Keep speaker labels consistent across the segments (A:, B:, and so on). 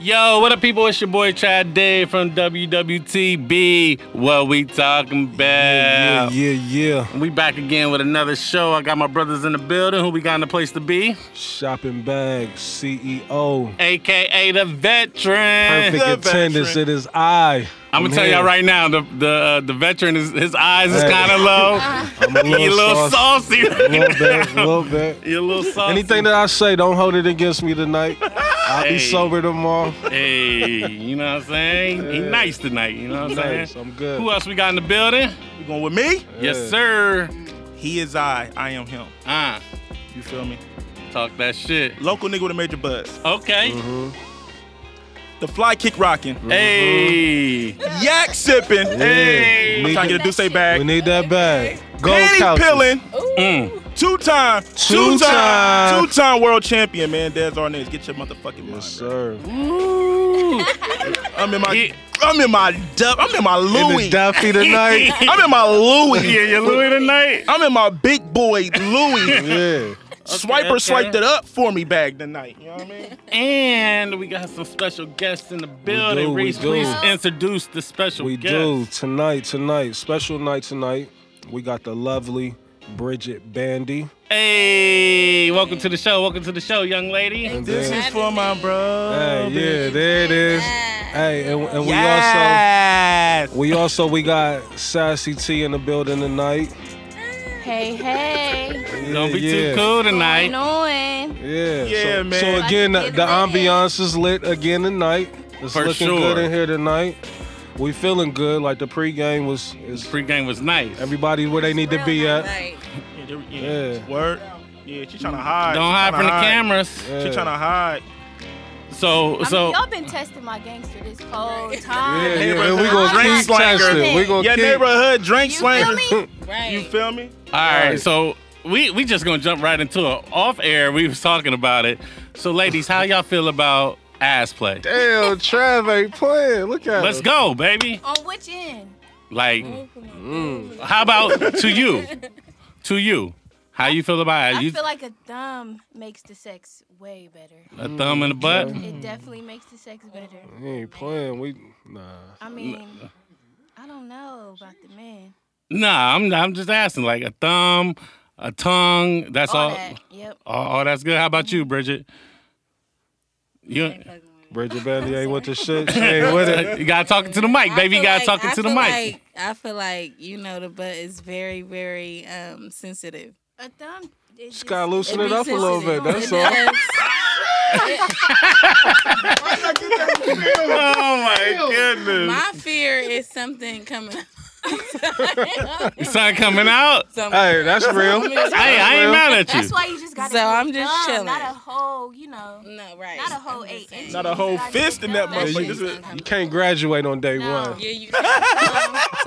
A: Yo, what up, people? It's your boy Chad Dave from WWTB. What we talking about?
B: Yeah, yeah, yeah.
A: We back again with another show. I got my brothers in the building. Who we got in the place to be?
B: Shopping bag CEO.
A: AKA the veteran.
B: Perfect attendance. It is I.
A: I'm gonna tell
B: here.
A: y'all right now, the the uh, the veteran is his eyes is
B: Hey.
A: kind of low.
B: I'm a
A: He a
B: little,
A: little
B: saucy.
A: saucy.
B: A little bit, a little bit.
A: You a little saucy.
B: Anything that I say, don't hold it against me tonight. I'll
A: Hey.
B: be sober tomorrow.
A: Hey, you know what I'm saying? He
B: Yeah.
A: nice tonight. You know what I'm
B: Nice,
A: saying?
B: I'm good.
A: Who else we got in the building?
C: You going with me?
A: Yes, sir.
C: He is I. I am him.
A: Ah,
C: You feel me?
A: talk that shit.
C: Local nigga with a major buzz.
A: Okay.
B: Mm-hmm.
C: The fly kick rocking.
A: Hey.
B: Mm-hmm.
C: Yak sipping.
A: Hey.
C: I'm
B: Need
C: trying to
B: that-
C: get a Duce
B: we
C: bag.
B: need that bag. Gold
C: Penny
B: couches.
C: pilling.
A: Mm.
C: Two time.
B: Two time.
C: Two time world champion, man. There's our names. Get your motherfucking mind.
B: Yes,
C: right.
B: sir.
A: Ooh.
C: I'm in my.
A: Yeah.
C: I'm in my. Du- I'm in my
B: In
C: Louis.
B: the Duffy tonight.
C: I'm in my
A: yeah,
C: Louis.
A: you Louis tonight.
C: I'm in my big boy Louis.
B: yeah.
C: Swiper
A: okay.
C: swiped it up for me bag tonight. You know what I mean?
A: And we got some special guests in the building.
B: do, we
A: Reese,
B: do.
A: please introduce the special
B: We
A: guest.
B: do tonight, tonight, special night tonight. We got the lovely Bridget Bandy.
A: Hey, welcome to the show. Welcome to the show, young lady.
B: And
C: This
B: then-
C: is for my bro.
B: Hey,
A: Oh,
B: yeah, there it is. Hey, and, and we
C: Yes.
B: also we also we got Sassy T in the building tonight.
D: Hey, hey.
B: Yeah,
A: Don't be
B: yeah.
A: too cool tonight.
D: Going on.
B: Yeah,
C: Yeah,
B: so,
C: man.
B: So again, the, the ambiance is lit again tonight. It's
A: For
B: looking
A: sure.
B: good in here tonight. We feeling good. Like the pregame was is
A: Pre-game was nice.
B: everybody where they need to be at.
C: Yeah, there- yeah.
B: Yeah.
C: Word. Yeah, she trying to hide.
A: Don't
C: She
A: hide
C: tryna
A: from the cameras.
B: Yeah.
C: She trying to hide.
A: So,
D: I
A: so
D: mean, y'all been testing my gangster this whole
B: Yeah,
D: time.
B: yeah,
C: Neighborhood
B: and we gonna
C: drink
B: keep
C: slanger.
B: testing. We gonna
C: Your
B: keep.
C: neighborhood drink
D: You
C: slanger.
D: feel me?
C: You feel me?
A: All right,
B: Right.
A: so we we just gonna jump right into it. Off air, we was talking about it. So, ladies, how y'all feel about ass play?
B: Damn, Trav ain't playing. Look at
A: Let's
B: him.
A: go, baby.
D: On which end?
A: Like,
E: Mm.
A: how about to you? To you, how you feel about it?
D: I
A: You,
D: feel like a thumb makes the sex way better.
A: a thumb in the butt?
D: It definitely makes the sex better.
B: He ain't playing. We nah.
D: I mean, I don't know about the man.
A: Nah, I'm I'm just asking. Like a thumb, a tongue. That's
D: All
A: all.
D: that. Yep.
A: Oh, oh, that's good. How about
E: Mm-hmm.
A: you, Bridget? You,
B: Bridget Bandy ain't with the shit. She ain't with it.
A: you gotta talk to the mic,
E: I
A: baby. You
E: feel
A: gotta
E: like-
A: talk
E: I
A: to the
E: feel
A: mic.
E: Like, I feel like you know the butt is very, very um, sensitive.
D: A thumb. is
B: Just gotta
D: just-
B: loosen
E: It
B: it
E: be
B: up a little bit. That's
E: sensitive. It
B: all.
E: does.
A: oh my goodness.
E: My fear is something coming.
A: Sun coming out.
E: Something-
B: Hey, that's real.
A: Hey, I ain't mad at
D: That's
A: you.
D: why you just got.
E: So I'm just
D: thumb, Not
E: chilling.
D: a whole, you know,
E: no, right.
D: not a whole
E: Mm. I'm just
D: eight
E: saying.
D: inches.
C: Not a whole
D: You gotta get
C: fist in that
D: thumb.
C: motherfucker.
E: shit
C: This is-
E: gonna
B: You can't graduate on day
D: No.
B: one.
E: Yeah, you.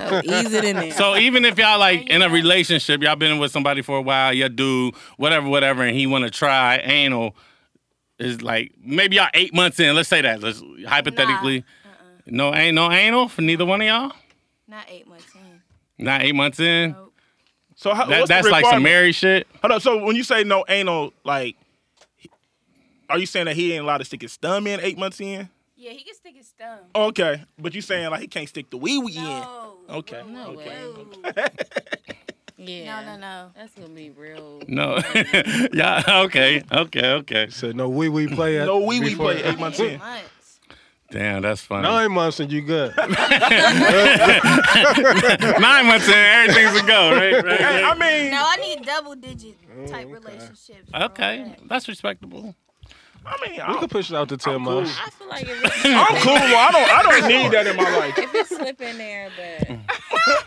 E: so ease it in there.
A: So even if y'all like in a relationship, y'all been with somebody for a while, your dude, whatever, whatever, and he want to try anal, is like maybe y'all eight months in. Let's say that. Let's hypothetically,
E: uh-uh.
A: no ain't no anal for neither one of y'all.
D: Not eight months in.
A: Not eight months in.
D: Nope.
C: So how,
A: That,
C: what's the
A: that's like some
C: requirement?
A: married shit.
C: Hold up. So when you say no anal, like, are you saying that he ain't allowed to stick his thumb in eight months in?
D: Yeah, he can stick his thumb.
C: Okay, but you saying like he can't stick the wee wee in? Oh, Okay.
E: No
C: okay.
E: way.
D: No,
E: Yeah.
D: no, no.
E: That's gonna be real.
A: No. yeah. Okay. Okay. Okay.
B: Said no wee wee play at
C: No wee wee
B: before-
C: play eight months in.
D: Months.
A: Damn, that's funny.
B: Nine months and you good.
A: Nine months in, everything's a go, right? right,
C: Hey, I
A: right.
C: mean,
D: No, I need double digit type relationships. for all
A: Okay,
D: that.
A: that's respectable.
C: I mean,
B: We
C: I'm,
B: could push it out to ten months.
E: I feel like if it's,
C: I'm cool. I don't. I don't need that in my life.
E: if it's slipping there, but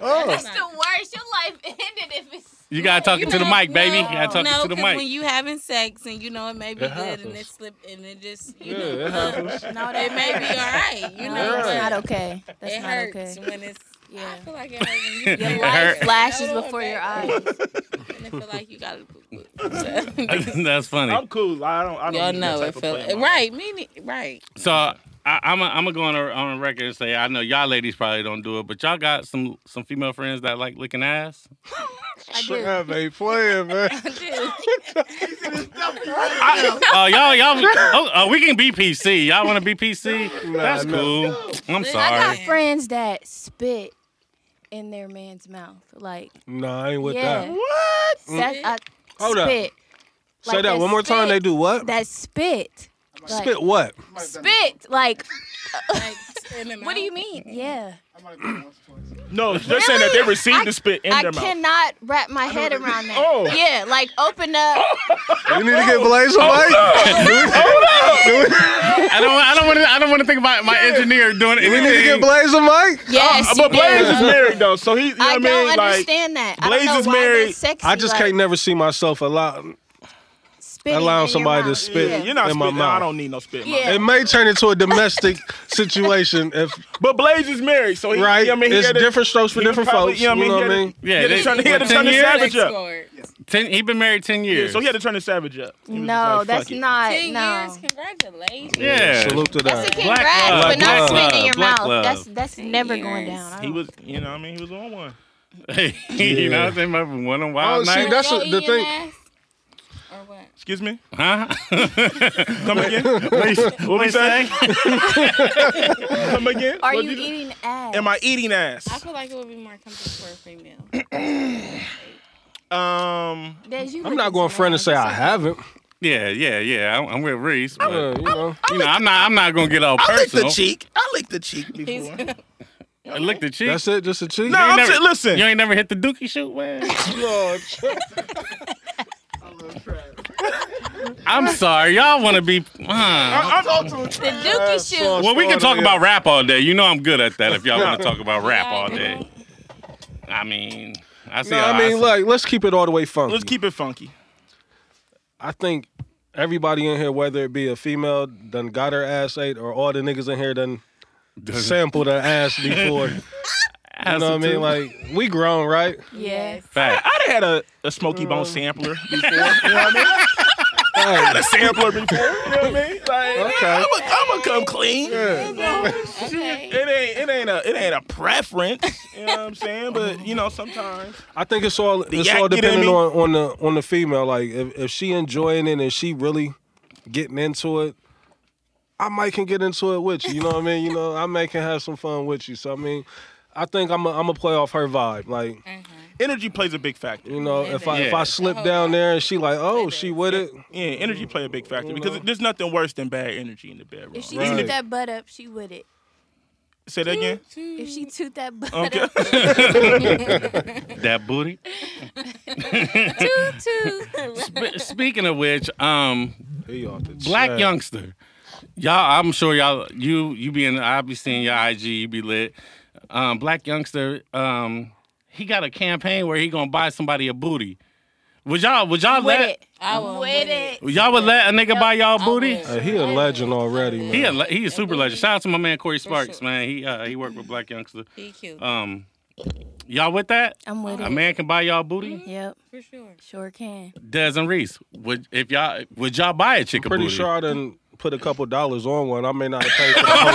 B: Oh,
D: That's the worst. Your life ended if it's.
A: You gotta talk
E: you
A: it to the
E: know,
A: mic, baby. You
D: no,
A: gotta talk
E: no,
A: it to the
E: 'cause
A: mic.
E: when you having sex and you know it may be
B: It
E: good and
B: happens.
E: it slip and it just you
B: yeah,
E: know
B: it happens.
D: No,
E: it may be all right. You know,
B: Yeah.
D: that's
E: but
D: not okay. That's
E: it
D: not
E: hurts
D: okay.
E: when it's.
D: Yeah.
E: I feel like it hurts. When you
A: It
E: get
A: hurt.
E: lighter.
D: Flashes
E: Hold on,
D: before your
E: back
D: eyes.
E: up. And it feel like you got to.
A: that's funny.
C: I'm cool. I don't. I don't
E: Y'all
C: need
E: know
C: that type
E: it
C: of play in
E: feel
C: my life.
E: right. Me, ne- right.
A: So I, I'm a, I'm gonna go on a, on a record and say I know y'all ladies probably don't do it, but y'all got some some female friends that like licking ass.
D: I do.
F: Trav ain't playing, man.
E: I do.
A: I- uh, y'all y'all oh, uh, we can be PC. Y'all want to be PC?
F: Nah,
A: That's
F: no.
A: cool. I'm
E: Look,
A: sorry.
E: I
D: I got
E: Sorry.
D: friends that spit in their man's mouth. Like,
B: Nah, I ain't with
D: yeah.
B: that.
D: What? That, I,
B: Hold up.
D: spit.
B: Say
D: Like
B: that
D: they
B: one more time. They
D: spit.
B: do what?
D: That spit. Like,
B: Spit what?
D: Spit. Like,
E: Like, in and
D: what do
E: out.
D: you mean? Yeah.
C: No, they're saying that they received the spit in
D: I
C: their mouth.
D: cannot wrap my head around that.
C: Oh.
D: Yeah, like open up.
F: You need to get Blaze a mic.
A: I don't I don't want to I don't want to think about my engineer doing
F: We need to get
A: anything.
F: Blaze a mic.
D: Yes.
C: But Blaze
D: yeah.
C: is married though, so he, you know
D: I
C: what I
D: don't
C: mean? Like,
D: understand that. I don't
C: Blaze
D: know
C: is
D: why they're
C: married.
D: Sexy,
B: I just
D: like,
B: can't never see myself allow.
D: spitting
B: allow
D: in your
B: somebody to
D: mouth.
B: spit.
C: yeah, you're not
B: in my
C: spitting. No, I
B: mouth.
C: don't need no spit. in my
D: Yeah.
B: It may turn into a domestic situation if
C: But Blaze is married, so he,
B: right.
C: You know what I mean, he
B: it's
C: had to-
B: different strokes for
C: he
B: different
C: probably-
B: folks.
C: You know what I mean? He
A: Yeah,
C: had to-
A: they-
C: he had to turn- he had to
A: what, 10
C: turn the
A: years?
C: savage up.
A: Ten, he been married ten
C: Yeah,
A: years.
C: so he had to turn the savage up. He was just
D: No,
C: like,
D: that's
C: "Fuck it."
D: not.
E: Ten
D: no.
E: years, congratulations.
A: yeah.
B: Salute to
D: That's a
B: that.
D: congrats,
A: love,
D: but not
A: black
D: spitting in
A: love,
D: your
A: black
D: mouth.
A: love.
D: That's that's never going
E: years.
D: down. I
C: He
D: don't-
C: was, you know, what I mean, he was on one.
A: you know, they might have won a wild
F: Oh, see,
A: night.
F: That's
E: Yo,
F: the- the
E: eating
F: thing.
E: ass? Or what?
C: Excuse me,
A: huh?
C: come again. what we say? come again.
D: Are
C: What
D: you
C: did
D: eating ass?
C: Am I eating
E: I
C: ass?
E: feel like it would be more comfortable for a female.
C: Um,
D: Dad, you
B: I'm
D: look
B: not going
D: so
B: front and say I
D: nervous.
B: haven't.
A: yeah, yeah, yeah. I'm, I'm with Reese. But,
B: Yeah, you know.
A: you know, I'm not. I'm not gonna get all personal.
C: cheek. I licked the cheek
E: He's
C: before.
A: I lick the cheek.
B: That's it. Just a cheat.
C: No,
A: You ain't
C: I'm
A: never-
C: saying, listen.
A: You ain't never hit the dookie shoot, man.
F: Lord.
A: I'm sorry, y'all want to be. huh.
C: I- I'm-
E: the dookie shoot.
A: Well, we can talk about rap all day. You know I'm good at that. If y'all want to talk about rap
E: Yeah,
A: all
E: you
A: day,
E: know.
A: I mean, I see.
B: No,
A: how
B: I mean,
A: see-
B: like, let's keep it all the way funky.
C: Let's keep it funky.
B: I think everybody in here, whether it be a female done got her ass ate or all the niggas in here done sampled her ass before. you know what I mean? Like, we grown, right?
D: Yeah.
A: fact.
C: I'd had a, a Smoky Bone sampler before. You know what I mean? I had a sampler before. You know what I mean? Like,
B: Okay.
C: I'm gonna come clean.
E: Okay.
C: It ain't it ain't a it ain't a preference. You know what I'm saying? But you know, sometimes
B: I think it's all it's
C: yak,
B: all
C: you know what I
B: depending
C: mean?
B: on, on the on the female. Like, if, if she enjoying it and she really getting into it, I might can get into it with you. You know what I mean? You know, I might can have some fun with you. So I mean, I think I'm a, I'm gonna play off her vibe. Like,
C: energy plays a big factor.
B: you know, if I if
A: Yeah.
B: I slip down there and she like, oh,
E: It
B: she
E: is.
B: with it.
C: Yeah, energy play a big factor
B: You
C: because
B: know.
C: there's nothing worse than bad energy in the bedroom.
D: If she
B: Right.
D: toot that butt up, she with it.
C: Say that again.
D: If she toot that butt
C: Okay.
D: up,
A: That booty.
E: Toot toot.
A: Sp- speaking of which, um,
B: He off the
A: black
B: chain.
A: youngster. Y'all, I'm sure y'all you you be in I be seeing your IG, you be lit. Um, black youngster, um, he got a campaign where he gonna buy somebody a booty. Would y'all would y'all
D: with
A: let
D: it.
E: I will
D: With it.
A: y'all would let a nigga buy y'all booty?
E: would.
B: Hey, he a legend already, man.
A: He a, le- he a super legend. Shout out to my man Corey Sparks,
E: sure.
A: man. He uh, he worked with black youngster.
E: He cute.
A: Um, y'all with that?
D: I'm with
A: A
D: it.
A: man can buy y'all booty.
D: Yep,
E: for sure.
D: sure can.
A: Des and Reese, would if y'all would y'all buy a chick a
B: Pretty
A: booty?
B: sure I done put a couple dollars on one. I may not have paid for the whole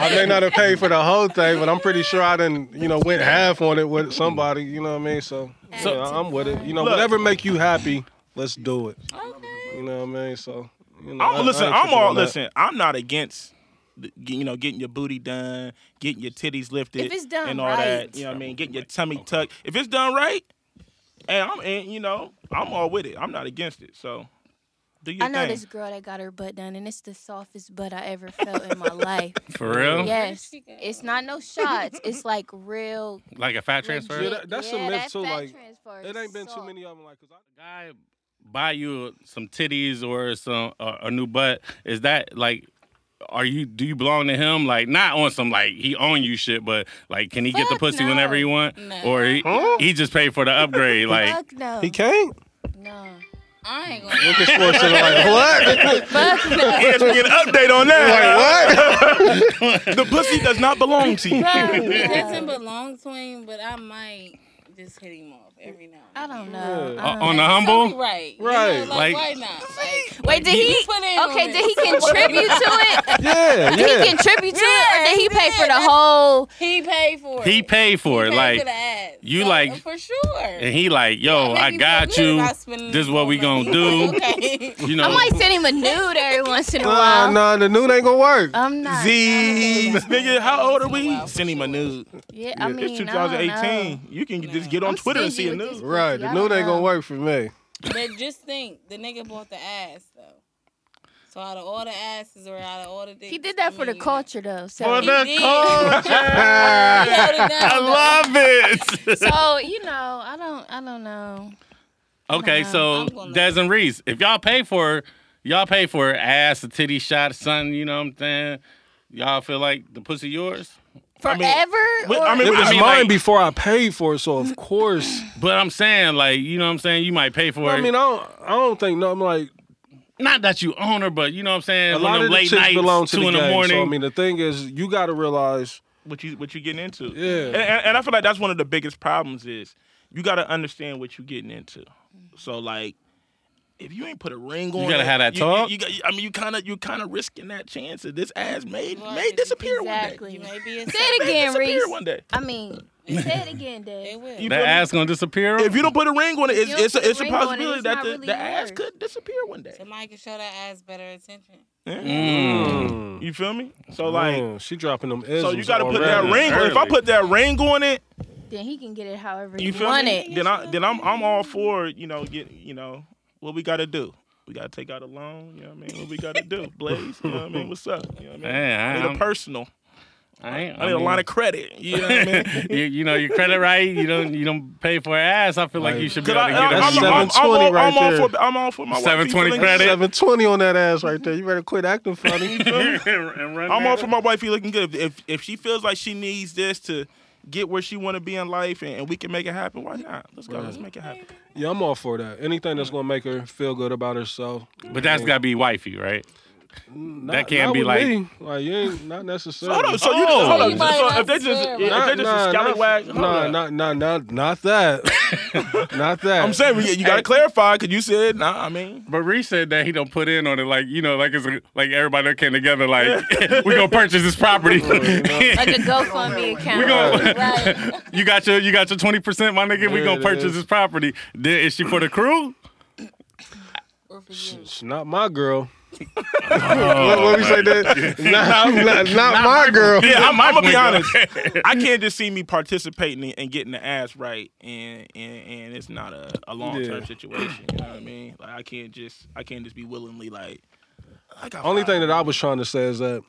B: I may not have paid for the whole thing, but I'm pretty sure I didn't, you know, went half on it with somebody. You know what I mean? So,
A: So-
B: yeah, I'm with it. You know,
C: Look.
B: whatever make you happy, let's do it.
E: Okay.
B: You know what I mean? So, you know, I- I
C: I'm, listen,
B: ain't
C: I'm
B: tripping
C: all
B: on that.
C: listen. I'm not against the- get- you know getting your booty done, getting your titties lifted,
D: If it's done
C: and all
D: right.
C: that. You know what I mean? Getting your tummy tucked. If it's done right, and I'm and you know I'm all with it. I'm not against it. So do your
D: I know
C: thing.
D: this girl that got her butt done, and it's the softest butt I ever felt in my life.
A: For real?
D: Yes,
E: she go?
D: it's not no shots. It's like real.
A: Like a fat transfer?
B: Yeah,
D: legit-
B: that- that's a
D: yeah,
B: myth,
D: that
B: too,
D: fat
B: like,
D: transfer
B: It
D: is
B: ain't been too
D: soft.
B: many of them. Like, 'cause I-
A: guy buy you some titties or some or a new butt is that like are you do you belong to him like not on some like he own you shit but like can he get the
D: Fuck
A: pussy
D: no.
A: whenever he want
E: No.
A: or he, he just paid for the upgrade like
D: Fuck no.
B: he can't.
D: No.
E: I ain't gonna.
B: Looking for something like what?
D: Fuck no.
C: Yes, we get an update on that.
F: Like what?
C: the pussy does not belong to you.
D: Fuck
E: It
D: no.
E: doesn't belong to him, but I might just hit him off. every now. And
D: I don't know. I
B: Yeah.
A: O-
D: don't
A: Uh, on
D: know.
A: the
E: then.
A: humble.
E: Right. You know,
B: Right.
E: like,
A: Like-
E: why not? Like,
G: Wait, did he?
E: put in on
G: Okay,
E: it.
G: did he contribute to it?
B: Yeah,
G: Did he
B: yeah.
G: contribute to it, or did he
E: Yeah,
G: pay
E: he
G: for the
E: did.
G: whole?
E: He paid for it.
A: He paid for it,
E: Paid
A: like,
E: for the ad.
A: you
E: So,
A: like-
E: for sure.
A: and he like, yo, I
E: Maybe
A: got
E: feel good
A: you.
E: about spending
A: This is what we
E: more
A: gonna
E: money.
A: do.
E: okay.
A: You know,
G: I might send him a nude every once in a
F: Nah,
G: while. Oh,
F: nah, the nude ain't gonna work.
D: I'm not.
C: Z, nigga, how old are we?
E: Wow.
C: Send him a nude.
D: Yeah, I mean,
C: it's 2018. You can just get on
D: I'm
C: Twitter and see a
D: stingy with
C: nude.
D: this
F: Right, the nude ain't gonna work for me.
E: But just think, the nigga bought the ass though. So out of all the asses or out of all the dicks,
G: He did that for the culture, though.
A: for the
G: So,
E: did.
G: Oh,
A: culture. I love it.
D: So you know, I don't. I don't know.
A: okay, so
E: I'm gonna-
A: Des and Reese, if y'all pay for her, y'all pay for her ass, a titty shot, something. You know what I'm saying? Y'all feel like the pussy yours?
G: forever?
C: We-
G: or-
C: I mean,
B: It
C: we
B: was
A: I mean,
B: mine
A: like-
B: before I paid for it, so of course.
A: But I'm saying, like, you know what I'm saying? You might pay for
B: I
A: it.
B: mean, I don't, I don't think no. I'm like
A: Not that you own her, but you know what I'm saying?
B: a
A: One
B: lot
A: them
B: of the
A: late
B: chicks
A: nights,
B: belong to
A: two
B: the
A: in the
B: game,
A: morning.
B: So I mean, the thing is, you got to realize.
C: what you what you getting into.
B: Yeah.
C: And, and, and I feel like that's one of the biggest problems is you got to understand what you getting into. So like, if you ain't put a ring on,
A: gotta
C: it,
A: have that
C: you-
A: talk.
C: You, got, I mean, you kind of you kind of risking that chance that this ass may
E: Right,
C: may disappear
D: Exactly.
E: You may be a
C: one
G: Say it
C: day. May
G: again,
C: disappear
G: Reese.
C: one day.
G: I mean, say it again,
E: It
G: Dad.
E: will.
C: You
A: that
C: feel me?
A: ass gonna disappear.
C: If you don't put a ring on it,
G: If you
C: it's it's a,
G: don't put a
C: it's a
G: ring on it,
C: possibility
G: it's
C: that
G: not
C: the,
G: really
C: the ass
G: yours.
C: could disappear one day.
E: Somebody can show that ass better attention.
C: Yeah.
A: Mm.
B: Mm,
C: You feel me? So like,
B: mm, she dropping them.
C: so you
B: isms
C: got to put that
B: already.
C: ring. on If I
A: Early.
C: put that ring on it,
G: Then he can get it however
C: You
G: you
C: feel
G: want
C: me?
G: it.
C: Then I then I'm I'm all for you know get you know what we gotta do. We gotta take out a loan. You know what I mean? What we gotta do, Blaze? You know what I mean? What's up? You know what I mean?
A: Man,
C: I
A: I-
C: need a personal.
A: I, ain't,
C: I need a
A: mean-
C: line of credit. You know what I mean?
A: you, you know your credit right. You don't you don't pay for her ass. I feel like
B: Right.
A: you should be
C: Cause
A: able
C: I,
A: to
C: I,
A: get
C: I'm,
B: That's
A: her.
C: I'm, I'm, I'm,
B: 720
C: all,
B: right
C: I'm all
B: there.
C: for I'm all for my wife.
A: 720
C: feeling-
A: credit.
B: 720 on that ass right there. You better quit acting funny.
A: And run
C: I'm
A: that.
C: all for my wifey looking good. If, if if she feels like she needs this to get where she want to be in life and, and we can make it happen, why not? Let's go. Let's make it happen.
B: yeah, I'm all for that. Anything that's gonna make her feel good about herself.
A: But that's gotta be wifey, right?
B: Not-
A: That can't
B: not
A: be
B: with
A: like-
B: me. like you ain't not necessarily.
C: Hold on. So you
A: Oh.
C: hold on.
E: You might
C: So if
E: not
C: they just if
E: deserve
C: they
E: it.
C: just a scallywag, hold
B: nah,
C: up.
B: not, not, not, not that, not that.
C: I'm saying you, you gotta clarify because you said, nah, I mean,
A: But Reese said that he don't put in on it like you know like it's a, like everybody that came together like we gonna purchase this property.
G: Like a GoFundMe account.
A: we gonna
E: Right.
A: you got your you got your twenty percent, my nigga. we
B: There
A: gonna
B: it
A: purchase
B: is.
A: this property. Then is she for the crew?
E: or for you.
B: It's not my girl.
F: What, what we say that? Not, not, not my girl.
C: yeah, I'm, I'm gonna be
A: Nigga.
C: honest. I can't just see me participating and getting the ass right, and and, and it's not a, a long term
B: Yeah.
C: situation. You know what I mean? Like I can't just I can't just be willingly like. I got
B: Only
C: five.
B: thing that I was trying to say is that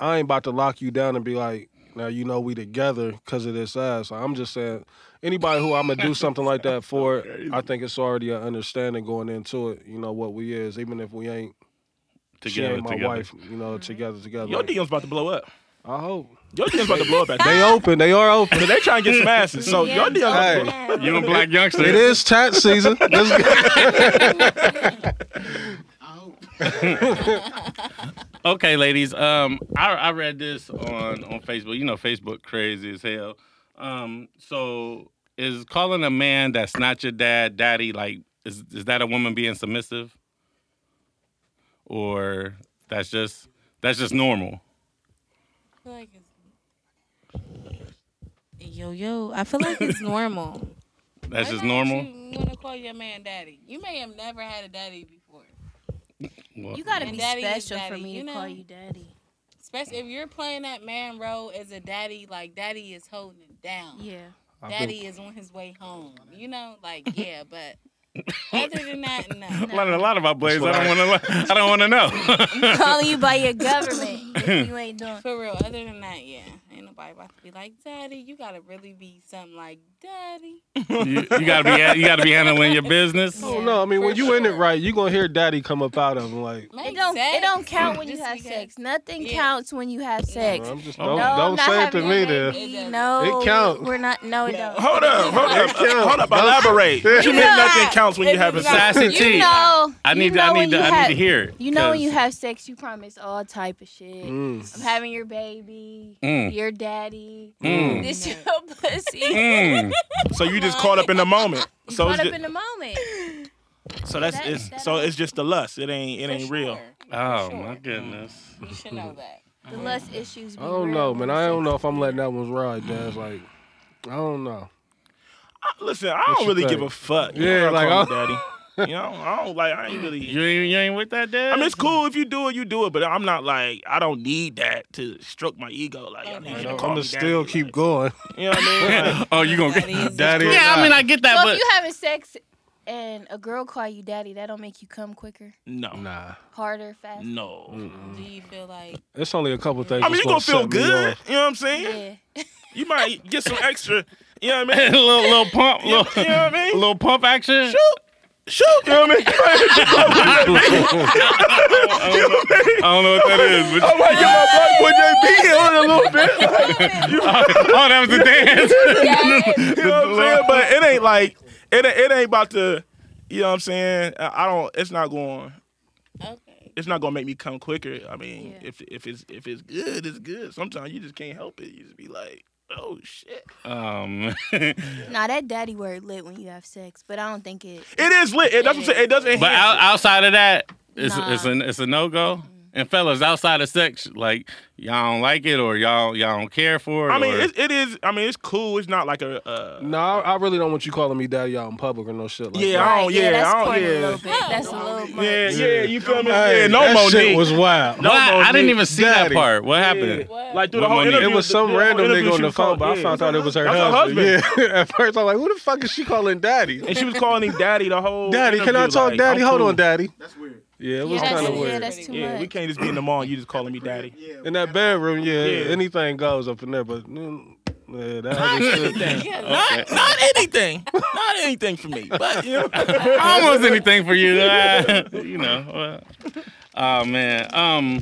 B: I ain't about to lock you down and be like, now you know we together because of this ass. I'm just saying, anybody who I'm gonna do something like that for, I think it's already an understanding going into it. You know what we is, even if we ain't she ain't my wife. You know, together, together.
C: your DM's about to blow up.
B: I hope
C: Your DM's about to blow up. At
B: they open. They are open.
C: they trying to get some asses. So your DM's about to blow up.
D: Yeah.
A: Young black youngster.
B: It is tat season. This-
A: Okay, ladies. Um, I, I read this on on Facebook. You know, Facebook crazy as hell. Um, so is calling a man that's not your dad, daddy, like is is that a woman being submissive, or that's just that's just normal?
E: I feel like it's yo yo. I feel like it's normal.
A: That's
E: Why
A: just
E: not
A: normal.
E: You want to call your man daddy? You may have never had a daddy before,
A: Well,
E: You gotta
G: It'd
E: be
G: be
E: daddy is
G: special
E: daddy,
G: for me
E: you
G: to
E: know?
G: call you daddy.
E: especially if you're playing that man role as a daddy. Like daddy is holding it down.
D: Yeah.
B: I've been-
E: Daddy is on his way home. You know, like yeah, but other than that, no.
A: learning a lot about Blaze. I
B: what
A: don't want to. I don't want to know.
G: Calling you by your government if you ain't doing.
E: For real, other than that, yeah, ain't nobody about to be like, Daddy, you gotta really be something like Daddy.
A: you, you gotta be. You gotta be handling your business.
B: Oh no! I mean, when you in it right, you gonna hear daddy come up out of him like.
E: Make
G: It don't. It
E: sense.
G: don't count when you
E: Just
G: have
E: because-
G: sex. Nothing
E: Yeah.
G: counts when you have sex.
B: I'm just,
A: No,
B: don't
G: No,
B: don't
G: not
B: say it to
G: having
B: me
G: a
B: there.
G: baby.
E: It doesn't.
G: No,
F: It count.
G: We're not. No, it don't.
C: Hold up, hold up,
F: Yeah.
C: hold up. Elaborate. What you mean nothing counts when you have a sex?
A: Sassy
G: You
A: T.
G: know.
A: I need.
G: You know
A: I need.
G: when
A: To,
G: you
A: I
G: have-
A: need to hear it.
G: You know when
A: 'cause-
G: you have sex, you promise all type of shit. shit.
B: Mm.
G: I'm having your baby.
A: Mm.
G: Your daddy.
A: Mm.
G: This your pussy.
A: Mm.
C: So you just caught up in the moment.
G: You
C: So
G: caught
C: it's
G: up
C: just,
G: in the moment.
C: so that's
G: that-
C: it's,
G: that-
C: so it's just the lust. It ain't it
E: For
C: ain't real.
E: sure. For
A: Oh
E: sure.
A: my goodness.
E: You should know that.
G: The
A: Mm.
G: lust issues. Be
B: I don't
G: real
B: know, man.
G: when you
B: I
G: see
B: don't know if I'm letting that one ride, Dad. Like, I don't know.
C: I- listen, I
B: What
C: don't
B: you
C: really
B: think?
C: give a fuck. You
B: Yeah,
C: know, I
B: like,
C: call me daddy. You know, I don't like. I ain't really.
A: You ain't, you ain't with that, Dad?
C: I mean, it's cool if you do it, you do it, but I'm not like I don't need that to stroke my ego. Like I need you
E: Okay.
C: to
B: I'm
C: call
B: gonna
C: me
B: still
C: daddy.
B: keep going.
C: Like, you know what I mean? Like,
A: oh, you gonna
E: Daddy is-
B: Daddy. is
A: Yeah, I mean,
B: not.
A: I get that,
G: So
A: but
G: if you having sex and a girl call you daddy, that don't make you come quicker,
C: no,
B: Nah,
G: harder, faster.
C: no.
E: Do you feel like
B: it's only a couple things.
C: I mean,
B: that's
C: you gonna feel
B: set me
C: good.
B: off.
C: You know what I'm saying?
G: Yeah.
C: You might get some extra. You know what I mean?
A: little little pump,
C: You know
A: little,
C: what I mean?
A: little pump action.
C: Shoot, shoot. You know what I mean?
A: I don't know what that is, but
C: I might get my boy JB on it a little bit.
A: oh, that was the dance.
C: You know what I'm saying? But it ain't like it. ain't- It ain't about to. You know what I'm saying? I I don't. It's not going.
E: okay?
C: It's not gonna make me come quicker. I mean,
G: Yeah.
C: if if it's if it's good, it's good. Sometimes you just can't help it. You just be like, oh shit.
A: Um,
G: Nah, that daddy word lit when you have sex, but I don't think it.
C: It is lit. It, that's what I'm saying. It doesn't.
A: but
C: enhance
A: out, outside of that, it's
G: Nah.
A: it's a it's a no go. And fellas, outside of sex, like y'all don't like it or y'all y'all don't care for
C: it.
A: it.
C: I mean,
A: or,
C: it, it is. I mean, it's cool. It's not like a. Uh,
B: No, I, I really don't want you calling me daddy out in public or no shit like
C: Yeah,
B: that.
C: I don't- yeah,
G: that's
C: I
B: oh,
C: don't-
G: corny
C: yeah.
G: a little bit. That's a little much.
C: yeah, yeah. You feel me?
F: Hey,
C: yeah, no
F: that
C: more
F: shit
C: need.
F: was wild.
A: Well, I, I didn't even see that
F: Daddy.
A: part. What happened?
E: What?
C: Like through the
A: What
C: whole
A: money?
C: interview,
B: It was some
C: the whole
B: random
C: interview
B: nigga on
C: she
B: the
C: was
B: phone,
C: calling-
B: but I
C: yeah,
B: found out it was her
C: That's her
B: husband.
C: husband.
B: Yeah. At first, I'm like, who the fuck is she calling daddy?
C: And she was calling him daddy the whole.
B: Daddy, can I
C: interview,
B: talk
C: like,
B: daddy?
C: I'm
B: Hold
C: cool.
B: on, daddy.
H: That's weird.
B: Yeah, it
G: Yeah,
B: was
G: that's,
B: kind
E: kinda
B: of
G: yeah,
B: weird.
G: that's too
C: Yeah, we
G: much.
C: can't just be in the mall. and You just calling me daddy.
H: Yeah.
B: In that bedroom, yeah,
C: Yeah.
B: anything goes up in there, but mm, yeah, that other shit.
C: Not, not anything. Not anything for me. But you know.
A: almost anything for you. uh, you know. well. Oh man. Um.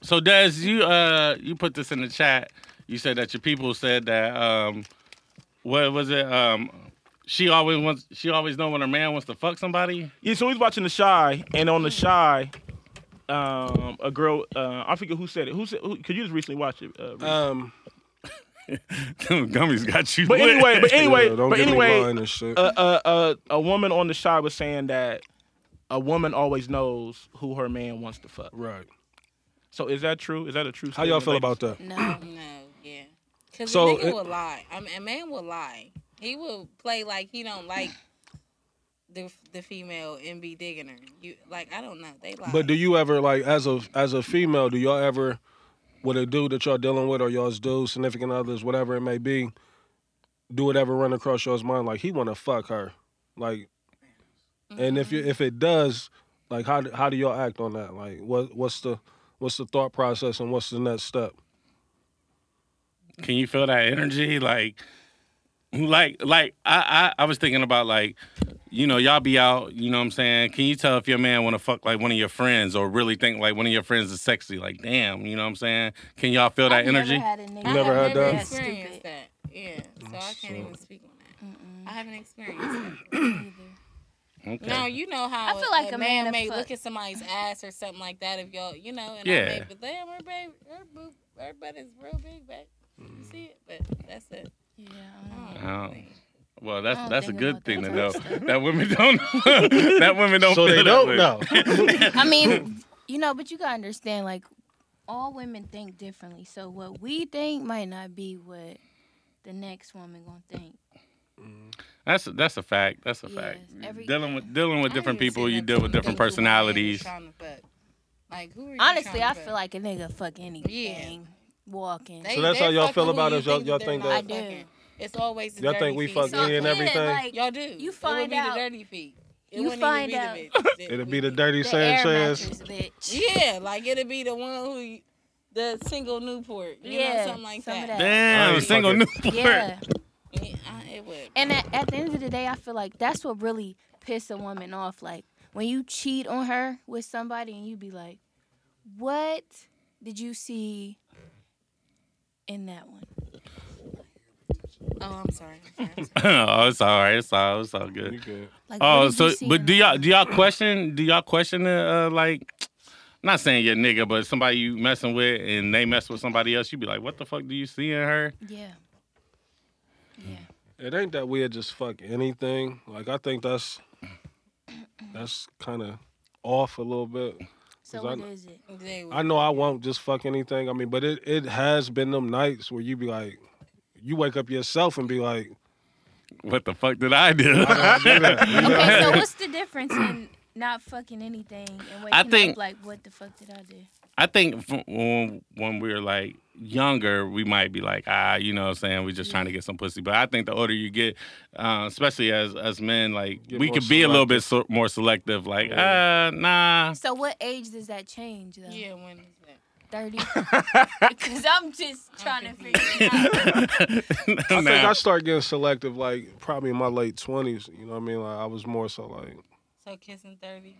A: So Des, you uh, you put this in the chat. You said that your people said that. Um, what was it? Um, she always wants. She always know when her man wants to fuck somebody.
C: Yeah, so we was watching The Shy, and on The Shy, um, a girl, uh, I forget who said it. Who said? Who, Could you just recently watch it? Uh, Reese?
B: Um,
A: Them Gummies got you.
C: but
A: lit.
C: anyway, but anyway,
B: yeah, don't
C: but
B: get me
C: anyway, uh,
B: lying and shit.
C: a, a,
B: uh,
C: a, a woman on The Shy was saying that a woman always knows who her man wants to fuck.
B: right.
C: So is that true? Is that a true?
B: How y'all
C: statement,
B: feel about
C: ladies?
B: that?
G: No.
E: No, yeah. Because
B: So
E: a nigga
B: it-
E: will lie. I mean, a man will lie. He will play like he don't like the the female and be digging her. You like I don't know. They lie.
B: But do you ever like as a as a female, do y'all ever with a dude that y'all dealing with or y'all's dude, significant others, whatever it may be, do it ever run across y'all's mind like he wanna fuck her? Like and if you
G: Mm-hmm.
B: if it does, like how do- how do y'all act on that? Like what what's the what's the thought process and what's the next step?
A: Can you feel that energy? Like, like, like I, I, I was thinking about like, you know, y'all be out. You know what I'm saying? Can you tell if your man want to fuck like one of your friends or really think like one of your friends is sexy? Like, damn, you know what I'm saying? Can y'all feel that
G: I've
A: energy?
G: Never had a nigga
E: I
B: never
E: have
B: had
E: never
B: that? Oh,
E: experienced
G: Stupid.
E: that. Yeah, so I can't even speak on that. I haven't experienced that.
A: Okay.
E: No, you know how
G: I feel like a man
E: man,
G: a
E: may
G: fuck-
E: look at somebody's ass or something like that if y'all, you know, and
A: Yeah.
E: I may, but damn, her baby, her boob, her butt is real big, back. You
B: Mm.
E: see it, but that's it.
G: Yeah,
E: I don't know.
A: Oh. Well, that's
G: don't
A: that's a
G: think
A: good
G: about
A: thing to
G: that
A: know.
G: type of stuff.
A: That women don't. that women don't. feel
B: So they
A: that
B: don't
A: way.
B: know.
G: I mean, you know, but you gotta understand, like, all women think differently. So what we think might not be what the next woman gonna think.
A: That's a, that's a fact. That's a
G: Yes,
A: fact.
G: every-
A: dealing with dealing with
E: I
A: different
E: don't even
A: people,
E: see
A: you
E: no
A: deal with
E: dude
A: different
E: that you want and you
A: personalities.
E: tryna fuck. Like who are you
G: Honestly,
E: tryna
G: I
E: fuck?
G: feel like a nigga fuck anything walking.
E: They-
B: So that's
E: they
B: how y'all
E: fucking
B: feel
E: who
B: about
E: you
B: us? Y'all- y'all
E: they're
B: think
E: not
G: that- I do.
E: fucking. It's always the
B: Y'all
E: dirty
B: think we
E: feet.
B: fuck
G: so
B: any and
G: yeah,
B: everything?
G: like
E: Y'all do.
G: You
E: it would
G: find
E: be
G: out-
E: the dirty feet. It
G: you
E: wouldn't
G: find
E: even
G: out.
E: be the bitch that
B: It'd
E: we
B: be the
E: get.
B: dirty
G: the air
B: Sam Says.
G: mattress, bitch.
E: Yeah, like it'll be the one who, you- the single Newport, you
G: Yeah,
E: know, something like
G: some of
E: that.
B: I
G: that.
A: Damn,
B: ain't
A: single
B: fucking-
A: Newport.
G: Yeah.
E: Yeah, I- it would.
G: And at, at the end of the day, I feel like that's what really piss a woman off. Like when you cheat on her with somebody and you be like, what did you see in that one?
E: Oh, I'm sorry. I'm sorry, I'm sorry.
A: oh, it's all right. It's all it's all good.
B: You good.
G: Like, what
A: Oh,
G: did
A: so
G: you see
A: but
G: in
A: do
G: that
A: y'all
G: one?
A: do y'all question do y'all question the uh, like not saying your nigga, but somebody you messing with and they mess with somebody else, you be like, what the fuck do you see in her?
G: Yeah. Yeah.
B: It ain't that weird just fuck anything. Like I think that's that's kind of off a little bit.
G: So
B: 'Cause I
G: what is
B: kn-
G: it?
E: They
B: I know I won't just fuck anything. I mean, but it it has been them nights where you be like, you wake up yourself and be like,
A: What the fuck did I do?
G: Okay, so what's the difference in not fucking anything and waking
A: think-
G: up like what the fuck did I do?
A: I think from when, when we were like younger, we might be like, ah, you know what I'm saying? We're just trying to get some pussy. But I think the older you get, uh, especially as as men, like
B: Get
A: we
B: more
A: could be a little bit so, more selective. Like, uh, nah.
G: So what age does that change though?
E: yeah, when is that?
G: Thirty. Because I'm just trying to figure it out.
B: I think
A: Nah.
B: I start getting selective like probably in my late twenties. You know what I mean? Like I was more so like
E: So kissing thirty.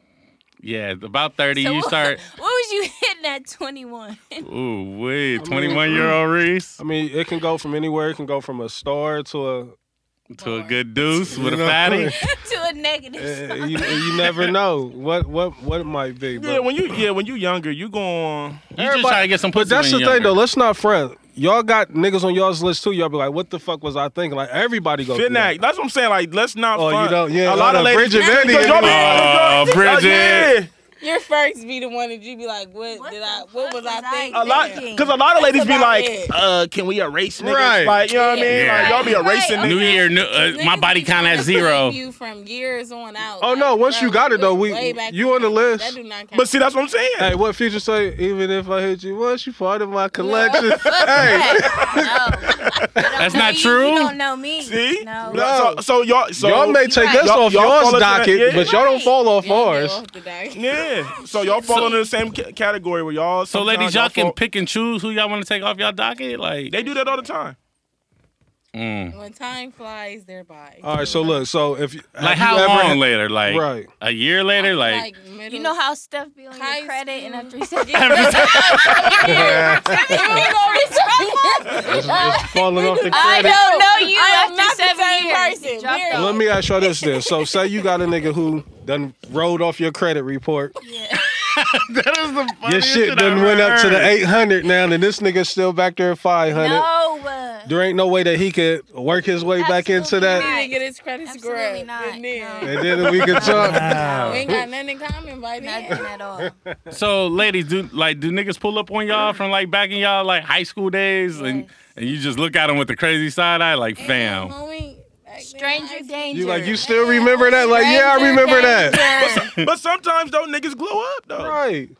A: yeah, about 30,
G: So
A: you
G: what-
A: start,
G: What was you hitting at 21?
A: ooh, wait, 21 year old Reese
B: I mean, it can go from anywhere. It can go from a star to a. eh,
A: to a good deuce with a
B: You know,
A: fatty.
G: to a negative.
B: eh, you, you never know what what what it might be. But,
C: Yeah, when you yeah when you younger, you going
A: You just try to get some
B: but
A: pussy.
B: that's the
A: when
B: thing
A: younger.
B: though. Let's not front. Y'all got niggas on y'all's list too. Y'all be like, what the fuck was I thinking? Like everybody go. through
C: Fitnack.
B: that.
C: That's what I'm saying. Like, let's not.
B: Oh,
C: front.
B: you don't. Yeah,
C: a lot of ladies.
B: Bridget Vandy.
C: Because y'all be-
A: Oh,
C: y'all-
A: Bridget.
C: yeah.
E: Your first be the one that you be like, what,
G: What
E: did
G: the
E: I? What
G: fuck
E: was
G: was
E: I
G: I
E: thinking?
C: A lot,
G: Thinking.
C: because a lot of ladies be
E: about
C: like,
E: it.
C: uh, "Can we erase niggas?"
F: Right.
C: Like, you know what I mean?
A: Yeah.
C: Like, y'all be
G: Right,
C: erasing
G: okay.
A: New
C: niggas.
A: year, new, uh, my
E: Niggas
A: body
E: be
A: count
E: trying
A: at
E: to
A: zero.
E: save You from years on out.
B: Oh, no, once you got it, though, we-
E: way back
B: you on the list.
E: That do not count.
C: But see, that's what I'm saying.
B: Hey, what feature say? Even if I hit you once, you part of my collection. hey,
A: That's
G: That's
A: not
G: You
A: true.
G: don't know me.
C: see,
G: No.
B: No.
C: So, so y'all, so
B: y'all may take us
C: Y'all-
B: off
C: y'all
B: y'all's
C: fall into that-
B: docket,
C: yeah.
B: but y'all don't
G: Right.
B: fall off
E: Yeah, you
B: ours.
E: off the dock.
C: yeah. So y'all fall
A: So-
C: under the same c- category where y'all.
A: So,
C: sometimes
A: ladies, y'all can
C: fall-
A: pick and choose who y'all want to take off y'all docket. Like,
C: They do that all the time.
A: mm.
E: When time flies, thereby.
B: All right, so look, so if you- have
A: like
B: you
A: how
B: ever
A: long
B: had-
A: later? Like,
B: right?
A: a year later? Like,
E: middle,
G: You know how stuff be on
E: High
G: your credit and after you
E: school.
G: said
B: It's, it's falling off the
G: I
B: credit.
G: don't know you
E: I am
G: after
E: not the
G: seven
E: same
G: years.
E: person.
G: It dropped
E: We're-
G: off.
B: Let me ask y'all this then. So say you got a nigga who done rolled off your credit report.
G: Yeah.
A: that is the
B: Your
A: funniest
B: shit
A: I
B: done
A: ever
B: went up to the
A: heard.
B: 800 now, and this nigga's still back there at 500.
G: No. uh,
B: There ain't no way that he could work his way back into
G: Absolutely
B: that.
G: not.
E: Didn't get his credit score.
G: Absolutely
E: up.
G: not.
E: And then-
G: No.
B: And then we could talk.
G: No.
E: We ain't got nothing in common by
G: uh, Nothing
E: then.
G: at all.
A: So, ladies, do like do niggas pull up on y'all from like back in y'all like high school days, and
G: Yes.
A: and you just look at them with the crazy side eye, like,
E: Damn,
A: fam.
E: homie, back then, I-
G: Stranger danger.
B: You like, you still remember that? Like, yeah, I remember that.
G: that.
C: But sometimes though, niggas glow up though.
B: Right.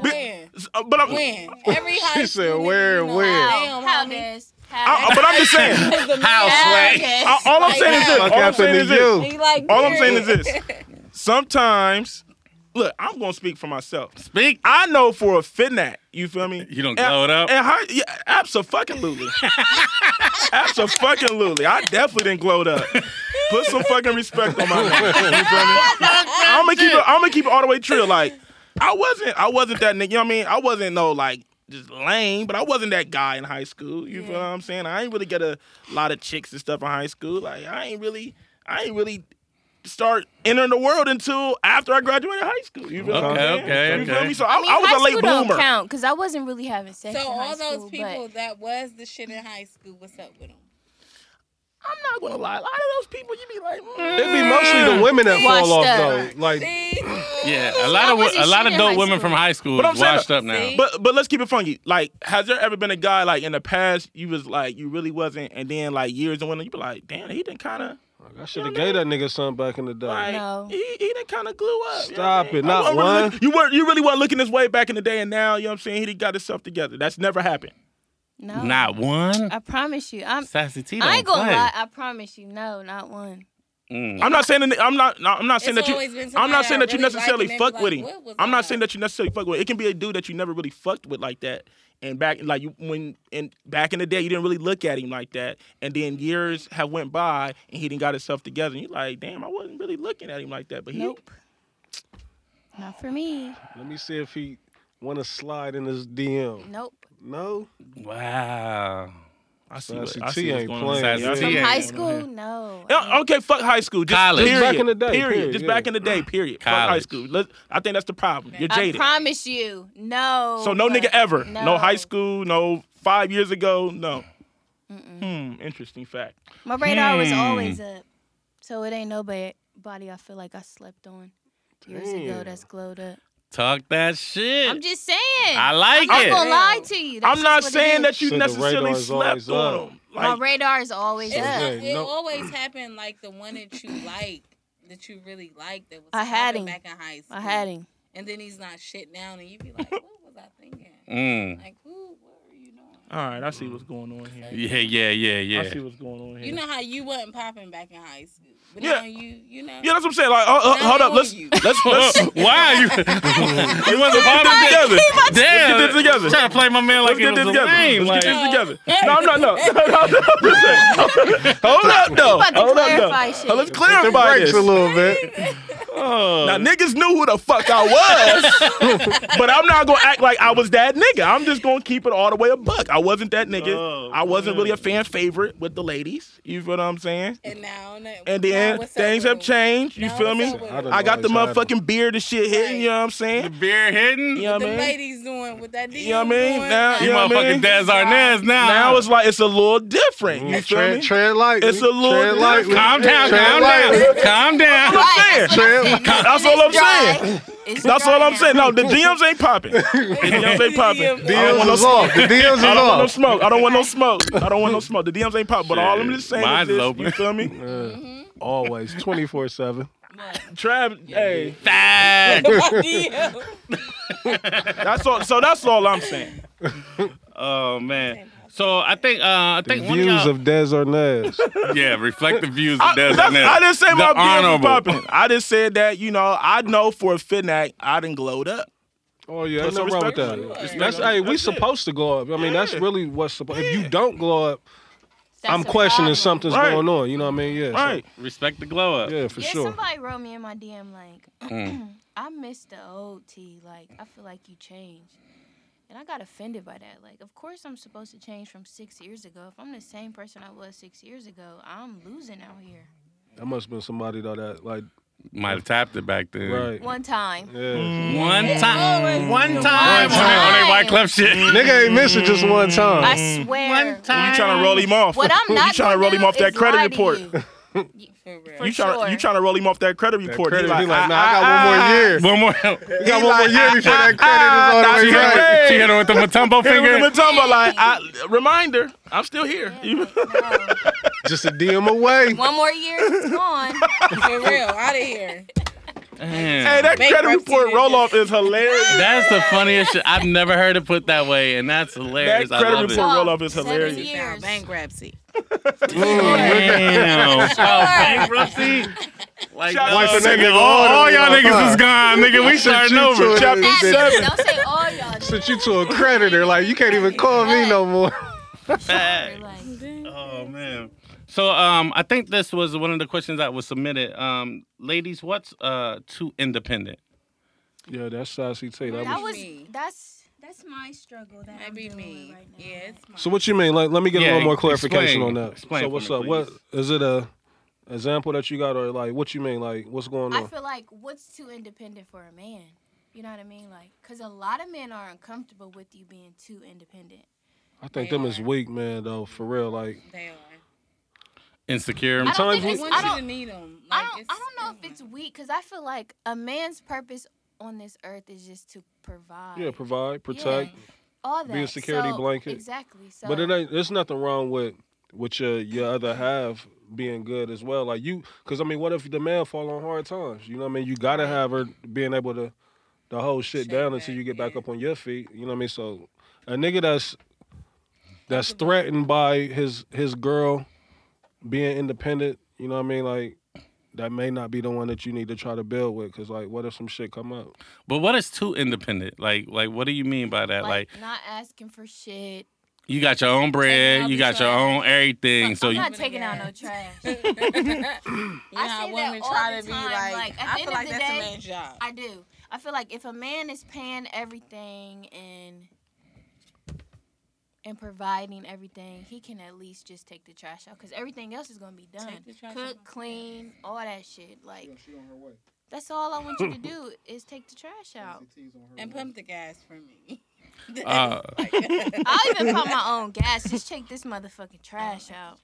E: When?
C: S- uh, But I'm,
E: When? Every high
B: She said,
E: school nigga,
B: where,
E: you know,
B: where?
G: How?
E: Damn,
G: How
E: homie.
G: does?
C: I- I-
G: How?
C: but I'm just saying.
E: Because the
A: How, Sway?
E: man-
G: Okay.
C: I- all I'm saying is this.
B: Fuck
C: All I'm
B: happened
C: saying
B: to
C: is this.
B: you?
E: He like,
C: All I'm saying is
E: period.
C: this. Sometimes, look, I'm gonna speak for myself.
A: Speak.
C: I know for a fitnat, you feel me?
A: You don't
C: And-
A: glow it up?
C: And how, yeah, absolutely. absolutely. I definitely didn't glow it up. Put some fucking respect on my name. You feel me? I'm gonna keep it, I'm gonna keep it all the way true. Like, I wasn't I wasn't that nigga, you know what I mean? I wasn't no like just lame, but I wasn't that guy in high school. You feel what I'm saying? I ain't really get a lot of chicks and stuff in high school. Like I ain't really I ain't really start entering the world until after I graduated high school. You feel what I'm
A: Okay,
C: saying?
A: okay,
C: You feel
A: okay.
C: me? So I,
G: I, mean,
C: I was
G: high
C: a late
G: school
C: bloomer.
G: don't count because I wasn't really having sex.
E: So
G: in high
E: all those
G: school, but-
E: people that was the shit in high school, what's up with them?
C: I'm not gonna lie. A lot of those people, you be like, mm.
B: It'd be mostly the women that fall
G: Washed
B: off
G: up.
B: though. Like,
E: See,
A: Yeah, a lot of wo-
G: wasn't
A: a lot
G: shit
A: of
G: in
A: dope
G: high
A: women
G: school.
A: from high school
C: But I'm
A: is
C: saying-
A: washed up now.
E: See?
C: But but let's keep it funky. Like, has there ever been a guy like in the past you was like you really wasn't, and then like years and when you be like, damn, he didn't kind of
B: I should have gave that nigga something back in the
C: like
B: day.
G: No.
C: he he didn't kind of glue up. you know what
B: Stop
C: I mean?
B: it,
C: I
B: not
C: wasn't really
B: one.
C: looking- you weren't you really weren't looking this way back in the day, and now you know what I'm saying he done got himself together. That's never happened.
G: No.
A: Not one
G: I promise you. I'm.
A: sassy T.
G: I
A: don't
G: ain't gonna
A: play.
G: lie. I promise you. No, not one.
A: Mm.
C: I'm not saying that, I'm not no, I'm not saying
E: It's
C: that
E: always been
C: you I'm not
E: somebody
C: saying
E: I
C: that you
E: really
C: necessarily
E: like and they be
C: fuck
E: like,
C: with him.
E: what was
C: I'm not
E: that?
C: saying that you necessarily fuck with. Him. It can be a dude that you never really fucked with like that. And back like you when and back in the day you didn't really look at him like that. And then years have went by and he didn't got himself together. And you're like, damn, I wasn't really looking at him like that. But he
G: Nope. Not for me.
B: Let me see if he want to slide in his DM.
G: Nope.
B: No.
A: Wow.
C: I see
B: Nah,
C: what
B: see,
C: I
B: T
C: see what's
B: ain't
C: going on. inside.
B: playing.
C: See,
B: Yeah.
C: I see
G: From
A: Yeah.
G: high
A: Yeah.
G: school, no.
C: Yeah, okay, fuck high school. Just,
A: College.
C: Period.
B: Just back in the day,
C: Period.
B: period,
C: Just
B: yeah.
C: back in the day. Period. Fuck high
A: College.
C: school. Let- I think that's the problem. You're
G: I
C: jaded.
G: promise you, no.
C: So no nigga ever. No.
G: No.
C: high school. No five years ago. No. Hmm. Interesting fact.
G: My radar was
A: Hmm.
G: always up, so it ain't nobody. Body, I feel like I slept on years ago.
B: Damn.
G: That's glowed up.
A: Talk that shit.
G: I'm just saying.
A: I like
G: I'm
A: it.
G: not gonna lie to you. That's
C: I'm not
G: just what it
C: saying
G: is.
C: that you
B: Said the
C: necessarily
B: radar's
C: slept
B: always
C: on
B: up.
C: them.
G: my
C: Like,
G: radar is always
E: It's
G: up.
E: not,
B: Okay,
E: it'll
B: no.
E: always happen like the one that you like, that you really like, that was
G: I had
E: popping
G: him.
E: back in high school.
G: I had him.
E: And then he's not shit down, and you be like, what was I thinking?
A: Mm.
E: Like, who, what were you doing?
C: all right, I see what's going on here.
A: Yeah, yeah, yeah, yeah.
C: I see what's going on here.
E: You know how you wasn't popping back in high school, but
C: Yeah.
E: now you, you know.
C: yeah, that's what I'm saying. Like, uh, uh,
E: Now
C: hold
E: who
C: up.
E: are
C: Let's
E: you?
C: let's let's
A: Uh, Why you? you want to
C: get
A: together?
C: together.
A: Damn,
C: Let's get this together.
A: Trying to play my man like
C: Let's
A: it
C: get
A: was
C: this
A: a
C: together.
A: name. Like,
C: Let's get this together. No, no, no, no, no, no. Listen. Hold up, though.
G: about to
C: Oh. Hold up, though.
G: clarify shit.
C: Uh, Let's
F: It
C: clarify
F: breaks
C: this.
F: a little bit.
A: oh.
C: Now niggas knew who the fuck I was, but I'm not gonna act like I was that nigga. I'm just gonna keep it all the way a buck. I wasn't that nigga.
A: Oh,
C: I wasn't really a fan favorite with the ladies. You feel what I'm saying?
E: And now, now
C: And then
E: what's up
C: things
E: with
C: have
E: him?
C: changed. You
E: Now
C: feel
E: what's
C: me?
E: up with
B: I
E: him?
B: done
C: I got the
B: always had 'em.
C: motherfucking beard and shit hitting. You know what I'm
A: the
C: saying?
A: beer hidden.
C: You
A: You
C: know
E: The
C: what I mean?
E: ladies doing what that
C: You know what I mean? Now- you know what I
A: motherfucking
C: mean?
A: Daz Arnaz now.
C: Now it's like it's a little
B: Mm-hmm.
C: different.
A: Mm,
C: You feel me?
F: Tread, tread lightly.
C: It's a little
F: tread lightly.
A: calm down,
F: Tread
A: calm
F: lightly.
A: down, calm down.
G: Right, that's what I'm
F: Trail-
G: saying. Now
C: That's all I'm
G: that it's dry, it's
C: That's
G: dry
C: all I'm
G: now.
C: saying. No, the DMs ain't popping. The DMs ain't popping.
E: DMs.
C: I don't
F: DMs
C: want no
F: is off. The DMs is
C: I don't want no
F: off.
C: smoke. I don't want no smoke. I don't want no smoke. The DMs ain't pop, but all I'm just saying
A: Mine's
C: is this,
A: open.
C: you feel me?
B: Always, twenty four seven.
C: Trav, hey,
A: Fact.
E: Yeah.
C: that's all. So that's all I'm saying.
A: Oh man. So I think uh, I think one of,
B: Views
A: y'all,
B: of Des Arnaz.
A: yeah, reflect the views
C: I,
A: of Des
C: that's-
A: Arnaz.
C: I didn't say
A: The
C: my DMs
A: honorable.
C: was popping. I just said that you know I know for a fit act I done glowed up.
B: Oh yeah,
C: Put
B: ain't
C: some
B: nothing wrong with
C: respect
B: that.
C: on it.
B: That's hey, we
C: That's it.
B: supposed to glow up. I mean, that's
C: Yeah.
B: really what's supposed. If you don't glow up,
G: That's
B: I'm
G: a
B: questioning
G: problem.
B: something's
C: Right.
B: going on. You know what I mean? Yeah, so-
C: Right.
A: Respect the glow up.
B: yeah, for
G: yeah,
B: sure.
G: somebody wrote me in my DM like,
C: Mm.
G: I miss the old T. Like, I feel like you changed. And I got offended by that. Like, of course I'm supposed to change from six years ago. If I'm the same person I was six years ago, I'm losing out here.
B: That must have been somebody though that like
A: Might have tapped it back then.
B: right.
G: One time.
B: Yeah.
A: One time. One time. One time. On
G: time.
A: that White Club shit.
F: Nigga ain't missing just one time.
G: I
C: Mm.
G: swear.
A: One time.
C: You trying to roll him off?
G: What I'm not
C: you trying to
G: gonna
C: roll him
G: do
C: off that
G: is
C: credit
G: lie to
C: report?
G: you.
E: For real.
C: You
G: For
C: trying
G: sure.
C: you trying to roll him off that credit
F: That
C: report?
F: credit,
C: He
F: he like, nah, I,
C: ah,
F: got
C: ah,
F: one more year.
A: One more.
F: He
A: She
F: got one more year before that
C: ah,
F: credit is all the way
C: that's
F: right.
C: right.
A: hit her with the Matumbo
C: Hey,
A: finger.
C: remember talking about, like, I, reminder, I'm still here. You-
G: No.
F: Just a DM away.
G: One more year, it's gone.
E: For real, out of here.
C: Hey,
A: Damn.
C: that credit
E: Bankruptcy
C: report
E: nigga.
C: roll off is hilarious.
A: That's the funniest shit. I've never heard it put that way, and that's hilarious.
C: That credit
A: I love
C: report-
A: it.
C: roll up is
G: Seven
C: hilarious.
E: He
G: Years.
E: found bankruptcy.
B: Mm.
A: Damn. Oh, bankruptcy. Like,
C: Shout-
A: no,
C: Wife and
A: nigga,
F: niggas
A: all,
F: all
A: all
F: the
A: y'all
F: way
A: niggas
F: up.
A: is gone, nigga. We starting
F: you
A: over.
F: took-
C: Chapter
G: That's
C: seven.
G: it. Don't say all y'all.
F: Sent you to a creditor. Like, you can't even call me no more.
A: Facts. Oh man. So um, I think this was one of the questions that was submitted. Um, ladies, what's uh too independent?
B: Yeah, that's Sassy T. That
G: That
B: was.
G: was
E: me.
G: that's that's my struggle. That
E: That'd
G: I'm
E: be
G: dealing
E: me.
G: with right now.
E: Yeah, it's mine.
B: So what you mean? Like, let me get
A: Yeah,
B: a little more
A: explain-
B: clarification on that.
A: explain
B: so
A: for
B: what's
A: me,
B: up? What
A: please.
B: is it a example that you got or like what you mean? Like what's going
G: I
B: on?
G: feel like what's too independent for a man? You know what I mean? Like, cause a lot of men are uncomfortable with you being too independent.
B: I think them is weak, man. Though for real, like
E: They are.
A: Insecure.
G: I don't think
E: They
G: it's,
E: want
G: I
E: you
G: don't
E: to need them.
G: I don't I don't know if it's weak because I feel like a man's purpose on this earth is just to provide.
B: yeah, provide, protect.
G: all that.
B: be a security
G: So,
B: blanket.
G: Exactly. So
B: But it ain't. There's nothing wrong with with your your other half being good as well. Like you, because I mean, what if the man fall on hard times? You know what I mean. You gotta have her being able to the whole shit
E: Shake
B: down
E: back,
B: until you get back
E: yeah.
B: up on your feet. You know what I mean. So a nigga that's that's threatened by his his girl being independent. You know what I mean. Like that may not be the one that you need to try to build with. Cause like, what if some shit come up?
A: But what is too independent? Like, like what do you mean by that? Like,
G: like, not asking for shit.
A: you got your own bread, you got your own everything. So
G: I'm
A: you,
G: not taking out no trash.
E: You know,
G: I
E: how
G: say
E: women
G: that all
E: try
G: the
E: to be
G: time,
E: like,
G: like, at the
E: I
G: end
E: feel
G: of
E: like
G: the
E: that's
G: day,
E: a man's job.
G: I do. I feel like if a man is paying everything and and providing everything, he can at least just take the trash out because everything else is gonna be done.
E: the trash
G: Cook,
E: out.
G: clean, all that shit. Like
H: she on her way.
G: that's all I want you to do is take the trash out.
H: CT's on her
E: And pump the gas for me.
A: Uh,
G: I'll even pump my own gas. Just take this motherfucking trash out.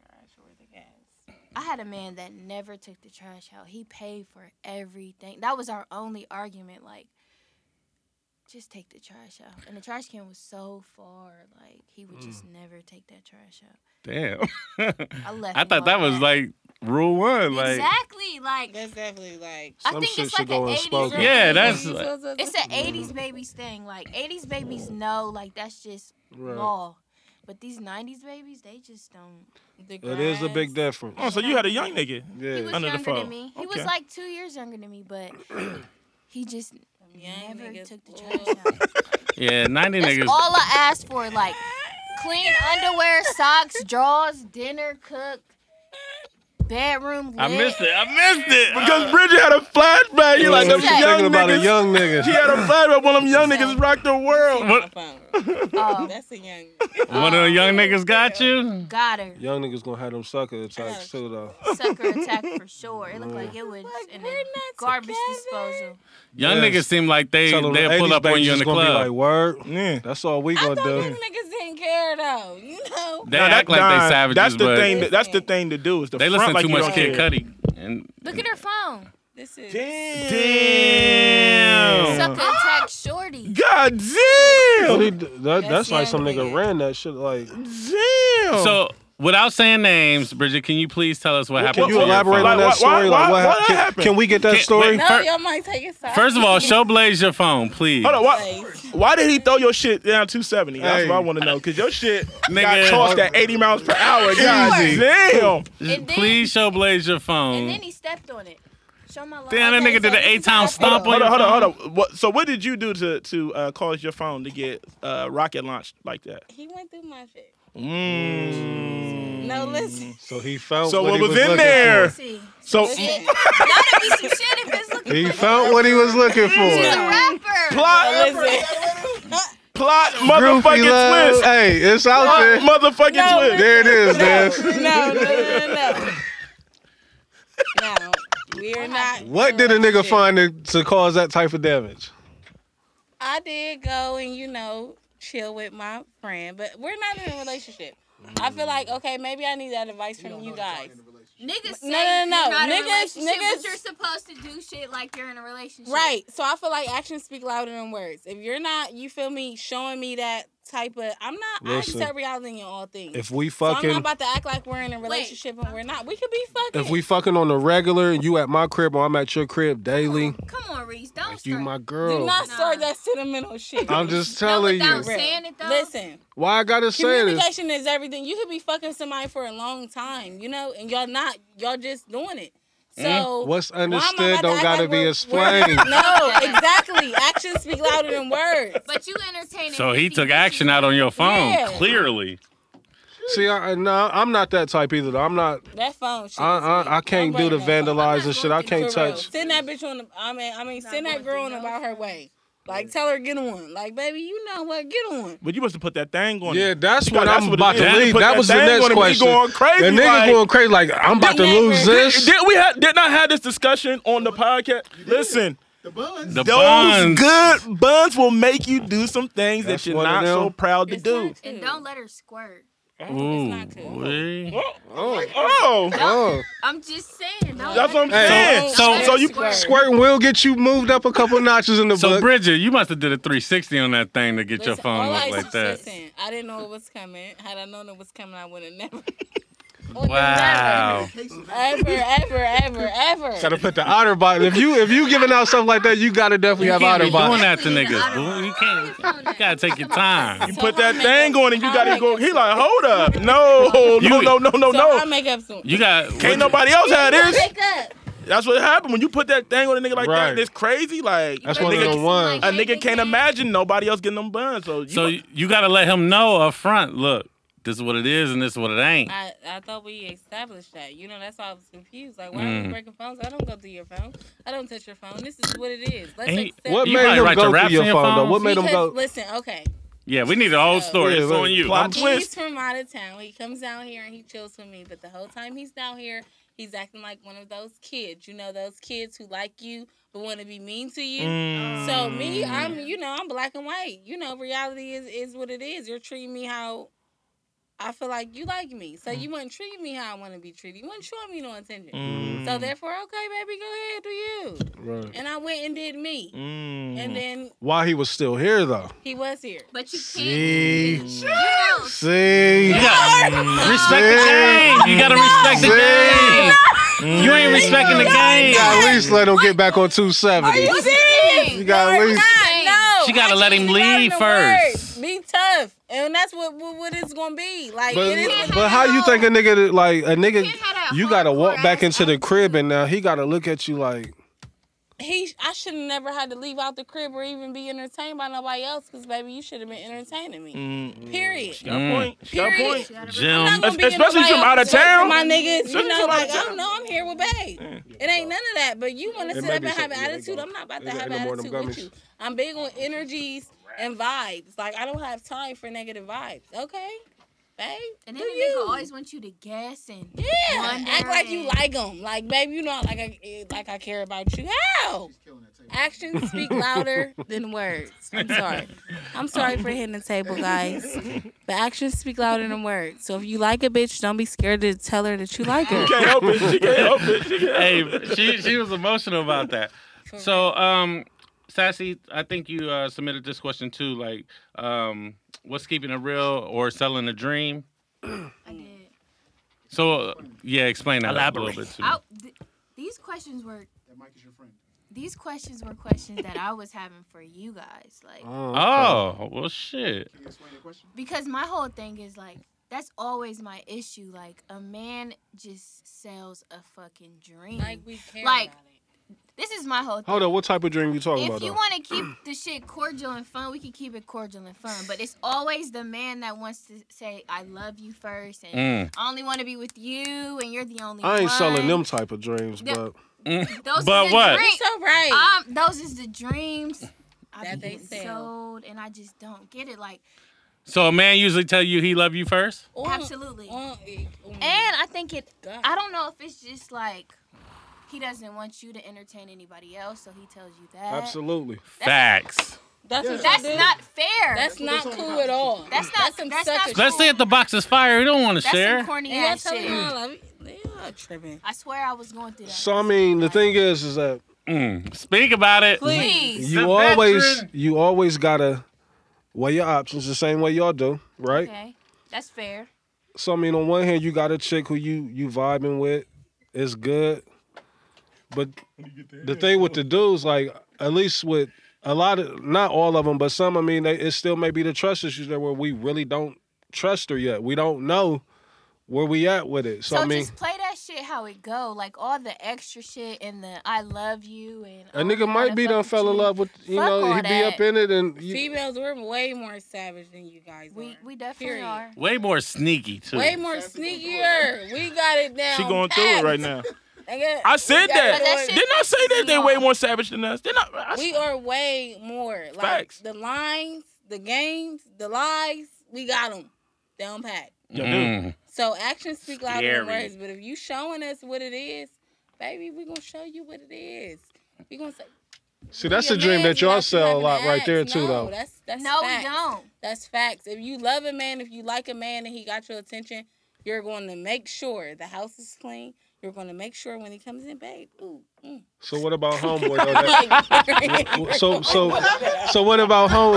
G: I had a man that never took the trash out. He paid for everything. That was our only argument. Like, just take the trash out. And the trash can was so far. Like, he would just never take that trash out.
A: damn.
G: I left.
A: I
G: him
A: thought
G: on
A: that was like rule one. Like
G: exactly like.
E: That's definitely like.
B: Some
G: I think
B: shit
G: it's
B: should
G: like
B: go
G: an
B: unspoken.
G: eighties.
A: Yeah, that's-
G: It's an '80s babies thing. Like '80s babies know, like that's just
B: Right.
G: law. But these '90s babies, they just don't.
E: The
B: It is a big
E: grass.
B: difference.
C: Oh, so you had a young nigga.
G: He
B: Yeah.
G: was
C: Under the
G: younger
C: phone.
G: than me. He
C: Okay.
G: was like two years younger than me, but he just
E: Young
G: never
E: niggas,
G: took the
E: ooh.
G: trash out.
A: yeah, ninety
G: That's
A: niggas.
G: all I asked for, like clean underwear, socks, drawers, dinner, cook, bedroom. Lit.
A: I missed it. I missed it.
C: Because Bridget had a flashback. You like them
G: Exactly.
C: young
B: thinking about a
C: niggas.
B: young nigga.
C: She had a flashback. One of them young niggas
G: Exactly.
C: rocked the world.
E: My phone.
G: Oh,
E: That's a young.
A: One of the young niggas got you.
G: got her.
B: Young niggas gonna have them sucker attacks too though.
G: Sucker attack for sure. It looked like it was in a garbage disposal.
A: Young
B: Yes.
A: niggas seem like they
B: Tell them
A: they pull
B: 80s
A: up on
B: babies
A: you in
B: just
A: the
B: gonna be
A: club.
B: like, word.
C: Yeah.
B: That's all we
E: I
B: gonna
E: thought
B: do.
E: them niggas didn't care though. You know.
A: they
C: Nah,
A: act
C: that-
A: like
C: nah,
A: they savages,
C: That's the
A: but
C: thing. That, that's the thing to do is to
A: they listen
C: front like
A: too
C: you
A: much
C: don't
A: Kid
C: care.
A: Cudi. And
G: Look at her phone.
E: This is.
A: Uh-huh.
C: Damn.
G: Sucker attack shorty.
C: God
B: What he
C: damn.
B: d- that- that's,
E: That's
B: like some
E: young
B: nigga
E: nigga.
B: ran that shit like.
C: Damn.
A: so, without saying names, Bridget, can you please tell us what happened?
B: Can
A: to
B: you
A: your
B: elaborate
A: friend?
B: on
C: Like,
B: that
C: why-
B: story?
C: why-
B: Like what
C: why
B: hap-
C: that
B: can-
C: happened?
B: Can we get that
A: Can't-
B: story?
A: wait,
E: No,
A: Fir-
E: y'all might take it. side.
A: First of all, show Blaze your phone, please.
C: Hold on, why,
E: Blaze.
C: why did he throw your shit down 270? That's
F: Hey.
C: what I want to know. Cause your shit
A: Nigga.
C: got tossed at 80 miles per hour. God
G: Easy.
C: damn.
A: Just
G: And then-
A: please show Blaze your
G: And
A: phone.
G: then he stepped on it. Show my love.
A: Damn, that
G: Okay,
A: nigga did
G: so
A: an
G: this is
A: eight-time
G: how I
A: stomp
G: feel.
A: on
C: Hold
A: your
C: on, hold
A: phone?
C: on, hold on. What, so what did you do to to uh, cause your phone to get uh, rocket launched like that?
E: He went through my shit.
C: Mm.
E: No, listen.
B: So he found.
C: So what
B: he
C: was, in
B: looking
G: Let's
C: there?
A: Mm.
G: See.
C: So
G: Shit. Gotta be some shit if it's looking
F: He
G: like
F: found what he was looking
G: He's a
F: for.
G: rapper.
C: plot, plot,
F: Groupie
C: motherfucking
F: love.
C: twist.
F: Hey, it's out
C: Plot,
F: there.
C: motherfucking
E: No,
C: twist.
F: There it is, man.
E: No, no, no, no, no. No, we're not.
B: What did a
E: doing
B: nigga
E: shit.
B: find to, to cause that type of damage?
E: I did go and you know chill with my friend, but we're not in a relationship. I feel like
B: Mm.
E: okay, maybe I need that advice from you guys.
G: Niggas say
E: No, no, no,
G: you're
E: no.
G: not in a
E: Niggas-
G: relationship,
E: niggas-
G: but you're supposed to do shit like you're in a relationship.
E: Right. So I feel like actions speak louder than words. If you're not, you feel me, showing me that type of I'm not
B: Listen,
E: I accept reality in all things.
B: If we
E: so I'm not
B: fucking,
E: about to act like we're in a relationship and we're not. We could be fucking
B: if we fucking on the regular, and you at my crib or I'm at your crib daily,
G: Come on, Reese. Don't
B: you
G: start.
B: my
E: do
B: girl.
E: not
G: Nah.
E: start that sentimental shit.
B: I'm just
G: no,
B: telling
G: without
B: you.
E: Real.
G: saying it though.
E: Listen,
B: Why I gotta say this?
E: communication is everything. You could be fucking somebody for a long time, you know, and y'all not, y'all just doing it. So
B: Mm-hmm. What's
E: why am I
B: understood
E: about to
B: don't
E: act
B: gotta
E: like
B: be
E: we're-
B: explained.
E: we're- No, exactly. Actions speak louder than words.
G: But you entertaining.
A: So he
G: 50
A: took action out on your phone,
E: Yeah.
A: clearly.
B: See, I, I- no, I'm not that type either. though. I'm not.
E: That phone shit.
B: I Uh-uh, I, I can't do the vandalizing shit. I can't
E: For real.
B: touch.
E: Send that bitch on. The, I mean, I mean, send that girl on about her way. Like, tell her get on. Like, baby, you know what? Get on.
C: But you must have put that thing on.
B: Yeah,
C: it.
B: that's
C: Because
B: what
C: that's
B: I'm
C: what it
B: about
C: is.
B: to
C: They
B: leave.
C: put
B: That
C: that
B: was the
C: thing
B: next
C: on and we
B: question.
C: going crazy,
B: The nigga
C: like-
B: going crazy. Like I'm about to
E: nigga-
B: lose
C: Did,
B: this.
C: did we have did not have this discussion on the podcast? Listen,
H: The buns.
A: The
C: those
A: bonds.
C: good buns will make you do some things
B: That's
C: that you're
B: one of
C: not
B: them.
C: so proud to
E: It's
C: do.
E: not
G: And
E: cool.
G: don't let her squirt.
A: Ooh,
E: not cool.
A: wee.
C: Oh,
F: Oh,
G: I'm just saying. Don't
C: that's what I'm
F: Hey,
C: saying.
A: so-
C: so you
F: squirting will get you moved up a couple notches in the
A: So
F: book.
A: Bridget, you must have did a 360 on that thing to get your
E: Listen,
A: phone
E: all
A: look
E: I-
A: like that.
E: Listen, I didn't know it was coming. Had I known it was coming, I would have never,
A: Wow.
E: ever, ever, ever, ever.
F: Gotta put the otter bot. If you if you giving out stuff like that, you gotta definitely
A: You
F: have
A: can't
F: otter
A: be doing
F: bot.
A: that to niggas, boo. You can't. You gotta take your time.
C: You put that thing on and you gotta go. He like, hold up, no, no,
A: You-
C: no, no, no,
E: So no. I
C: no.
E: make up soon.
A: You got.
C: Can't nobody else have this.
G: Wake up.
C: That's what happened when you put that thing on a nigga like that.
F: Right.
C: It's crazy. Like
F: That's
C: a
F: one of
C: nigga,
F: them ones.
C: a nigga can't imagine nobody else getting them buns. So you
A: So you, you gotta let him know up front. Look, this is what it is, and this is what it ain't.
E: I, I thought we established that. You know, that's why I was confused. Like, why are
A: Mm.
E: we breaking phones? I don't go through your phone. I don't touch your phone. This is what it is. Let's
A: And he-
E: accept
B: What
E: it.
A: You
B: made
A: probably
B: him
A: write
B: go
A: your raps
B: through
A: in
B: your
A: your
B: phone though?
A: phone?
B: What made him
E: Because,
B: go?
E: Listen, okay.
A: You Yeah, we need the whole story.
B: Yeah,
A: it's
B: look,
A: on you.
C: plot
A: I'm-
C: twist.
E: He's from out of town. He comes down here and he chills with me, but the whole time he's down here, he's acting like one of those kids. You know, those kids who like you but want to be mean to you.
C: Mm.
E: So me, I'm you know I'm black and white. You know, reality is is what it is. You're treating me how I feel like you like me. So you wouldn't treat me how I want to be treated. You wouldn't show me no attention.
C: Mm.
E: So therefore, okay, baby, go ahead, do you?
B: Right.
E: And I went and did me.
C: Mm.
E: And then
B: While he was still here, though.
E: he was here.
D: But you
F: See?
D: can't. You know,
F: See?
A: You gotta respect the
F: See?
A: game. You gotta respect the game.
C: Mm.
A: You ain't respecting the
F: You
A: game.
F: gotta at least let him get back on 270.
E: You did.
F: You gotta at least.
E: not. No.
A: She gotta
E: I
A: let
E: can't
A: him
E: give out
A: leave
E: the
A: first.
E: word. Be tough. And that's what what, what it's gonna be. Like it is
B: But,
E: what-
B: but how you think a nigga that- like a nigga?
D: Kid had a
B: You gotta
D: hardcore
B: walk back
D: ass
B: into the crib, and now he gotta look at you like,
E: he I should have never had to leave out the crib or even be entertained by nobody else because baby, you should have been entertaining me.
C: Mm.
E: Period.
C: Got a
A: Mm.
C: point. Got a
E: Period.
C: point.
E: I'm not
A: Jim.
E: gonna be in
C: Especially
E: nobody
C: from out of
E: else's way
C: town.
E: for My niggas,
C: Especially
E: you know,
C: from out
E: like
C: of
E: I don't know, I'm here with babe. It ain't none of that. But you want to
B: It
E: sit
B: might
E: up and
B: be
E: have an
B: something you like,
E: attitude.
B: though.
E: I'm not about to
B: Ain't
E: have an
B: no more of them
E: attitude with
B: gummies.
E: you. I'm big on energies and vibes. Like I don't have time for negative vibes. Okay, babe.
G: And
E: do
G: then the
E: you?
G: nigga always want you to guess and
E: yeah,
G: wonder
E: act like you
G: and-
E: like them. Like babe, you know, like I eh, like I care about you. How? Actions speak louder than words. I'm sorry. I'm sorry for hitting the table, guys. But actions speak louder than words. So if you like a bitch, don't be scared to tell her that you like her.
C: Can't help it. She can't help it. She can't help
A: Hey, she she was emotional about that. So, um, Sassy, I think you uh, submitted this question too. Like, um, what's keeping it real or selling a dream?
G: I did.
A: So, uh, yeah, explain that a little
C: Elaborate.
A: bit too.
G: I, th- these questions were. These questions were questions that I was having for you guys, like
A: Oh, well, shit.
G: because my whole thing is like that's always my issue. Like a man just sells a fucking dream.
E: Like we care
G: Like,
E: about it.
G: this is my whole
B: hold on, what type of dream you talking
G: If
B: about?
G: you
B: though?
G: want to keep the shit cordial and fun, we can keep it cordial and fun. But it's always the man that wants to say, I love you first, and
A: Mm.
G: I only want to be with you, and you're the only
B: I ain't
G: one.
B: selling them type of dreams,
G: Yeah.
B: but
G: Those
A: But
G: is the
A: what?
G: dream-
E: It's all right.
G: Um, those is the dreams I be
E: That they
G: getting
E: sell.
G: sold, and I just don't get it. Like,
A: So, a man usually tell you he love you first.
E: Oh,
G: absolutely.
E: oh, eh, oh my
G: And I think it,
E: God.
G: I don't know if it's just like he doesn't want you to entertain anybody else, so he tells you that.
B: absolutely.
A: Facts.
E: that's what
G: That's
E: y'all do.
G: not fair.
E: That's not cool at all.
G: That's not-
E: some
G: that's
E: sucker
G: not
E: shit.
G: cool.
A: Let's say if the box is fire, you don't want to
G: That's
A: share.
G: some corny
E: And y'all
G: ass
E: telling
G: shit.
E: me all of it. They are tripping.
G: I swear I was going through that.
B: So I mean, the thing is, is that
A: Mm, Speak about it.
G: Please.
B: you always, you always gotta weigh your options the same way y'all do, right?
G: Okay, that's fair.
B: So I mean, on one hand, you got a chick who you you vibing with, it's good, but the thing with the dudes, like at least with a lot of, not all of them, but some. I mean, they, it still may be the trust issues there where we really don't trust her yet. We don't know where we at with it. So,
G: So
B: I mean,
G: just play that shit how it go, like all the extra shit and the I love you and
B: a nigga might be done fell in love with you
G: Fuck
B: know
G: all
B: he be
G: that.
B: up in it and you,
E: Females, we're way more savage than you guys
G: We
E: are.
G: we definitely
E: Period.
G: are.
A: Way more sneaky too.
E: Way more sneakier. We got it down.
C: She going through it
E: pat.
C: right now.
E: Nigga,
C: I
E: we
C: said
E: got it
C: that.
G: But that
E: going-
G: shit
C: Didn't I say that they
G: Yeah.
C: way more savage than us? Didn't I? I
E: We are way more. Like
C: Facts.
E: the lines, the games, the lies, we got them down pat.
C: Yeah,
A: Mm.
E: So actions speak louder than
A: Scary.
E: words. But if you showing us what it is, baby, we gonna show you what it is. We gonna say.
B: see that's
E: we
B: a dream
E: man's
B: that y'all
E: without you
B: sell a
E: having
B: lot
E: to
B: right
E: ask.
B: there too
E: No,
B: though.
E: That's that's
G: no, we
E: facts.
G: don't.
E: That's facts. If you love a man, if you like a man and he got your attention, you're going to make sure the house is clean. You're going to make sure when he comes in, babe. Ooh. Mm.
B: So what about homeboy though? That,
E: Like,
B: so so so what about home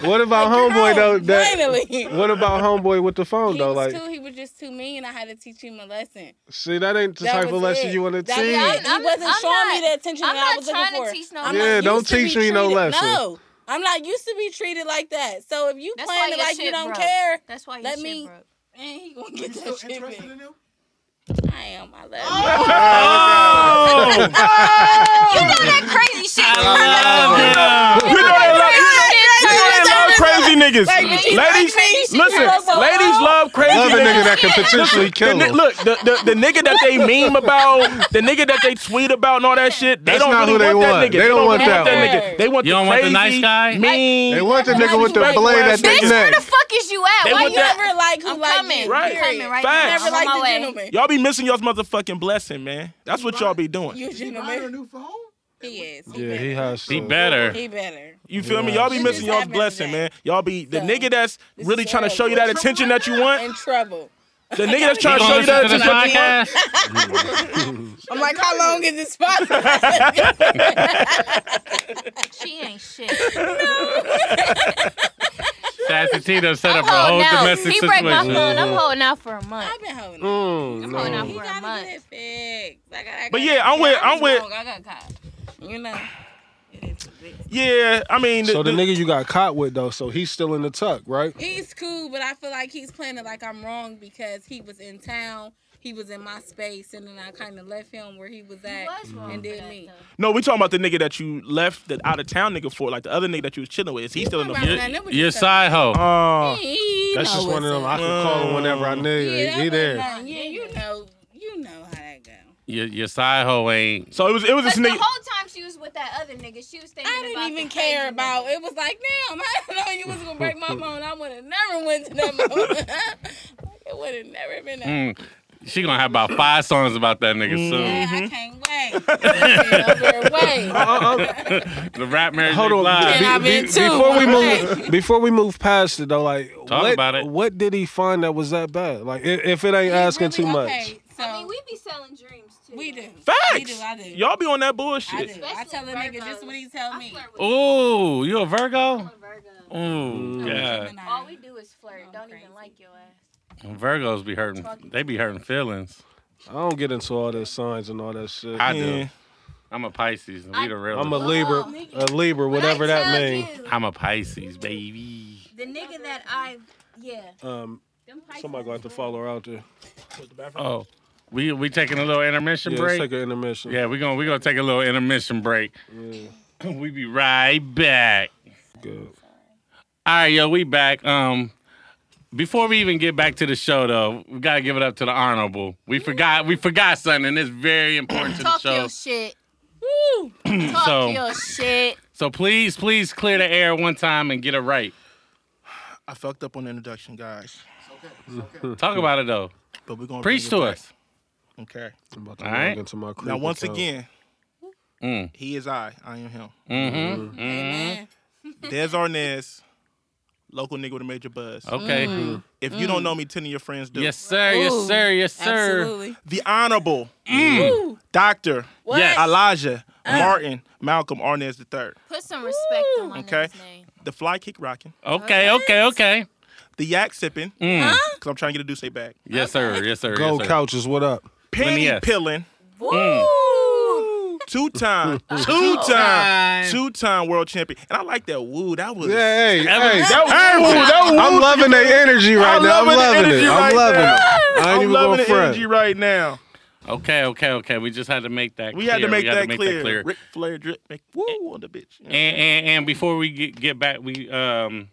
B: what about homeboy though
E: girl,
B: that
E: finally.
B: what about homeboy with the phone
E: He
B: though like
E: was too. He was just too mean. I had to teach him a lesson.
B: see that ain't the
E: That
B: type of
E: was
B: lesson
E: it.
B: you want to
E: That-
B: teach
E: I-
G: I'm- I'm-
E: he wasn't
G: I'm
E: showing me
G: not-
E: the attention
G: I'm
E: that
G: not
E: I was looking
G: trying to
E: for.
G: teach no
E: I'm
B: Yeah,
E: not
B: don't
E: used to be
B: teach me no
E: treated-
B: lesson.
E: No, I'm not used to be treated like that. So if you
G: That's why
E: playing it
G: your
E: like you
G: shit
E: don't
G: broke.
E: care,
G: That's why you
E: Let
G: shit
E: me-
G: broke.
E: man, he gonna get that shit back.
F: him?
E: I am. I
A: Oh,
E: love
G: You know that crazy shit.
A: I love
C: You know that love, you know, you know that love crazy niggas.
E: Like, but you
C: ladies,
E: like me, she
C: listen,
E: broke a
C: ladies
E: law.
C: love crazy
F: Love a
C: niggas.
F: nigga that could potentially
C: The
F: kill
C: ni-
F: him.
C: look, the, the, the nigga that they meme about, the nigga that they tweet about, and all that shit. They
F: That's
C: don't
F: not
C: really
F: who they
C: want,
F: want.
C: that nigga.
F: They don't want that
E: one.
C: nigga. They want
A: You
C: the
A: don't want the
C: crazy,
A: nice guy?
C: mean.
F: They want the nigga with the
C: Right,
F: blade
C: right.
F: at their
C: Bitch,
F: neck.
G: Where the fuck is you at?
C: They
G: Why
C: want
G: you
C: that-
G: ever like who
E: I'm
G: like
E: coming.
G: you?
C: Right.
E: Right.
G: You
E: Coming
G: Period.
E: right
C: Facts.
E: now. Never
G: I'm on
E: like
G: my
E: the
G: way.
E: gentleman.
C: Y'all be missing y'all's motherfucking blessing, man. That's what y'all be doing.
E: You a gentleman. He is. He
B: Yeah,
E: better.
B: he has.
A: He
B: to.
A: better.
E: He better.
C: You feel me?
B: Yeah.
C: Y'all be
E: Shit
C: missing
E: is
C: y'all's
E: happening
C: blessing,
E: today.
C: man. Y'all be the
E: So,
C: nigga that's
E: this
C: really
E: is
C: trying to show you that
E: terrible.
C: attention that you want.
E: In trouble.
C: The nigga that's
A: You
C: trying to
A: gonna
C: show you
A: listen
C: that
A: to this
C: attention that you want.
A: podcast?
E: I'm like, how long is this podcast?
G: She ain't shit.
A: Sassy T done set up a whole
G: holding out.
A: domestic
G: Oh, He break my
A: situation.
G: phone. I'm holding out for a
E: I've
G: month.
E: been holding. it.
B: Mm,
G: Going
B: no.
G: out
E: He
G: for a
E: gotta
G: month.
E: get it fixed. I gotta, I
C: But
E: gotta-
C: yeah, I'm with-
E: I was
C: I'm with-
E: wrong. I got caught. You know. It is what it is.
C: Yeah, I mean,
B: So the nigga you got caught with though, so he's still in the tuck, right?
E: He's cool, but I feel like he's playing it like I'm wrong because he was in town, he was in my space, and then I kind of left him where he was at. And then me.
C: No, we talking about the nigga that you left the out of town nigga for, like the other nigga that you was chilling with. Is he still in the?
E: Right. Now, that
A: You're,
E: was
A: you're
E: just a-
A: side hoe.
C: Oh,
E: He
B: That's
E: know
B: just one of them.
E: what's up.
B: I can call him whenever I need.
E: Yeah,
B: he, he
E: that was
B: there.
E: nothing. Yeah, you know, you know how that go.
A: Your, your side hoe ain't.
C: so it was it was this
G: the
C: nigga.
G: whole time she was with that other nigga, she was thinking
E: I
G: about
E: didn't
G: the
E: even
G: crazy
E: care about
G: nigga.
E: it. Was like, damn, I didn't know you was gonna break my phone. I would have never went to that phone. Like, it would have never been that.
A: Mm, she gonna have about five songs about that nigga
G: Mm.
B: Mm-hmm.
E: Yeah, I can't wait. Can't wait.
B: Uh-uh,
A: soon. the rap marriage.
B: Hold
A: Be
B: on.
A: Fly.
E: And I've been too.
B: before we
E: Right.
B: move, before we move past it though, like
A: Talk
B: what,
A: about it.
B: what did he find that was that bad? Like if, if it ain't asking
E: Really?
B: too much,
E: Okay, so
G: I mean, we be selling dreams too.
E: we do. We do.
C: Facts.
E: I do.
C: Y'all be on that
E: I
C: bullshit.
E: do. I tell a nigga just what he tell
G: I
E: me.
G: flirt
A: Oh.
G: with
A: Ooh, you a Virgo?
G: all Virgo. Mm.
A: Ooh, yeah.
E: Gemini.
G: All we do is flirt. Don't
E: crazy.
G: even like your ass.
A: Virgos be hurting. They be hurting feelings.
B: I don't get into all that signs and all that shit.
A: I
C: Yeah.
A: do. I'm a Pisces. We the real.
B: I'm a Libra, a Libra, whatever that means.
A: I'm a Pisces, baby.
G: The nigga that I, yeah.
B: Um,
G: Them
B: somebody gonna have to follow her out there.
A: Oh, we we taking a little intermission
B: Yeah, let's
A: break.
B: take an intermission.
A: yeah, we gonna we gonna take a little intermission break. we be right back.
B: Good.
A: All right, yo, we back. Um, before we even get back to the show, though, we gotta give it up to the honorable. We forgot, we forgot something, and it's very important to the
G: Talk
A: show.
G: your shit.
E: Woo!
G: Talk
A: So-
G: your shit.
A: So please, please clear the air one time and get it right.
C: I fucked up on the introduction, guys,
A: Talk about it though.
C: but we're gonna
A: Preach to us.
C: Okay.
B: I'm about to
A: All
B: log
A: right.
B: into my
C: Now
B: creep
C: once
B: account.
C: again,
A: Mm.
C: he is I. I am him.
A: Mm-hmm.
E: Amen.
C: Des Arnaz, local nigga with a major buzz.
A: Okay.
C: If you
E: Mm.
C: don't know me, ten of your friends do.
A: Oh. Yes, sir. Yes,
E: Ooh,
A: sir. Yes, sir.
E: Absolutely.
C: The Honorable Doctor
E: What?
A: Yes.
C: Elijah Martin Malcolm Arnaz III,
G: Put some respect on my
C: Okay.
G: nigga's name.
C: the fly kick rocking,
A: Okay. Okay. Okay.
C: the yak sipping,
A: Mm.
C: because I'm trying to get a Duce bag.
A: Yes, sir. Yes, sir.
B: Gold
A: yes, sir.
B: couches, what up?
A: me
C: Penny
A: ask.
C: Pillin,
B: Mm.
E: Woo!
C: two time, two time, two time world champion. And I like that. Woo, that was.
B: Yeah, hey, hey,
A: That was-
B: that was, I'm loving their energy right
C: I'm
B: now. I'm
C: loving the
B: loving it.
C: energy
B: I'm
C: right
B: loving
C: now.
B: it. I ain't
C: I'm
B: even
C: loving
B: going
C: the
B: front.
C: energy right now.
A: Okay. Okay. Okay. We just had to make that.
C: We
A: clear.
C: had to make,
A: we
C: that,
A: to make
C: clear.
A: that clear.
C: Ric Flair drip, make woo on the bitch.
A: And, and and before we get, get back, we um,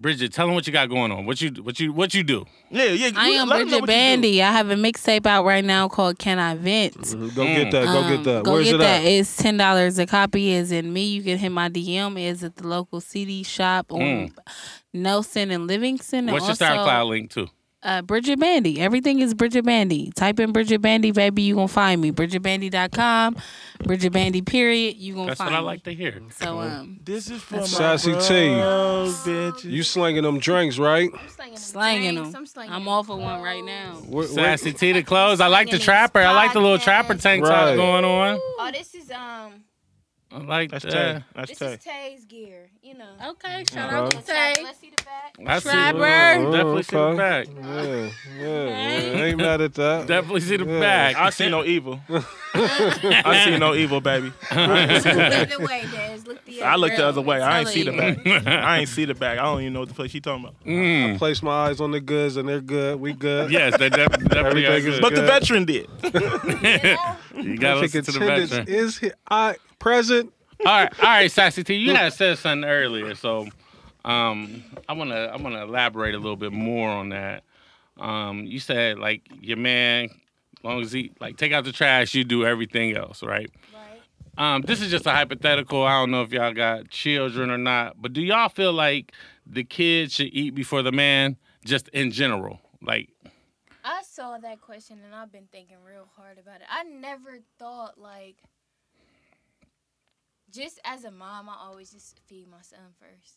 A: Bridget, tell them what you got going on. What you what you what you do?
C: yeah, yeah.
E: I
C: we-
E: am
C: let 'em know what you
E: Bridget
C: do.
E: Bandy. I have a mixtape out right now called Can I Vent?
B: Go get that. Mm. Go get
E: Um,
B: that.
E: Go
B: Where's
E: get
B: it
E: that.
B: at?
E: It's ten dollars a copy. Is in me. You can hit my DM. Is at the local CD shop on
B: Mm.
E: Nelson and Livingston. and
A: What's your
E: also,
A: SoundCloud link to?
E: Uh, Bridget Bandy. Everything is Bridget Bandy. Type in Bridget Bandy, baby. You gonna find me. BridgetBandy.com. Bridget Bandy. Period. You gonna
A: That's
E: find
A: what I
E: me.
A: like to hear.
E: So um,
C: This is for my
B: Sassy T.
C: bros, bitches.
B: You slinging them drinks, right?
G: I'm slanging them.
E: slanging
G: drinks,
E: them.
G: I'm slanging
E: I'm
G: them
E: all for one
G: clothes.
E: right now.
B: Where- where-
A: Sassy T the clothes. I like the
G: Fucking
A: trapper. I like the little
G: podcast.
A: trapper tank
B: Right.
A: top going on.
G: Oh, this is um,
A: I like
C: That's
A: that.
C: Tay. That's
G: this
C: Tay.
G: is Tay's gear. You know.
E: Okay. Shout
B: out
E: out
B: to
E: to
G: Let's see the back.
A: I see
E: Trapper.
A: the- Definitely
B: Oh,
A: see the
B: okay.
A: back.
B: Yeah, yeah, yeah. Ain't mad at that.
A: Definitely see the
B: Yeah.
A: back.
C: I see no evil. I see no evil, baby.
G: Look the way, Dez. Look the
C: I
G: other
C: look the
G: way.
C: other way. I ain't see the
E: Telling
C: back. I ain't see the back. I don't even know what the fuck she talking about.
A: Mm.
B: Place my eyes on the goods, and they're good. We good.
A: Yes, they def- definitely are
B: Everything
A: good.
B: is
C: But the veteran did.
A: You gotta
B: Traffic
A: listen to the
B: attendance
A: veteran.
B: is here. I present.
A: All right, all right, Sassy T, you had said something earlier, so Um, I wanna I wanna elaborate a little bit more on that. Um, you said like your man, as long as he like take out the trash, you do everything else, right?
G: Right.
A: Um, this is just a hypothetical. I don't know if y'all got children or not, but do y'all feel like the kid should eat before the man, just in general? Like,
G: I saw that question and I've been thinking real hard about it. I never thought like just as a mom, I always just feed my son first.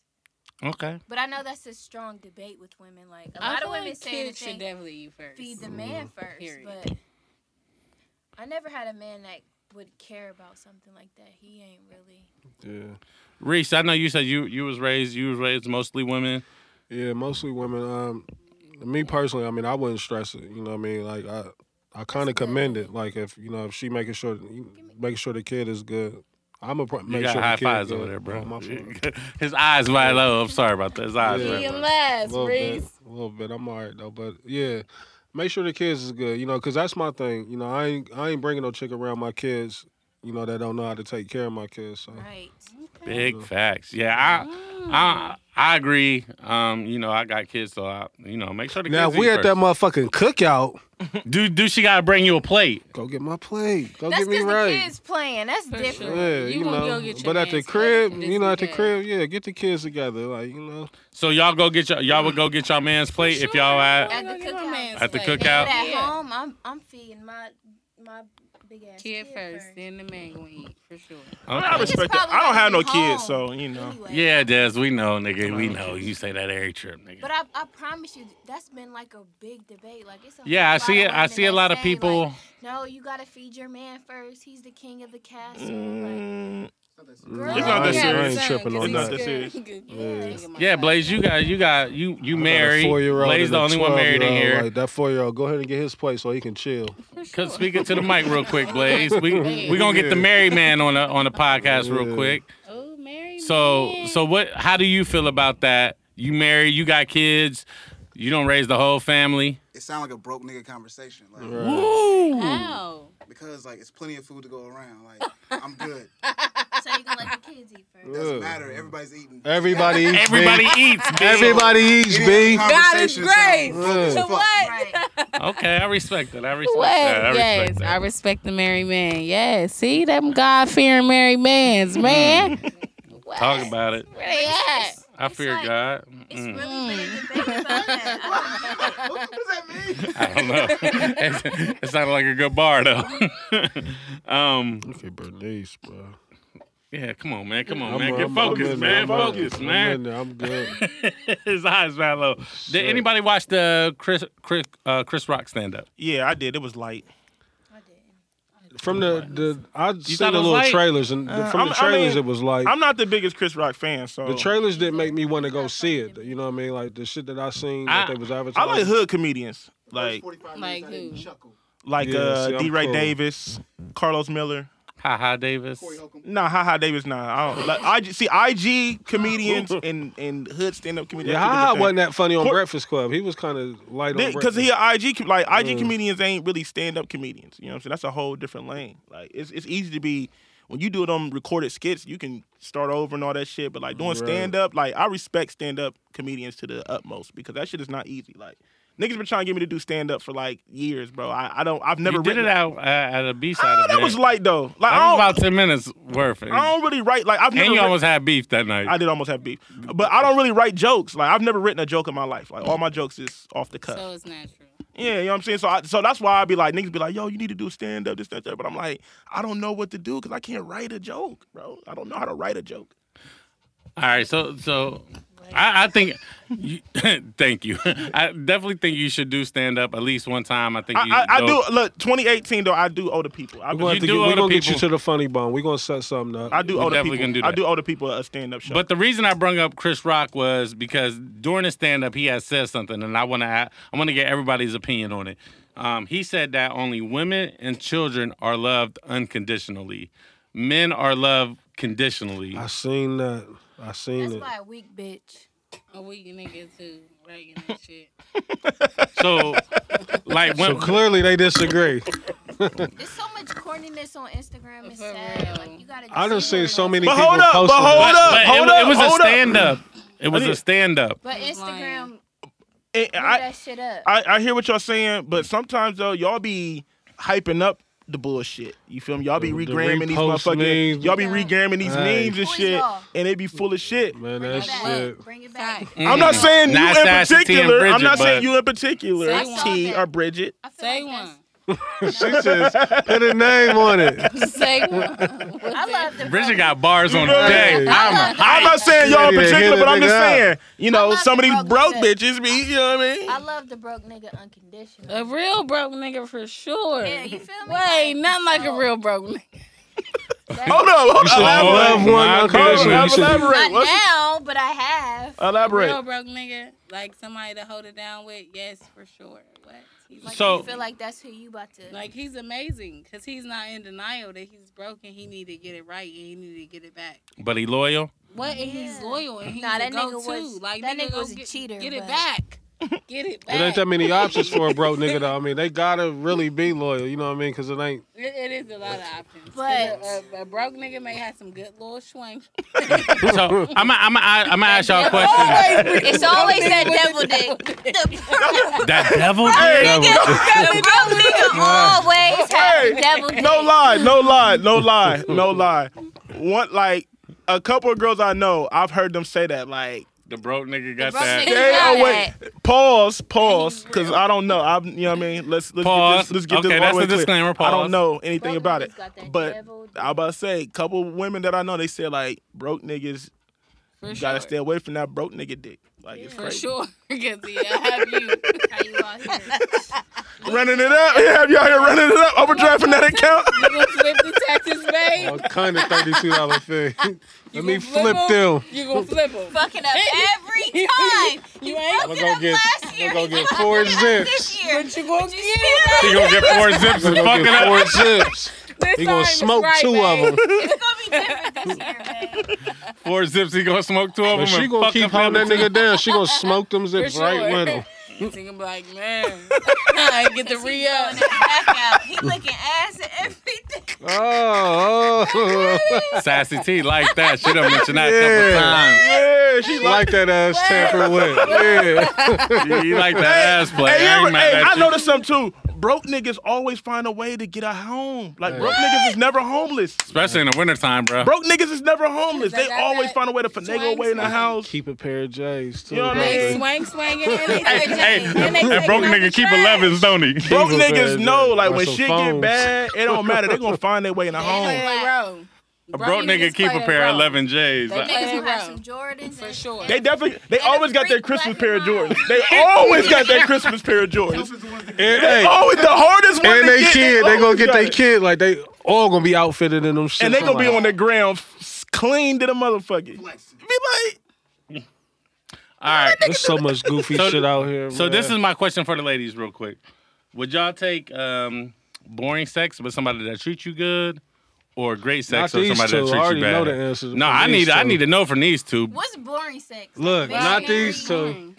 A: okay,
G: But I know that's a strong debate with women. Like a
E: I
G: lot
E: feel
G: of women
E: like
G: say
E: kids should
G: anything,
E: definitely eat first.
G: feed the man first.
E: Period.
G: But I never had a man that would care about something like that. He ain't really.
B: Yeah.
A: Reese, I know you said you you was raised you was raised mostly women.
B: Yeah, mostly women. Um, me personally, I mean, I wouldn't stress it. You know what I mean? Like I, I kind of commend it. Like if you know if she making sure making sure the kid is good. I'm a pro-
A: You
B: make
A: got
B: sure
A: high
B: the kid
A: fives
B: good.
A: over there,
B: Oh,
A: bro.
B: my fault.
A: His eyes wide low. I'm sorry about that. His eyes
B: Yeah.
A: wide
E: Medium
A: low.
B: A
E: last,
B: little bit,
E: Reese.
B: a little bit. I'm alright though, but yeah, make sure the kids is good. You know, cause that's my thing. You know, I ain't I ain't bringing no chick around my kids. You know, that don't know how to take care of my kids. So
G: Right.
A: Big facts. Yeah, I, I I agree. Um, you know, I got kids, so I you know make sure the
B: now
A: kids
B: if we
A: eat
B: at that
A: first.
B: motherfucking cookout.
A: do do she gotta bring you a plate?
B: Go get my plate. Go
G: That's
B: get me
G: because
B: right.
G: the kids playing. That's
E: For
G: different.
E: sure.
B: Yeah,
E: You
B: you,
E: gonna
B: know.
E: go get your
B: but at the
E: man's
B: crib,
E: plate
B: you know, at the
E: this
B: crib, yeah, get the kids together, like you know.
A: So y'all go get your y'all would go get y'all man's plate if y'all at
G: At the
E: Give my
G: cookout.
E: man's
A: At the
E: plate.
A: cookout? Out.
G: But at
E: Yeah.
G: home, I'm I'm feeding my my big ass
E: Kid
G: kid,
E: first, then the man gonna eat for sure.
C: I
A: okay.
G: just
C: respect that.
G: probably
C: I don't have no
G: gonna be
C: kids,
G: home.
C: so you know.
G: Anyway.
A: Yeah, Des, we know, nigga, we know. You say that every trip, nigga.
G: But I, I promise you, that's been like a big debate. Like it's a
A: Yeah,
G: whole
A: I
G: lot
A: see
G: of
A: it. I
G: women
A: see a
G: that
A: lot of
G: say,
A: people.
G: like, no, you gotta feed your man first. He's the king of the castle. Like,
C: Mm,
G: girl,
C: It's not that
B: I ain't,
C: serious.
B: I ain't tripping
C: it's
B: on
C: not
B: that.
C: that serious.
A: Yeah, Blaze, you got you got you you
B: I got a
A: married.
B: four-year-old
A: Blaze
B: and
A: the
B: a
A: only one married in
B: 12-year-old,
A: here.
B: Like, that four-year-old, go ahead and get his plate so he can chill.
A: Could speak it to the mic real quick, Blaze. We we gonna get the married man on a on a podcast real
B: Yeah.
A: quick.
E: Oh, Mary.
A: So
E: man.
A: so what? How do you feel about that? You married, you got kids, you don't raise the whole family.
H: It sounds like a broke nigga conversation, like
E: Wow.
H: because like it's plenty of food to go around. Like I'm good.
G: so you gonna let the kids eat first?
H: Doesn't
B: Yeah.
H: matter. Everybody's eating.
B: Everybody eats.
A: Everybody
B: B.
A: eats. bitch.
B: Everybody eats.
H: Any
B: B.
H: other conversation
E: God is
H: sound
B: great.
H: broke as
B: Yeah.
H: fuck.
G: Right.
A: Okay, I respect that. I respect
E: What?
A: that. I
E: yes,
A: respect
E: I
A: that.
E: respect the married man. Yes, see them God fearing married mans, man. What?
A: Talk about it.
E: Where they at?
A: I fear
G: like-
A: God.
G: It's
A: Mm.
G: really been a debate about that.
H: what does that mean?
A: I don't know. It's- it sounded like a good bar though. um,
B: Look at Bernice, bro.
A: yeah, come on, man. Come on,
B: I'm-
A: man.
B: I'm-
A: Get
B: I'm
A: focused,
B: in there.
A: man.
B: I'm
A: Focus,
B: in-
A: man.
B: I'm in there. I'm good.
A: His eyes ran low. Did
B: Shit.
A: anybody watch the Chris Chris uh, Chris Rock stand up?
C: Yeah, I did. It was light.
B: From the the, I
A: thought it
B: seen the
A: was
B: little
A: light?
B: trailers and the-
C: Uh,
B: from
C: I'm-
B: the
C: I mean,
B: trailers it was like
C: I'm not the biggest Chris Rock fan, so
B: the trailers didn't make me want to go see it. You know what I mean? Like the shit that I seen that
A: I-
B: they was
C: I
B: advertising.
C: like hood comedians like
H: 45
E: Like
H: minutes, I didn't
E: who?
H: chuckle.
C: like
B: Yeah,
C: uh,
B: see, I'm
C: D. Ray
B: cool.
C: Davis, Carlos Miller.
A: Ha ha Davis.
H: Corey Holcomb.
C: Nah, Ha Ha Davis. Nah, I don't. Like, IG, see, IG comedians and and hood stand up comedians.
B: Yeah, Ha Ha wasn't that funny on
C: Cor-
B: Breakfast Club. He was kind of light on
C: because
B: Breakfast.
C: he a IG com- like
A: Mm.
C: IG comedians ain't really stand up comedians. You know what I'm saying? That's a whole different lane. Like it's it's easy to be when you do them recorded skits, you can start over and all that shit. But like doing
B: Right.
C: stand up, like I respect stand up comedians to the utmost because that shit is not easy. Like niggas been trying to get me to do stand up for like years, bro. I, I don't I've never
A: you did
C: written
A: it out uh, at a B side.
C: Ah, that
A: event.
C: was light though. Like
A: That
C: I
A: was
C: don't,
A: about ten minutes worth.
C: I don't really write like I've never.
A: and you
C: writ-
A: almost had beef that night.
C: I did almost have beef, but I don't really write jokes. Like I've never written a joke in my life. Like all my jokes is off the cuff.
E: So it's natural.
C: Yeah, you know what I'm saying. So, I, so that's why I be like, niggas be like, yo, you need to do stand up, this, that, that. But I'm like, I don't know what to do because I can't write a joke, bro. I don't know how to write a joke.
A: All right, so so I, I think. You, thank you. I definitely think you should do stand up at least one time. I think you
C: I, I, I do.
A: dope.
C: Look, 2018 though, I do owe the people. I,
B: We're gonna,
A: You
B: have
A: do
B: to get,
A: owe
B: we
A: the
B: gonna get you
A: people.
B: to the funny bone. We're gonna set something up.
C: I do
A: We
C: owe the
A: definitely
C: people.
A: gonna do
C: I
A: that.
C: do owe the people a stand up show.
A: But the reason I brung up Chris Rock was because during his stand up, he had said something, and I want to I want to get everybody's opinion on it. Um, he said that only women and children are loved unconditionally, men are loved conditionally.
B: I seen that. I seen
G: That's
B: it.
G: why a weak bitch.
E: A weak nigga too, writing that shit.
A: So, like
B: So
A: when
B: clearly they disagree.
G: There's so much corniness on Instagram. It's
E: For
G: sad.
E: real.
G: Like you gotta.
B: I done
G: just
B: seen
G: ignore
B: so
G: that.
B: many
C: But
B: people
C: hold up, but
B: posting
C: hold
B: that.
A: But
C: up,
A: it wa- it,
C: hold up, hold
A: wa-
C: up,
A: it was
C: hold
A: a
C: up.
A: stand up. It was
C: did-
A: a stand up.
G: But
E: He was lying.
G: Instagram blew
C: And I,
G: that shit up.
C: I, I hear what y'all saying, but sometimes though y'all be hyping up the bullshit. You feel me? Y'all be
B: The- the
C: regramming these
B: repost
C: motherfucking.
B: memes.
C: Y'all be regramming these
B: Hey.
C: memes and
G: Who is
C: shit,
G: y'all?
C: and they be full of shit.
B: Man,
G: Bring
B: that
G: it
B: shit.
G: back. Bring it back.
E: Fact.
C: I'm
A: Mm-hmm.
C: not saying you
A: Not
C: in
A: Sasha T and
C: particular. I'm
A: Bridget,
C: not saying
A: but-
C: you in particular,
E: Say one.
C: T or Bridget.
G: I feel
E: Say
G: like that's-
E: one.
B: She just put a name on it.
E: Say one.
G: I love the
A: Bridget got bars on deck.
C: Right.
A: I'm a
C: I'm not saying y'all in
B: Yeah, yeah,
C: particular,
B: hit
C: but
B: it,
C: I'm just
B: nigga.
C: saying, you
G: I'm
C: know,
G: not
C: some of these
G: broke
C: broke
G: with it.
C: bitches be, you know what I mean?
G: I love the broke nigga unconditional.
E: A real broke nigga for sure.
G: Yeah, Oh. you feel me?
E: Wait, nothing like a real broke nigga.
C: Hold up, hold
B: You should
C: up.
B: love one
A: My
B: unconditional. You
A: goodness.
B: should-
C: Elaborate.
G: Not
C: What's
G: now, but I
B: Uh,
G: have.
E: Real
C: Elaborate.
E: broke nigga, like somebody to hold it down with. Yes, for sure. What? He's
G: Like,
E: like,
A: So-
G: you feel like that's who you about to.
E: like he's amazing because he's not in denial that he's broken. He need to get it right and he need to get it back.
A: But he loyal.
E: What? And he's
G: Yeah.
E: loyal and he's
G: Nah,
E: a
G: that
E: go-to.
G: nigga was-
E: like
G: that nigga
E: go
G: was a
E: get-
G: cheater,
E: Get it
G: but-
E: back. Get it
B: It
E: back.
B: ain't that many options for a broke nigga though. I mean, they gotta really be loyal. You know what I mean? Cause it ain't.
E: It- it is a lot of options. 'Cause
G: But-
E: a, a- a broke nigga may have some good little swing.
A: So I'm a, I'm a, I'm gonna ask y'all a question.
G: it's always that devil dick. The,
A: That devil.
G: the broke nigga always has
C: Hey,
G: devil dick.
C: No lie, no lie, no lie, no lie. One like a couple of girls I know, I've heard them say that. Like,
A: The broke nigga got
G: broke
A: that.
G: nigga-
C: stay
G: got
C: away. Pause, pause, because I don't know. I, am you know what I mean. Let's let's get
A: Pause.
C: this. Let's get this
A: Okay,
C: all
A: that's
C: the way
A: the
C: clear.
A: disclaimer.
C: I don't
A: Pause.
C: know anything
G: Broke
C: about
G: niggas
C: it,
G: got that
C: but
G: devil dick.
C: I about to say, couple women that I know, they say like broke niggas.
E: For
C: You
E: sure.
C: gotta stay away from that broke nigga dick. Like it's
E: For
C: crazy.
E: sure. Because he'll have you.
G: How you out here?
C: Running it up. Yeah, have y'all here running it up. Overdraft from that account.
E: You gonna flip the taxes,
B: A
E: babe?
B: kind of thirty-two dollar fee.
E: You
B: Let me
E: gonna flip
B: flip
E: 'em?
B: them.
E: You gonna flip him.
G: fucking up every time.
E: You ain't.
B: I'm
G: Fucked
B: gonna
G: it
B: get.
G: up last
B: I'm
G: year.
B: gonna get four zips.
G: This year.
E: But you gonna get it.
A: He
G: It's
A: gonna get four zips
B: I'm
A: and
B: gonna
A: fuck it
B: get
A: up.
B: four zips.
E: This
B: He gonna
E: time is
B: smoke
E: right,
B: two
E: babe.
B: of them.
G: gonna be different this year, man.
A: Four zips. He gonna smoke two of them.
B: But she
A: and
B: gonna
A: fuck
B: keep
A: up the other
B: holding that
A: two.
B: nigga down. She gonna smoke them zips
E: sure.
B: right with him.
E: You think I'm like, man, I ain't get the re up.
G: Going to back out. He licking ass and everything.
B: Oh, oh.
A: Sassy T like that. She done mentioned that a
B: Yeah.
A: couple times.
C: Yeah, she like.
B: like that ass tamper with. Yeah.
A: You, you like that ass play.
C: Hey,
A: I
C: you
A: ain't
C: ever-
A: mad
C: hey,
A: at
C: I
A: you.
C: noticed something too. Broke niggas always find a way to get out home. Like broke niggas is never homeless.
A: Especially in the wintertime, bro.
C: Broke niggas is never homeless. They
E: Like, I
C: always
E: got
C: find a way to finagle away in the
E: swings.
C: house.
B: Keep a pair of J's too.
C: You know what I
B: bro.
C: mean?
E: Swang, swanging, and they
A: Hey,
E: take
A: hey,
E: it, and they
A: that
E: take
A: broke
E: it out
A: nigga
E: the
A: keep
E: trash.
A: 11s, don't he?
C: Broke
B: Keep a pair
C: niggas
B: of
C: know
B: J's
C: like
B: or
C: when
B: some
C: shit get
B: phones.
C: bad, it don't matter. They gonna find their way in the home.
E: They roll.
A: A broke nigga
E: niggas
A: keep
E: play
A: a
E: that
A: pair of
E: role.
A: 11 J's.
E: They
G: Niggas who
E: Hey,
G: have
E: bro.
G: some Jordans
E: For
G: and-
E: sure.
C: They definitely, they
G: And a
C: always got their
G: freak black
C: Christmas pair of
G: and brown.
C: Jordans. They always got their Christmas pair of Jordans.
H: This is the one thing-
B: And, hey,
C: Always the hardest one.
B: and
C: to
B: they
C: get,
B: kid, they gonna
C: always
B: get
C: got
B: their
C: it.
B: kid like they all gonna be outfitted in them shit.
C: and they gonna be on the ground, f- clean to the motherfucker. Be
H: Flexing.
C: like,
A: All right.
B: There's so much goofy
A: So-
B: shit out here.
A: So
B: man.
A: this is my question for the ladies, real quick. Would y'all take um, boring sex with somebody that treats you good, or great sex
B: Not
A: with
B: these
A: somebody
B: two.
A: that
B: I
A: treats
B: already
A: you bad?
B: know the answer
A: no,
B: from
A: I
B: these
A: need I
B: two.
A: need to know from these two.
G: What's boring sex?
B: Look,
G: Like,
B: not
G: very
B: these two.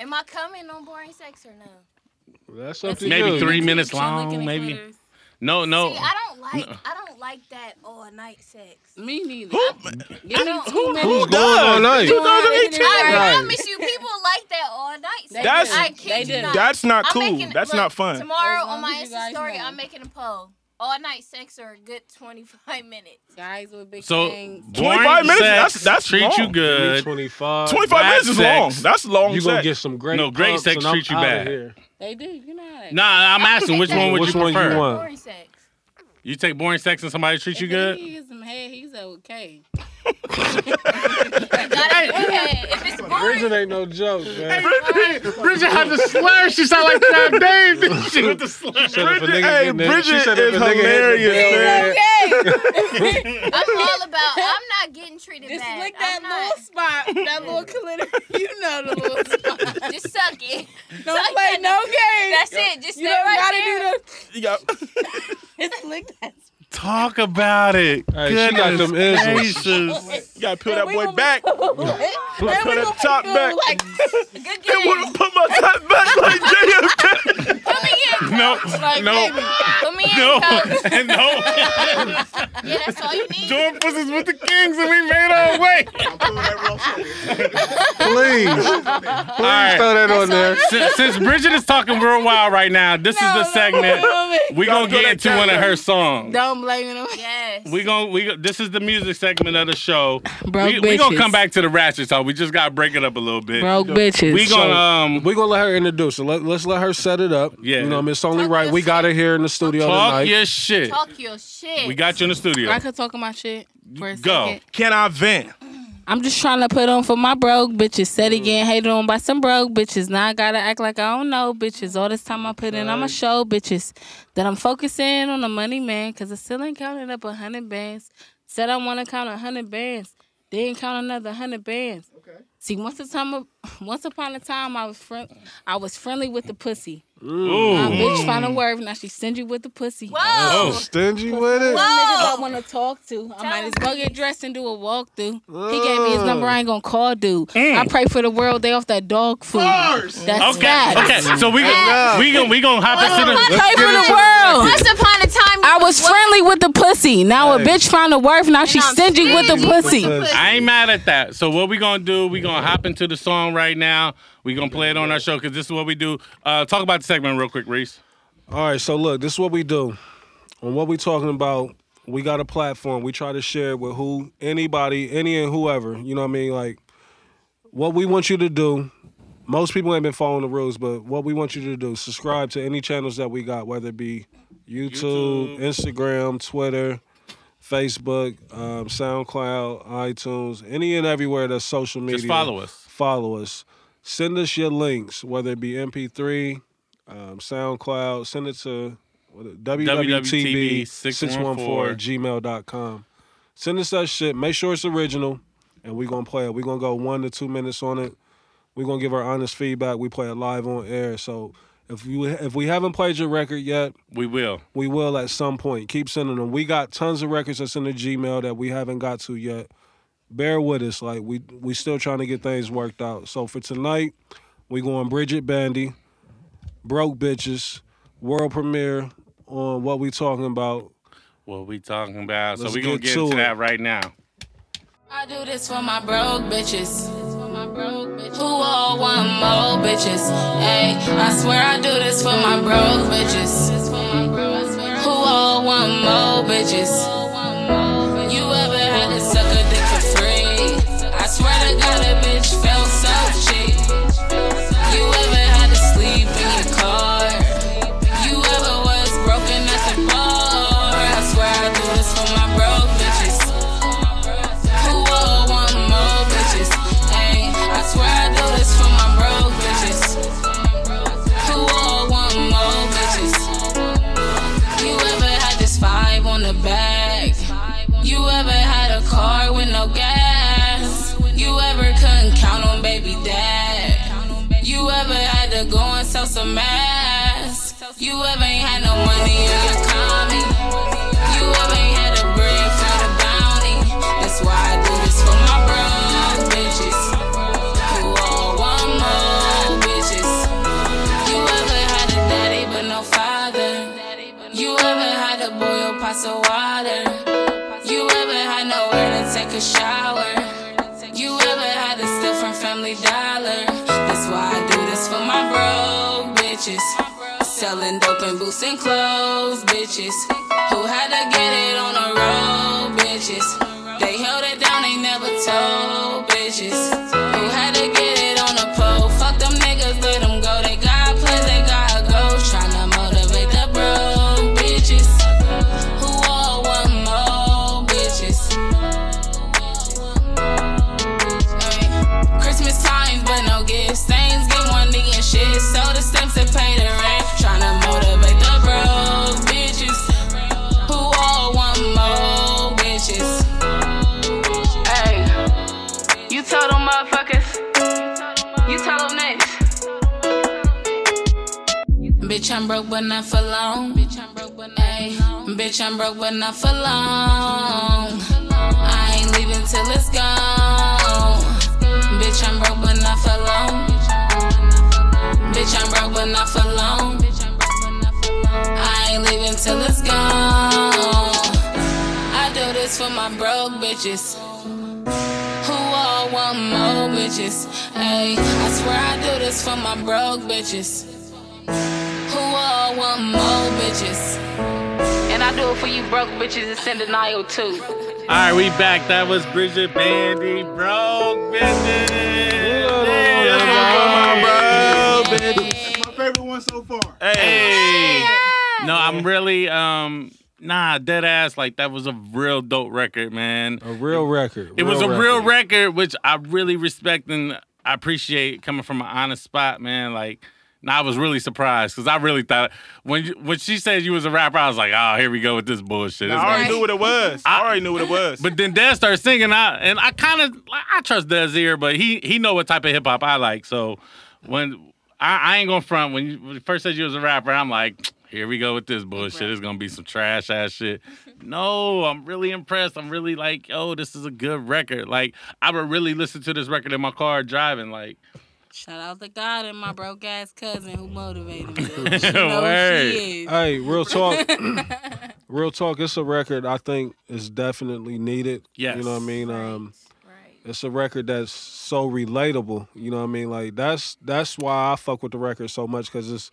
G: Am I coming on boring sex or no?
B: That's up to
A: Maybe
B: you.
A: three minutes
E: Keep licking
A: long,
E: the
A: maybe.
E: clitoris.
A: No, no.
G: See, I don't like I don't like that all night sex.
E: Me neither.
C: who,
E: Give me two
B: Who's
E: minutes.
B: going all night?
E: Two
C: 2018.
E: hundred and
G: I
E: eighteen.
B: Right.
G: promise you, people like that all night. sex.
C: That's-
G: I
E: they
G: kid
E: do.
G: you not.
C: That's not
G: I'm
C: cool.
G: making-
C: That's
G: look,
C: not fun.
G: Tomorrow
E: As long
G: on my
E: as you guys
G: Insta story,
E: know.
G: I'm making a poll. All night sex are a good 25 minutes.
E: Guys with big
A: So
E: things.
A: boring
C: 25 minutes?
A: sex
C: That's- that's
A: treat you
C: long.
A: good.
B: Twenty-five.
C: 25 minutes is long.
A: sex.
C: That's long
B: You gonna
C: sex.
B: get some great.
A: No, great
B: pumps
A: sex
B: and I'm
A: treat you
B: outta
A: bad.
B: here.
E: They do. You know how that.
A: Nah, I'm asking which one would
B: Which
A: you
B: one you
A: prefer? You,
B: want?
G: Boring sex.
A: take boring sex and somebody treat you
E: If
A: good?
E: He gets some head. He's okay.
G: You gotta go ahead. If it's boring,
B: Bridget ain't no joke, man.
A: Bridget had the slur. She sounded like that Dave. She with the slur.
B: Said if a
C: Bridget-
B: nigga
C: hey,
B: getting it- she
C: Bridget
B: said if a
C: is
B: nigga hit the
C: hilarious,
B: bell,
C: man.
G: I'm all about. I'm not getting treated
E: Just
G: bad.
E: lick
G: I'm
E: that little spot, that little clitoris. You know the little spot.
G: not, just suck it.
E: Don't play no game.
G: That's it. Just
E: you
G: stay
E: don't
G: right
E: gotta
G: there.
E: do
C: You got-
E: the. Just lick that.
A: Talk about it.
B: Hey, she got
A: Goodness
B: them isms.
A: gracious.
C: you gotta peel
E: And
C: that
E: we
C: boy
E: gonna-
C: back.
E: Then we
C: Put
E: gonna
C: that top
E: feel
C: back.
E: Like,
G: Good
C: It
G: game.
C: wouldn't put my top back like JFK.
G: Come and get
A: no,
E: Like,
A: no,
E: baby,
G: Put me in,
A: no,
G: coach.
A: no.
G: Yeah, that's all you need.
A: Jordan Pussy's with the Kings, and we made our way.
H: I'm pulling that real shit.
F: Please, please
A: All right.
F: throw that on
G: That's all
F: there.
G: you
A: since, since Bridget is talking real wild right now, this is
E: No,
A: the
E: no,
A: segment
E: no, no, no.
A: we gonna
C: Don't go
A: get
C: that
A: into one of
C: time.
A: her songs.
E: Don't blame him.
G: Yes.
A: We gonna we gon- this is the music segment of the show.
E: Broke
A: we, we gonna
E: bitches.
A: come back to the ratchet talk. We just gotta break it up a little bit.
E: Broke bitches.
A: We gonna um
B: We're gonna let her introduce. So let, let's let her set it up.
A: Yeah.
B: You know, what I mean? it's only
G: Talk
B: right. We
G: your
B: got her here in the studio
A: talk
B: tonight.
A: your shit.
G: Talk your shit.
A: We got you in the studio.
E: I could talk about shit for a
A: Go.
E: second.
C: Can I vent?
E: I'm just trying to put on for my broke bitches. Said again, hated on by some broke bitches. Now I gotta act like I don't know bitches. All this time I put in, I'ma show bitches that I'm focusing on the money man, cause I still ain't counting up a hundred bands. Said I wanna count a hundred bands. They ain't count another hundred bands.
H: Okay.
E: See, once a time, once upon a time, I was friend, I was friendly with the pussy. My
A: Ooh.
E: bitch find a word, now she send you with the pussy.
G: Whoa.
A: Oh.
F: Stingy with it.
G: Whoa.
E: niggas I want to talk to. I might
G: Oh. him,
E: as well get dressed and do a walkthrough. He gave me his number. I ain't gonna call, dude. I pray for the world. They off that dog food. That's
A: Mm. Okay.
E: facts.
A: Okay. So we gonna we gonna we gonna hop into the
E: Pray for the world.
G: Once upon a time,
E: I was friendly with the pussy. Now a bitch found a worth. Now she
G: I'm
E: stingy with the
G: stingy
E: pussy.
A: I ain't mad at that. So what we gonna do? We gonna hop into the song right now. We gonna play it on our show because this is what we do. Uh, talk about the segment real quick, Reese.
B: All right, so look, this is what we do. On what we talking about, we got a platform. We try to share it with who anybody, any and whoever. You know what I mean? Like what we want you to do. Most people ain't been following the rules, but what we want you to do, subscribe to any channels that we got, whether it be YouTube, Instagram, Twitter, Facebook, um, SoundCloud, iTunes, any and everywhere that's social media.
A: Just follow us.
B: Follow us. Send us your links, whether it be MP3, um, SoundCloud. Send it to WWTB614gmail.com. Send us that shit. Make sure it's original, and we're going to play it. We're going to go one to two minutes on it. We're going to give our honest feedback. We play it live on air. So if you if we haven't played your record yet,
A: We will.
B: we will at some point. Keep sending them. We got tons of records that's in the Gmail that we haven't got to yet. Bear with us. Like we we still trying to get things worked out. So for tonight, we going Bridget Bandy, Broke Bitches, World Premiere on what we talking about.
A: What we talking about?
B: Let's
A: so we gonna
B: get
A: get
B: to
A: into
B: it.
A: that right now.
E: I do this for my broke bitches. Who all want more bitches? Ayy, I swear I do this for my broke bitches. Who all want more bitches? You ever had to suck a dick for free? I swear to God, a bitch felt so cheap. You ever had to sleep in your car? You ever was broken at the bar? I swear I do this for my broke bitches. Who all want more bitches? Ayy, I swear I do this for my broke bitches. Who all want more bitches? You ever had this vibe on the back? You ever had a car with no gas? You ever couldn't count on baby dad? You ever had to go and sell some ass? You ever ain't had no money in your commie? You ever ain't had a bread for the bounty? That's why I do this for my brown bitches. Who all want more bitches? You ever had a daddy but no father? You ever had to boil pots of water? You ever had nowhere to take a shower? You ever had to steal from Family Dollar? That's why I do this for my broke bitches. Selling dope and boots and clothes, bitches. Who had to get it on the road, bitches. They held it down, they never told, bitches. Who had to get it on the pole? Fuck them niggas, let them go. They got plans, they gotta go. Tryna motivate the broke bitches. Who all want more bitches? Ay, Christmas time, but no gifts. Things get one knee and shit. So the stamps that pay the rent. Tryna motivate the broke bitches. Who all want more bitches? Ay, you told them motherfuckers. You tell them next. Bitch, I'm broke but not for long. Bitch, I'm broke but not, Bitch, I'm broke, but not for long. I ain't leaving till it's gone. Bitch, I'm broke but not for long. Bitch, I'm broke but not for long. This for my broke bitches. Who all want more bitches? Ayy, I swear I do this for my broke bitches. Who all want more bitches? And I do it for you broke bitches that's in denial too.
A: All right, we back. That was Bridget Bandy, broke bitches.
H: My favorite one so far.
A: Hey. No, I'm really um nah, dead ass. Like that was a real dope record, man.
B: A real record.
A: It was a real record, which I really respect and I appreciate coming from an honest spot, man. Like, nah, I was really surprised because I really thought when you, when she said you was a rapper, I was like, oh, here we go with this bullshit. It's
C: I already
A: like-
C: knew what it was. I already knew what it was.
A: but then Dez started singing, I, and I kind of I trust Dez ear, but he he know what type of hip hop I like. So when I, I ain't gonna front when you, when you first said you was a rapper, I'm like, here we go with this bullshit. It's gonna be some trash ass shit. no, I'm really impressed. I'm really like, yo, this is a good record. Like I would really listen to this record in my car driving. Like
E: Shout out to God and my broke ass cousin who motivated me. She know who
A: Word.
E: she is.
B: Hey, real talk. real talk. It's a record I think is definitely needed.
A: Yes.
B: You know what I mean? Um,
G: Right.
B: it's a record that's so relatable. You know what I mean? Like that's that's why I fuck with the record so much because it's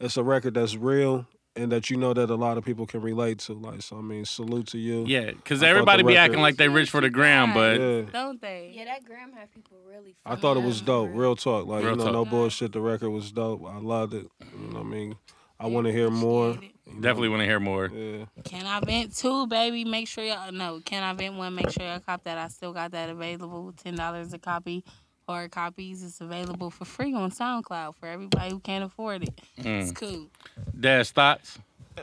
B: it's a record that's real and that you know that a lot of people can relate to. Like, so I mean, salute to you.
A: yeah, because
B: I thought the
A: everybody be
B: record-
A: acting like they rich for the gram, but
B: Yeah.
E: Don't they?
G: Yeah, that gram had people really.
B: I thought it was dope. Real talk. Like,
A: Real
B: you know,
A: talk.
B: no bullshit. The record was dope. I loved it. You know what I mean? I want to hear more.
A: definitely want to hear more.
B: Yeah.
E: Can I vent two, baby? Make sure y'all no. Can I vent one? Make sure y'all cop that. I still got that available. Ten dollars a copy. Horror copies. It's available for free on SoundCloud for everybody who can't afford it. It's cool.
A: Dez thoughts.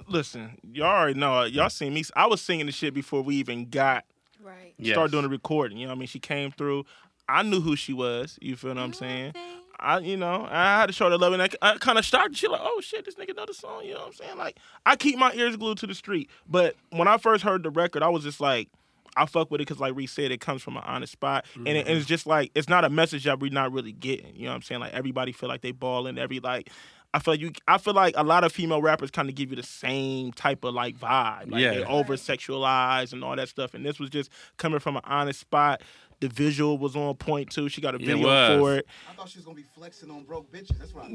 C: Listen, y'all already know. uh, Y'all seen me. I was singing the shit before we even got
G: Right.
A: Yes.
C: started doing the recording. You know what I mean? She came through. I knew who she was. You feel what I'm saying? I, you know, I had to show her the love, and I, I kind of shocked. She like, oh shit, this nigga know the song. You know what I'm saying? Like, I keep my ears glued to the street. But when I first heard the record, I was just like, I fuck with it because, like Reese said, it comes from an honest spot, and, it, and it's just like it's not a message that we're not really getting. You know what I'm saying? Like everybody feel like they balling. Every like, I feel like you. I feel like a lot of female rappers kind of give you the same type of like vibe. Like
A: Yeah.
C: they over sexualized and all that stuff. And this was just coming from an honest spot. The visual was on point too. She got a
A: It
C: video
A: was.
C: for it.
H: I thought she was gonna be flexing on broke bitches. That's what I thought.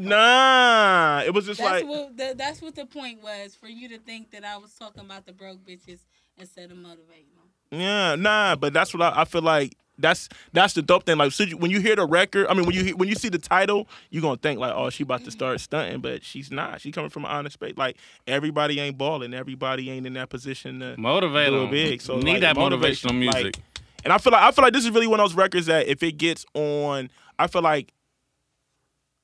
C: Nah, it was just
E: That's
C: like
E: what the, that's what the point was for you to think that I was talking about the broke bitches instead of motivating them.
C: yeah, nah. But that's what I, I feel like. That's that's the dope thing. Like so you- when you hear the record, I mean when you hear- when you see the title, you gonna think like, oh, she about to start stunting, but she's not. She coming from an honest space. Like everybody ain't balling. Everybody ain't in that position to
A: Motivate
C: do it
A: them.
C: big. So
A: Need
C: like,
A: that
C: motivation,
A: motivational music.
C: like- and I feel like I feel like this is really one of those records that if it gets on, I feel like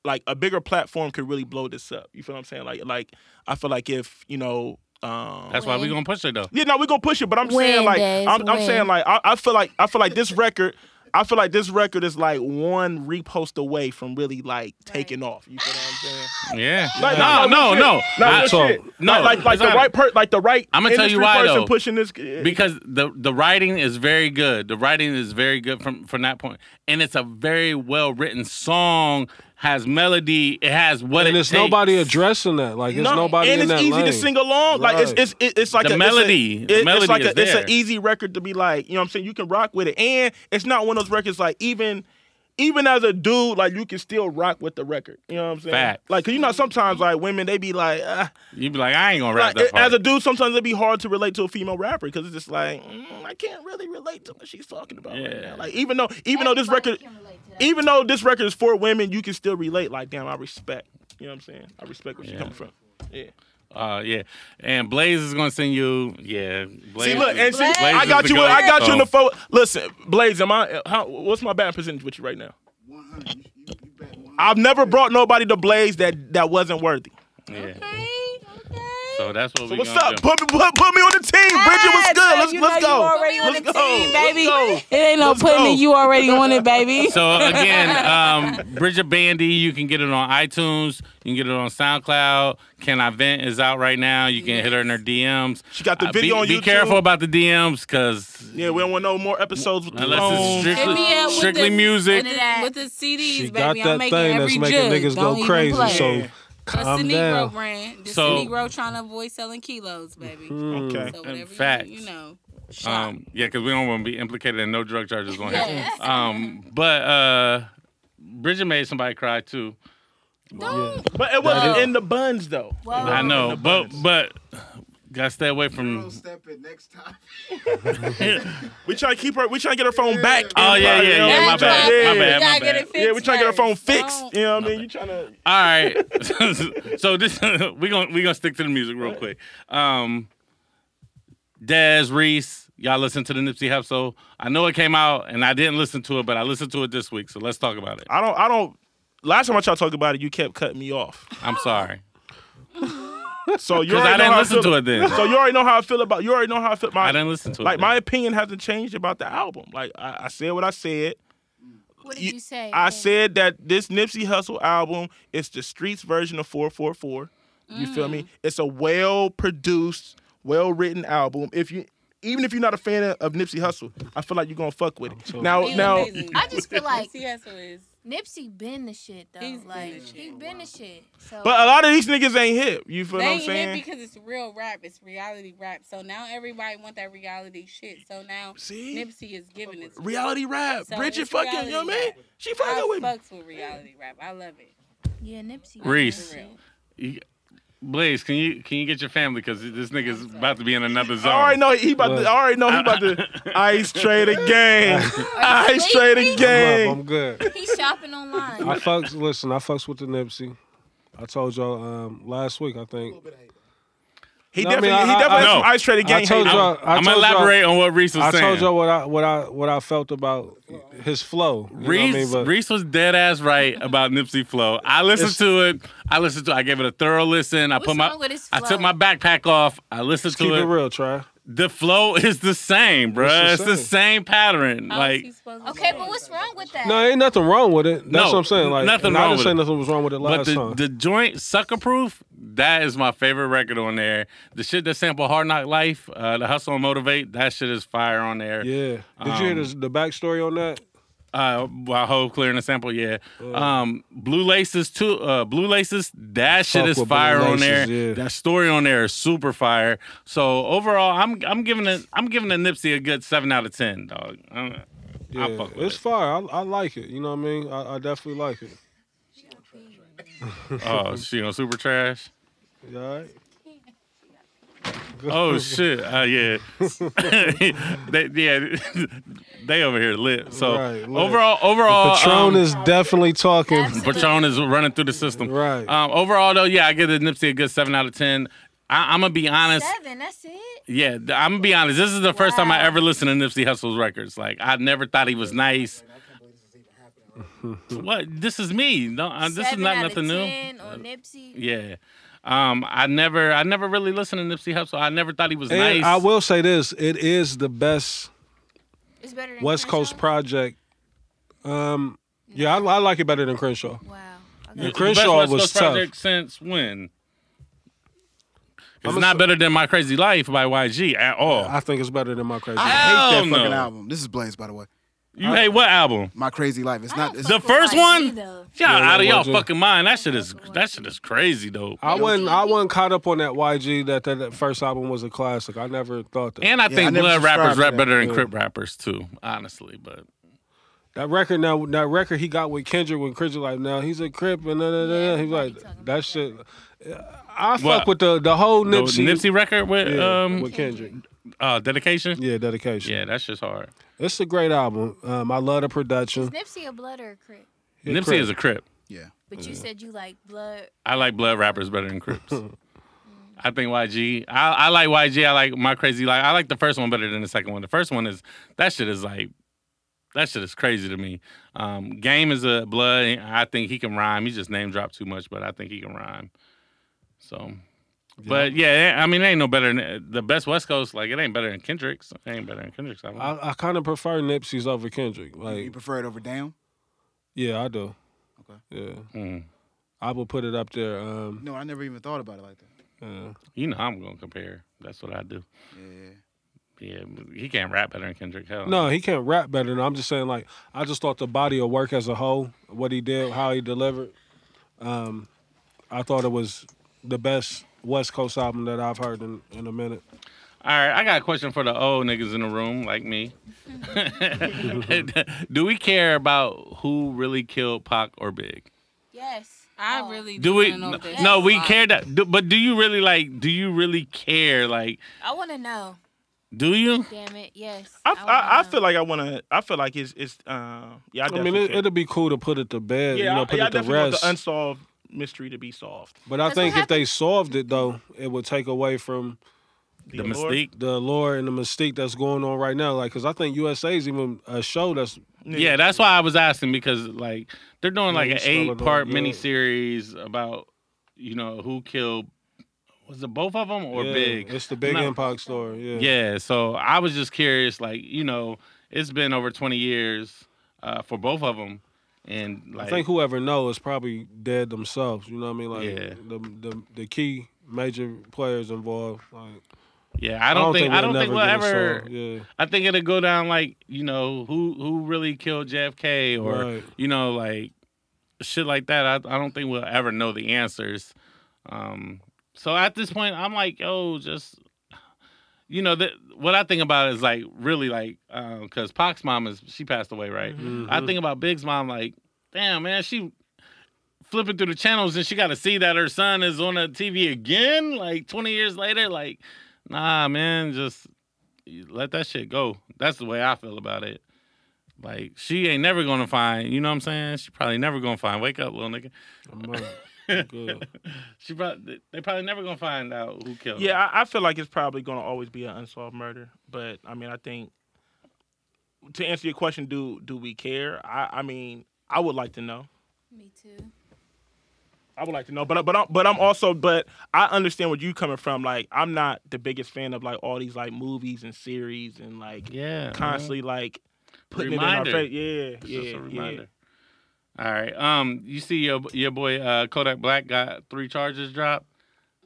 C: like a bigger platform could really blow this up. You feel what I'm saying? Like like I feel like if you know. Um,
A: That's why we gonna push it though.
C: Yeah, no, we're gonna push it, but I'm
G: When,
C: saying like
G: Dez,
C: I'm, I'm
G: when?
C: saying like I, I feel like I feel like this record I feel like this record is like one repost away from really like taking off. You feel what I'm saying?
A: Yeah.
C: Like,
A: no,
C: like,
A: no,
C: shit.
A: no.
C: Like,
A: I-
C: real shit.
A: no,
C: Like- like like
A: it's
C: the
A: not-
C: right per like the right
A: I'ma tell you
C: industry
A: why,
C: person
A: though.
C: pushing this eh, because
A: because the the writing is very good. The writing is very good from from that point, and it's a very well written song. Has melody. It has what
B: And
A: it
B: it's
A: takes.
B: nobody addressing that. Like, it's nobody
C: and
B: in
C: it's
B: that
C: easy
B: lane.
C: to sing along. Like
B: Right.
C: it's it's it's like
A: The
C: a,
A: melody.
C: It's,
A: The
C: a, it-
A: melody
C: it's like
A: is
C: a, it's
A: there.
C: an easy record to be like. You know what I'm saying? You can rock with it, and it's not one of those records like even. Even as a dude, like you can still rock with the record. You know what I'm saying?
A: Facts.
C: Like, 'cause you know, sometimes like women, they be like, ah.
A: You'd be like, I ain't gonna rap
C: like
A: that part.
C: as a dude, sometimes it'd be hard to relate to a female rapper because it's just like mm, I can't really relate to what she's talking about right
A: Yeah.
C: now. Like, even though, even though this record, even though this record is for women, you can still relate. Like, damn, I respect. You know what I'm saying? I respect where she's
A: Yeah.
C: coming from. Yeah.
A: uh, yeah, and Blaze is gonna sing you. Yeah, Blaze.
C: See, look, and see,
A: Blaze
C: I
A: is
C: got
A: the
C: you.
A: goat,
C: I got you in the
A: so-
C: phone. Listen, Blaze, am I? How, what's my bad percentage with you right now?
H: 100. You, you, you bet 100.
C: I've never brought nobody to Blaze that that wasn't worthy.
A: Yeah.
E: Okay, okay.
A: So that's what
C: So
A: we
C: what's
A: gonna
C: up?
A: do.
C: Put me, put, put me on the team. Bridget, what's good?
E: so
C: Let's,
E: you
C: let's
E: know you
C: go.
E: already on
C: let's go.
E: the team, baby.
C: Let's
E: It
C: go.
E: ain't no
C: Let's
E: putting
C: go.
E: it. You already on it, baby.
A: So again, um, Bridget Bandy, you can get it on iTunes. You can get it on SoundCloud. Can I Vent is out right now. You can hit her in her DMs.
C: She got the
A: Uh,
C: video
A: be,
C: on
A: Be
C: YouTube.
A: careful about the DMs, cause
C: Yeah, we don't want no more episodes with the
A: unless it's
C: phones.
A: strictly,
E: Hit me up with
A: strictly
E: the-
A: music.
E: With the, with the CDs,
B: She got
E: baby, I'm
B: that
E: making
B: thing that's
E: every
B: making
E: jug.
B: niggas
E: Don't
B: go
E: even
B: crazy.
E: play.
B: So,
E: That's the
B: calm
E: Negro
B: down.
E: brand. This
A: So-
B: Hmm.
E: the Negro trying to avoid selling kilos, baby.
C: Okay.
E: So whatever you,
A: facts.
E: you know.
A: Um, yeah, because we don't want to be implicated in no drug charges on here. Um, but uh, Bridget made somebody cry too.
C: But it wasn't in the buns though.
A: I know, but but gotta stay away from.
H: Don't step it next time.
C: We try to keep her. We try to get her phone back.
A: Oh yeah, yeah,
C: You know,
A: yeah.
C: we
A: My
C: tryna-
A: bad, my bad, my
E: gotta get
A: bad.
E: it fixed.
C: Yeah, we trying to get her phone
E: first.
C: fixed.
E: Don't-
C: You know what I mean? You trying to.
A: All right. so this we gonna we gonna stick to the music real quick. Um Dez Reese, y'all listen to the Nipsey Hussle. I know it came out and I didn't listen to it, but I listened to it this week. So let's talk about it.
C: I don't. I don't. Last time I tried to talk about it, you kept cutting me off.
A: I'm sorry
C: So you
A: because I
C: already know
A: didn't
C: how
A: listen
C: feel,
A: to it then.
C: So you already know how I feel about. You already know how I feel. My,
A: I didn't listen to it.
C: like
A: then.
C: my opinion hasn't changed about the album. Like I, I said what I said.
G: What
C: You-
G: did you say?
C: I said that this Nipsey Hustle album is the streets version of 444. You feel
E: Mm.
C: me? It's a well produced, well written album. If you even if you're not a fan of, of Nipsey Hustle, I feel like you're gonna fuck with it. Now,
E: He's
C: now,
E: amazing.
G: I just feel like
E: Nipsey Hussle is.
G: Nipsey been the shit though.
E: He's been
G: like
E: the shit.
G: he's been the shit. So
C: but a lot of these niggas ain't hip. You feel
E: They
C: what I'm
E: ain't
C: saying?
E: hit because it's real rap. It's reality rap. So now everybody want that reality shit. So now
C: See?
E: Nipsey is giving it. to us.
C: reality rap.
E: So
C: Bridget
E: it's
C: fucking, you know
E: reality
C: what I mean?
E: rap.
C: She
E: I
C: fucking with me.
E: fucks with reality rap. I love it.
G: yeah, Nipsey.
A: Reese,
E: For real.
A: you- Blaze, can you can you get your family because this nigga's about to be in another
C: I
A: zone.
C: already know he about to. I already know he about to ice trade again. Ice trade
B: I'm, up,
C: again.
B: I'm good.
G: He's shopping online.
B: I fucks. Listen, I fucks with the Nipsey. I told y'all um, last week. I think
C: He
B: No, I mean,
C: definitely,
B: I-
C: he
B: I-
C: definitely
A: I-
C: had some
A: No.
C: ice trade again.
B: I told
C: hate.
B: y'all. I
A: I'm
B: told
A: gonna
B: y'all-
A: elaborate on what Reese was
B: I
A: saying.
B: told y'all what I what I what I felt about his flow. You know what I
A: Reese,
B: mean? But-
A: Reese was dead ass right about Nipsey Flow. I listened
B: It's-
A: to it. I listened to. it. I gave it a thorough listen. I
G: What's
A: put my.
G: wrong with his
A: I took
G: flow?
A: my backpack off. I listened
B: Keep
A: to
B: it
A: it.
B: real, try.
A: The flow is the same, bruh. It's,
B: It's the
A: the same pattern.
E: How is
A: like
E: he Oh, supposed to
G: Okay,
E: know?
G: but what's wrong with that?
B: No, ain't nothing wrong with it. That's
A: No,
B: what I'm saying. Like
A: nothing
B: and
A: wrong
B: I didn't
A: with
B: say
A: it.
B: nothing was wrong with it
A: But
B: last
A: the,
B: time.
A: the joint sucker proof, that is my favorite record on there. The shit that sample Hard Knock Life, uh, the Hustle and Motivate, that shit is fire on there.
B: yeah. Did you hear
A: Um,
B: this, the backstory on that?
A: Uh, while Hove clearing the sample, yeah. Um, Blue Laces too. Uh, Blue Laces. That shit
B: Fuck
A: is
B: with
A: fire
B: Blue
A: on there.
B: Laces, yeah.
A: That story on there is super fire. So overall, I'm I'm giving it. I'm giving the Nipsey a good seven out of ten, dog. I'm,
B: Yeah,
A: I fuck with
B: it's
A: it.
B: fire. I, I like it. You know what I mean? I, I definitely like it.
A: Oh, she on super trash.
B: You all right?
A: Oh shit. Uh, yeah. they, yeah. they over here lit. So
B: Right, lit.
A: overall, overall,
B: Patron
A: um,
B: is definitely talking.
A: Patron is running through the system.
B: Right.
A: Um, overall, though, yeah, I give the Nipsey a good seven out of ten. I, I'm gonna be honest.
G: Seven, that's it.
A: Yeah, th- I'm gonna be honest. This is the first time I ever listened to Nipsey Hussle's records. Like, I never thought he was nice. what? This is me. No, uh, this is
G: Seven
A: not
G: out of
A: nothing new.
G: 10 On Nipsey.
A: Yeah, um, I never, I never really listened to Nipsey Hussle. I never thought he was
B: And
A: nice.
B: I will say this: it is the best
G: It's better than
B: West Coast
G: Crenshaw?
B: project. Um, yeah, I, I like it better than Crenshaw.
G: Wow. I
B: Yeah,
G: got
B: Crenshaw
A: Best West
B: was
A: Coast
B: tough.
A: Project since when? It's
B: I'ma
A: not
B: s-
A: better than My Crazy Life by YG at all.
B: I think it's better than my crazy.
H: I
A: Hell
H: hate that
A: no.
H: fucking album. This is Blaze, by the way.
A: you hate what album?
H: My crazy life. It's not. It's,
A: The first one?
G: Though.
A: Y'all
B: Yeah,
A: out of
B: that
A: y'all
B: YG.
A: fucking mind. That shit is that shit is crazy though.
B: I wasn't. I wasn't caught up on that YG that that, that first album was a classic. I never thought that.
A: And I
H: Yeah,
A: think
H: I never
A: blood rappers
H: subscribed to
A: rap
H: that.
A: better than
B: Yeah.
A: Crip rappers too, honestly. But
B: That record now, that record he got with Kendrick when Kendrick like now he's a crip and da, da, da, da. he's
G: everybody
B: like
G: talking about
B: that shit. I fuck
A: What?
B: with the the whole
A: the
B: Nipsey
A: Nipsey, record with
B: yeah,
A: um
B: with Kendrick.
A: uh dedication. Yeah.
B: Yeah, dedication.
A: that's just hard.
B: It's a great album. Um, I love the production.
G: Nipsey a blood or a crip?
B: Yeah,
A: Nipsey
B: Crip.
A: is a Crip.
H: yeah.
G: But you said you like blood.
A: I like blood rappers better than Crips. I think YG. I, I like YG. I like my crazy life. I like the first one better than the second one. The first one is that shit is like that shit is crazy to me. Um, Game is a blood. I think he can rhyme. He just name dropped too much, but I think he can rhyme. So, but yeah, I mean, it ain't no better than the best West Coast. Like it ain't better than Kendrick's. It ain't better than Kendrick's. album.
B: I, I kind of prefer Nipsey's over Kendrick.
H: You
B: Like,
H: prefer it over Damn?
B: yeah, I do.
H: Okay.
B: Yeah,
A: Mm.
B: I will put it up there. Um,
H: No, I never even thought about it like that.
B: yeah.
A: You know, I'm gonna compare. That's what I do.
H: Yeah.
A: Yeah, he can't rap better than Kendrick. Hell,
B: No, he can't rap better. Than, I'm just saying, like, I just thought the body of work as a whole, what he did, how he delivered, um, I thought it was the best West Coast album that I've heard in, in a minute.
A: All right, I got a question for the old niggas in the room, like me. Do we care about who really killed Pac or Big?
G: Yes.
E: I
G: Oh.
E: really
A: Do we?
E: wanna know
A: No,
E: this.
A: no, we
E: Why?
A: care that. do- but do you really like? Do you really care? Like,
D: I want to know.
A: do you?
G: Damn it. Yes.
C: I,
G: wanna
C: I, I
G: know.
C: feel like I want to. I feel like it's it's. Um, yeah, I,
B: I
C: definitely
B: mean, it,
C: care.
B: it'll be cool to put it to bed,
C: yeah,
B: you know,
C: I,
B: put
C: yeah, I
B: it to
C: definitely want
B: rest.
C: the unsolved mystery to be solved.
B: but I
D: That's what
B: think if
D: happened.
B: they solved it though, it would take away from
A: The
C: allure.
A: mystique.
B: the lore and the mystique that's going on right now. Like, cause I think USA is even a show that's
A: Yeah, that's why I was asking because like they're doing like
B: Yeah,
A: an
B: you spell it
A: eight part
B: out, yeah.
A: miniseries about you know who killed was it both of them or
B: yeah,
A: Big?
B: It's the big
A: No.
B: impact story. Yeah.
A: Yeah, so I was just curious, like you know, it's been over twenty years uh, for both of them, and like
B: I think whoever knows is probably dead themselves. You know what I mean? Like
A: Yeah.
B: the, the the key major players involved. Like
A: yeah, I don't, think, I
B: we'll
A: don't think we'll
B: never get it
A: ever.
B: solved. Yeah.
A: I think it'll go down like you know who who really killed JFK or
B: Right.
A: you know like shit like that. I I don't think we'll ever know the answers. Um, so at this point, I'm like, yo, just you know that what I think about is like really like because Pac's mom is she passed away right. I think about Big's mom like, damn man, she flipping through the channels and she got to see that her son is on the TV again like 20 years later. Like, nah, man, just you let that shit go. That's the way I feel about it. Like she ain't never gonna find, you know what I'm saying? She probably never gonna find. Wake up, little nigga.
B: I'm right. I'm good.
A: She probably they probably never gonna find out who killed. her.
C: Yeah, I, I feel like it's probably gonna always be an unsolved murder. But I mean, I think to answer your question, do do we care? I I mean, I would like to know.
G: Me too.
C: I would like to know, but but I'm, but I'm also but I understand where you coming from. Like I'm not the biggest fan of like all these like movies and series and like
A: yeah. man.
C: constantly like putting
A: Mm-hmm. Reminder.
C: it in our face.
A: It's
C: Yeah,
A: just a
C: yeah, yeah.
A: reminder. All right. Um, you see your your boy uh, Kodak Black got three charges dropped.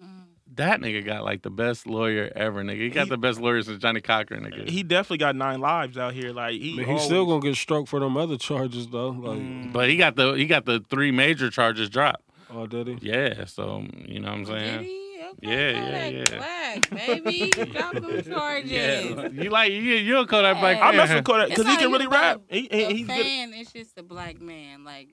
E: Mm.
A: That nigga got like the best lawyer ever, nigga. He got
C: He-
A: the best lawyer since Johnny Cochran, nigga.
C: He definitely got nine lives out here. Like he,
B: But he's still
C: always-
B: gonna get struck for them other charges though. Like,
A: but he got the he got the three major charges dropped.
B: oh, did he?
A: Yeah, so you know what I'm
E: Did
A: saying.
E: he? Okay,
A: Yeah, yeah,
E: Kodak Black, baby, drop them charges.
A: Yeah, you like you you a Kodak Black.
E: Yeah.
C: I
A: fan,
C: mess
A: huh?
C: with Kodak
E: It's
C: because he
E: not
C: can
E: even
C: really
E: about
C: rap. He,
E: The
C: he, he's good.
E: fan is just a black man. Like,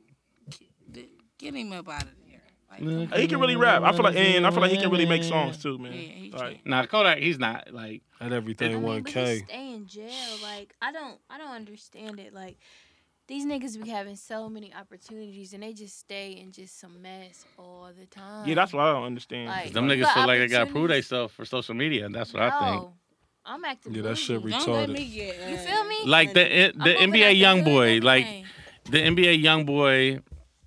E: get, get him up out of there. Like,
A: Look.
C: He can really rap. I feel like, and I feel like he can really make songs too, man.
E: Yeah, he
C: like,
A: Nah, Kodak, he's not like
B: At everything
G: I mean,
B: one
G: but he
B: K.
G: stay in jail. Like I don't, I don't understand it. Like these niggas be having so many opportunities and they just stay in just some mess all the time.
C: yeah, that's what I don't understand.
G: Like-
A: them
G: But
A: niggas feel like they gotta prove
G: opportunities-
A: themselves for social media. That's what
G: no,
A: I think.
G: Oh, I'm acting.
B: Yeah, that shit
G: bougie.
E: don't
B: retarded.
E: let me get. Uh,
G: You feel me?
A: Like the
E: I'm
A: the
E: moving out
A: NBA
E: the
A: young
E: hood
A: boy,
E: with
A: like
E: mine.
A: the NBA young boy,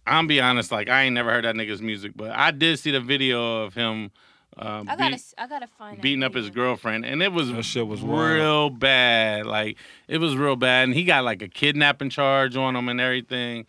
A: I'm be honest, like I ain't never heard that nigga's music, but I did see the video of him uh,
G: I gotta,
A: beat,
G: s- I gotta find. that
A: beating up his
G: video.
A: girlfriend, and it was
B: That shit was wild.
A: real bad. Like it was real bad, and he got like a kidnapping charge on him and everything.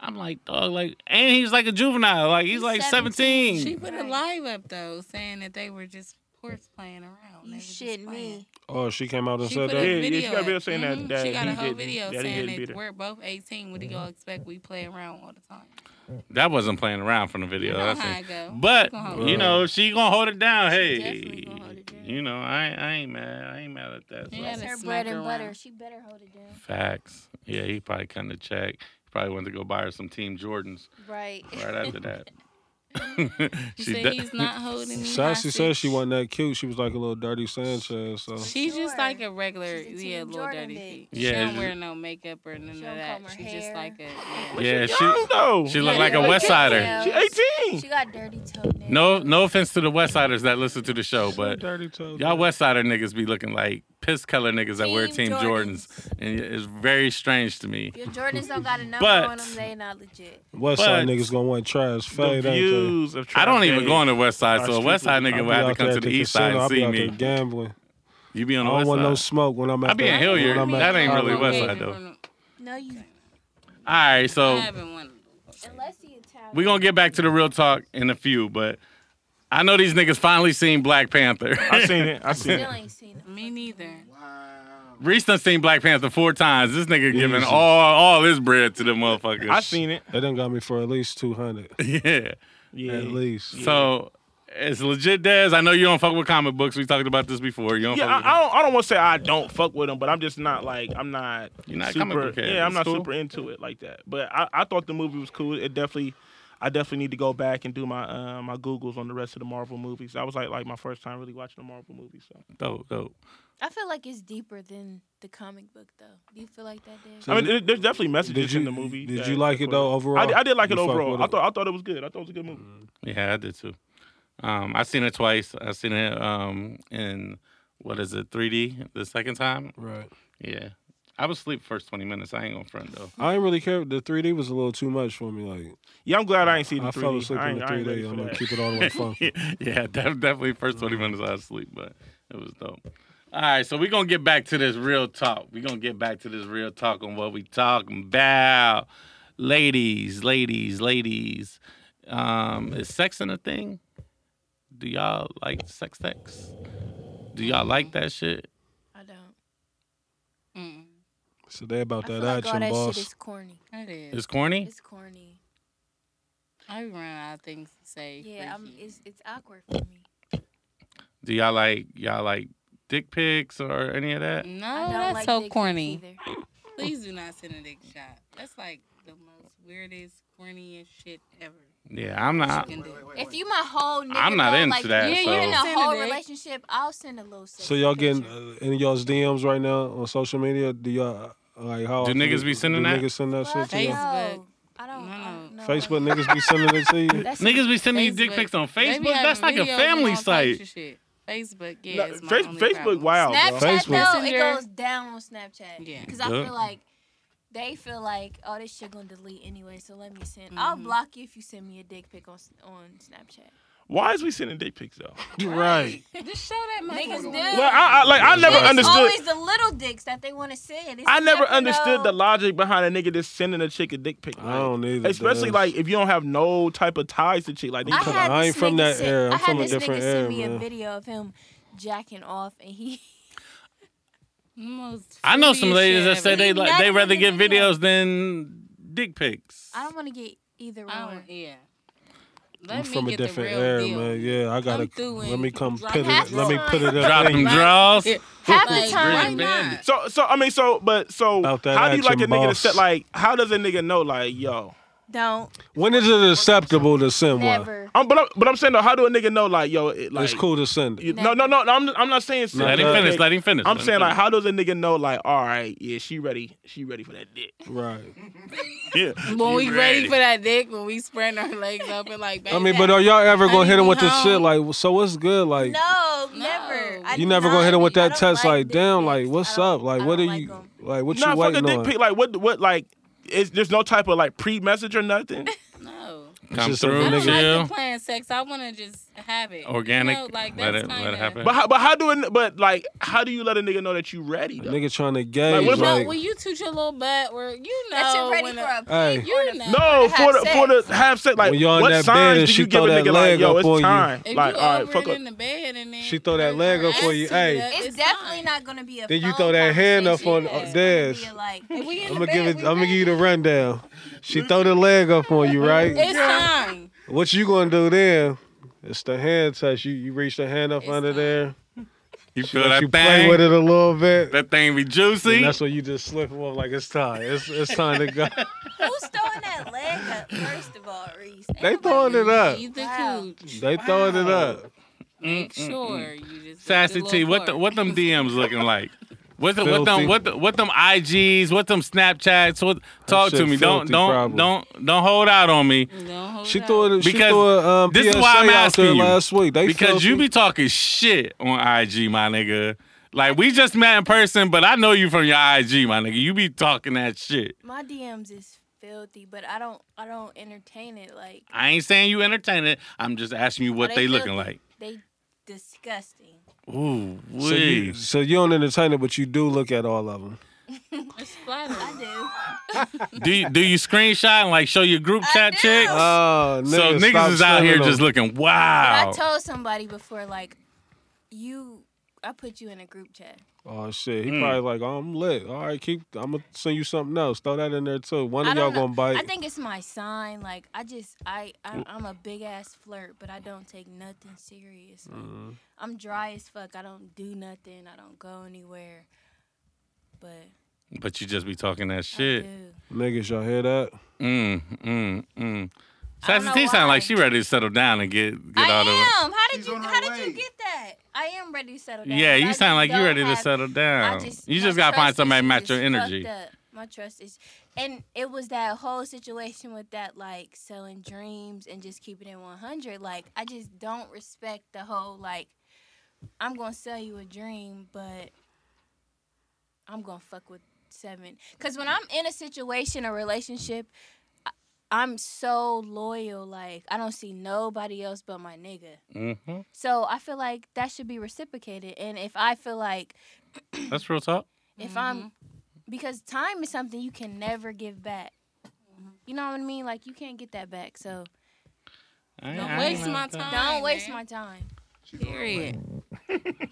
A: I'm like, dog, like, and he's like a juvenile, like he's,
G: He's
A: like
G: 17.
A: 17.
E: She put a
G: Right.
E: live up though, saying that they were just horse playing around. They
G: You
E: were just
G: shitting me.
E: playing.
B: Oh, she came out and
E: She
B: said
E: put a
B: that.
C: Yeah, yeah, she
E: video.
C: got a video
E: up.
C: saying that-
E: Mhm.
C: that
E: she got
C: he
E: a whole
C: didn't-
E: video
C: that he didn't
E: saying
C: beat her.
E: that
C: Mm-hmm.
E: we're both 18. What do y'all expect? We play around all the time.
A: That wasn't playing around from the video.
E: You know
A: that's
E: how
A: it.
E: it go.
A: But
E: Oh, She gonna hold
A: you
B: it
A: know, she gonna hold it down.
G: definitely
A: Hey,
G: gonna hold it down.
A: you know, I I ain't mad. I ain't mad at that.
E: You
A: so.
E: gotta
G: That's her
E: smack
G: bread
E: her
G: and
E: around.
G: butter. She better hold it down.
A: Facts. Yeah, he probably cut the check. He probably went to go buy her some Team Jordans
G: Right.
A: right after that.
E: You
A: She
E: say
A: de-
E: he's not holding me.
B: Sassy
E: hostage.
B: said she wasn't that cute. She was like a little dirty Sanchez. So
E: She's just
G: Sure.
E: like a regular,
G: She's a
E: yeah,
G: Team
E: little
G: Jordan
E: dirty
G: bitch.
E: feet.
A: Yeah,
E: she don't
A: it's-
E: wear no makeup or none of
G: don't
E: that.
G: comb her
E: She's just
G: hair.
E: like a. yeah.
A: yeah,
C: she,
A: she
C: young, though.
A: she looked
G: Yeah,
A: like a
G: yeah.
A: West Sider.
G: Yeah.
C: She 18.
G: She got dirty toenails.
A: No, no offense to the West Siders that listen to the show, but
B: dirty toes.
A: y'all West Sider niggas be looking like piss color niggas that wear
G: Team
A: Team Jordans, and it's very strange to me.
G: If Your Jordans don't got a number
A: But-
G: on them. They not legit.
B: West Side
A: But-
B: niggas gonna want trash fade.
C: the
B: ain't they?
C: views of
A: I don't
C: Trap
A: even
C: Dave.
A: go on the West Side,
C: Our
A: so a
C: street
A: West Side
C: people-
A: nigga
B: I'll
A: would
B: be
A: have to
B: out
A: come
B: there
A: to
B: at
A: the East
B: casino.
A: Side and
B: I'll be
A: see
B: out there
A: me.
B: gambling.
A: You be on
B: I
A: the
B: don't want no
A: West Side.
B: smoke when I'm at.
A: I be in
B: the-
A: Hilliard.
B: when I'm at
A: That ain't
B: Hollywood.
A: really West
E: Okay,
A: Side though.
E: no, no,
G: No, you.
A: All right,
E: I
A: so
E: haven't won.
G: Unless he Italian.
A: we're gonna get back to the real talk in a few, but I know these niggas finally seen Black Panther.
C: I seen it. I seen it.
G: Still ain't seen him.
E: Me neither.
H: Wow.
A: Reese done seen Black Panther four times. This nigga giving
B: Easy.
A: all all his bread to the motherfuckers.
C: I seen it.
B: They done got me for at least two hundred.
A: Yeah.
C: Yeah.
B: At least.
A: So It's legit, Dez. I know you don't fuck with comic books. We talked about this before. You don't
C: Yeah,
A: fuck with
C: I, I don't. I don't want to say I don't fuck with them, but I'm just not like I'm not.
A: You're not a comic
C: super.
A: book head.
C: yeah, I'm
A: It's
C: not
A: cool.
C: super into it like that. But I, I thought the movie was cool. It definitely, I definitely need to go back and do my uh, my googles on the rest of the Marvel movies. That was like like my first time really watching a Marvel movie. So
A: dope, dope.
G: I feel like it's deeper than the comic book, though. Do you feel like that, Dave?
C: I mean, it, there's definitely messages
B: Did you
C: in the movie.
B: Did
C: that-
B: you like it though overall?
C: I, did- I did like it
B: You fuck
C: overall.
B: with Mm.
C: I thought I thought it was good. I thought it was a good movie.
A: Yeah, I did too. Um, I seen it twice. I seen it um in what is it, 3D the second time.
B: Right.
A: Yeah, I was asleep first 20 minutes. I ain't gonna front though.
B: I didn't really care. The 3D was a little too much for me. Like
C: Yeah, I'm glad I ain't seen the
B: I
C: 3D.
B: fell asleep in
C: I ain't,
B: the
C: I ain't
B: 3D.
C: ready
B: I'm
C: for
B: gonna
C: that.
B: keep it all the way fun.
A: yeah, def- definitely first 20 minutes I was asleep, but it was dope. All right, so we're gonna get back to this real talk. We're gonna get back to this real talk on what we talking about. Ladies, ladies, ladies. Um, is sexing a thing? Do y'all like sex text? Do y'all like that shit?
G: I don't.
E: Mm,
B: So they about that
G: I feel like all
B: action,
G: that
B: boss.
G: shit is corny.
E: it is.
A: It's corny?
G: It's corny.
E: I be running out of things to say.
G: Yeah, I'm,
E: freaky.
G: it's it's awkward for me.
A: Do y'all like y'all like dick pics or any of that?
E: no,
G: I don't
E: that's
G: like dick
E: so
G: pics
E: corny.
G: either.
E: Please do not send a dick shot. That's like the most weirdest, corniest shit ever.
A: Yeah, I'm not.
E: you can do.
G: If you my whole nigga,
A: I'm not
G: though,
A: into
G: like,
A: that,
G: Yeah,
A: so-
G: you're in a
E: Send a
G: whole
E: dick.
G: relationship. I'll send a little.
B: So y'all
G: sexy
B: getting
G: picture.
B: uh, in y'all's DMs right now on social media? Do y'all uh, like how?
A: Do
B: often
A: niggas be sending
B: do
A: that?
B: Niggas send that
G: Well,
B: shit to you?
G: No, I don't.
E: No,
G: I don't
E: no.
G: know.
B: Facebook niggas be sending it to you.
G: That's-
A: Niggas be sending you dick
E: Facebook.
A: pics on
E: They be
A: Facebook. That's
E: having
A: like a
E: videos
A: family
E: and all types
A: site.
E: of shit. Facebook, yeah.
C: No,
E: is my
C: Face-
E: only
C: Facebook,
E: problem.
C: wow, bro.
G: Snapchat
B: Facebook.
G: though, it
E: Messenger.
G: goes down on Snapchat.
E: Yeah.
G: Because I
A: Yeah.
G: feel like they feel like, oh, this shit gonna delete anyway, so let me send. I'll
E: Mhm.
G: block you if you send me a dick pic on on Snapchat.
C: Why is we sending dick pics though?
B: Right.
E: Just show that motherfucker.
G: Niggas do.
C: Well, I, I like I never
G: it's
C: understood.
G: always the little dicks that they want to send. It's
C: I never
G: never
C: understood
G: no-
C: the logic behind a nigga just sending a chick a dick pic.
B: I don't either.
C: Especially
B: Dez.
C: like if you don't have no type of ties to chick, like they
G: I,
B: Come
G: had
B: on, I
G: this
B: ain't from
G: nigga
B: that
G: send-
B: era. I'm
G: I had
B: from a
G: this
B: different
G: nigga
B: era,
G: send me
B: man.
G: a video of him jacking off, and he
E: Most
A: I know some
E: freakiest
A: ladies
E: shit
A: that say
E: ever.
A: they
G: Not
A: like they
G: even
A: rather
G: the
A: get
G: video.
A: videos than dick pics.
G: I don't want to get either
E: I
G: one.
E: don't, yeah. Let
B: I'm
E: me
B: from a
E: get the
B: different
E: real
B: era,
E: deal.
B: man. Yeah, I gotta.
E: through
B: Let
E: and
B: me come
E: drop
B: put it.
G: half
B: Let
G: the
B: me
G: time.
B: put it up.
A: Drop
B: in
A: them
B: you.
A: draws.
E: Yeah.
G: Half the
E: Like,
G: time,
E: really
A: bad.
E: not?
C: So so I mean so but so
B: About that
C: how do you like a
B: action,
C: nigga to
B: boss.
C: set like how does a nigga know like yo
G: don't
B: When is it acceptable to send one?
G: never.
C: I'm but I'm, but I'm saying though how do a nigga know like yo it, like
B: It's cool to send it.
C: you- no no no no, I'm I'm not saying
A: Let
C: send
A: him
C: a
A: finish.
C: dick.
A: Let him finish.
C: I'm
A: let him
C: saying like
A: finish.
C: how does a nigga know like all right yeah she ready she ready for that dick
B: Right.
C: yeah
E: When we
A: You
E: ready.
A: ready.
E: for that dick, when we spread our legs up and like,
B: I mean, but are y'all ever gonna
E: Honey,
B: hit him
E: we
B: with this
E: home.
B: shit? Like, so what's good? Like,
G: No,
E: No.
G: never. I
B: you
G: do
B: never gonna
G: not.
B: hit him with
G: I
B: that
G: don't
B: text? Like,
G: dick
B: damn,
G: pics.
B: like, what's
G: I don't-
B: up? Like,
G: I
B: what are
G: don't like
B: you?
G: 'em.
B: Like, what
C: nah
B: you
C: fuck a
B: waiting
C: dick
B: on?
C: pic like what what like is there's no type of like pre message or nothing
E: no.
A: come
B: Just some
A: through,
E: I don't
A: chill.
E: like the plan sex. I want to just have it.
A: Organic.
E: You know, like,
A: Let
E: that's
A: it- let it
E: kinda-
A: happen.
C: but how, but how do a, but like how do you let a nigga know that you ready
B: A
C: though?
B: nigga trying to
C: Like,
B: gauge,
C: what
E: You
B: like,
C: if-
E: know, when you toot your little butt, or you know,
G: That shit ready
E: when
G: for a
B: Hey.
G: pig or
E: you
G: the-
E: know,
C: No,
G: to
C: for
G: have
C: the
G: sex.
C: for the have sex. Like
B: When y'all in
C: what
B: that bed
C: signs
B: and
C: did
B: she
C: you give
B: throw
C: a
B: that
C: nigga like
B: leg
C: yo
B: up
C: it's
B: on you.
C: time?
E: If
C: Like
E: you
C: all right,
E: over
C: fuck
E: it
C: up.
E: in the bed and then
B: She throw that
E: her-
B: leg
E: her
B: up for
E: ass
B: you.
E: tooted
B: Hey.
E: up,
G: It's
E: it's
G: definitely
E: fine.
G: not gonna be a.
B: Then you
G: phone
B: throw that hand up
G: conversation.
B: on- uh,
G: It's
B: Dez.
G: gonna be a, Like,
E: If we in
B: I'm
E: the
B: gonna
E: bed,
B: give it.
E: we
B: I'm gonna give you
E: ready.
B: the rundown. She throw the leg up on you, right?
E: It's time.
B: What you gonna do then? It's the hand touch. You you reach the hand up
E: It's
B: under
E: time.
B: there.
A: You
B: Let
A: feel that
B: you play with
A: thing?
B: it a little bit.
A: That thing be juicy.
B: And that's when you just slip him up like it's time. It's it's time to go.
G: who's throwing that leg up first of all, Reese? Ain't
B: they
G: nobody-
B: throwing it up.
E: You the
G: Wow.
E: cooch.
B: They throwing it up.
E: Make sure you just do
A: Sassy
E: the
A: T,
E: little
A: what the,
E: part.
A: what them DMs looking like? What, the, what
B: Filthy.
A: them what the, what them IGs? What them Snapchats? What talk to
B: shit
A: me? Don't
B: filthy
A: don't
B: probably.
A: don't don't hold out on me
E: Don't hold
B: She
E: out.
B: threw it. She
A: Because
B: threw a um,
A: this
B: PSA
A: is why I'm
B: out there
A: asking you.
B: last week. They
A: because you
B: filthy.
A: be talking shit on IG, my nigga. Like we just met in person, but I know you from your IG, my nigga. You be talking that shit.
G: My DMs is filthy, but I don't. I don't entertain it. Like
A: I ain't saying you entertain it. I'm just asking you what
G: Are
A: they,
G: they
A: looking
G: filthy?
A: like.
G: they disgusting.
A: Ooh,
B: So you,
A: wee.
B: so you don't entertain it, but you do look at all of them.
E: It's flattering.
G: I do.
A: do you, do you screenshot and like show your group
G: I
A: chat
G: do. Uh,
A: chicks?
B: Oh, nigga,
A: so niggas
B: stop
A: is out here
B: sending
A: just
B: them.
A: looking
G: But
A: wow.
G: I told somebody before, like, you I put you in a group chat.
B: Oh shit, he
A: Mm.
B: probably like, oh, I'm lit. All right, keep. I'm gonna send you something else. Throw that in there too. One
G: I
B: of y'all
G: don't know.
B: gonna bite.
G: I think it's my sign. Like I just I,
A: Mm.
G: I I'm a big ass flirt, but I don't take nothing serious. Like,
A: Mm.
B: Mhm.
G: I'm dry as fuck. I don't do nothing. I don't go anywhere. But
A: But you just be talking that
G: I
A: shit.
G: do.
B: Niggas, y'all hear that?
A: Mm, mm, mm.
G: I don't
A: Sassy
G: know
A: T sound
G: why.
A: like she ready to settle down and get get
G: I
A: out of it.
G: am. How did
H: She's
G: you
H: on her
G: How did you
H: way.
G: get that? I am ready to settle down.
A: Yeah,
G: but I
A: you
G: just
A: sound like you
G: don't
A: ready to
G: have-
A: settle
G: I
A: down. Oh, you
G: my
A: just gotta find
G: trust
A: somebody to
G: issue
A: match your
G: just fucked
A: energy.
G: up. My trust is, and it was that whole situation with that like selling dreams and just keeping it 100. Like I just don't respect the whole like I'm gonna sell you a dream, but I'm gonna fuck with seven. Cause when I'm in a situation, a relationship. I- I'm so loyal, like I don't see nobody else but my nigga.
A: Mm-hmm.
G: So I feel like that should be reciprocated. And if I feel like
A: That's real talk.
G: if I'm
E: Mm-hmm.
G: because time is something you can never give back. You know what I mean? Like you can't get that back. So
A: I- I
E: Don't
A: ain't
E: waste my
A: like that.
E: time.
G: don't waste
E: man.
G: my time.
E: period.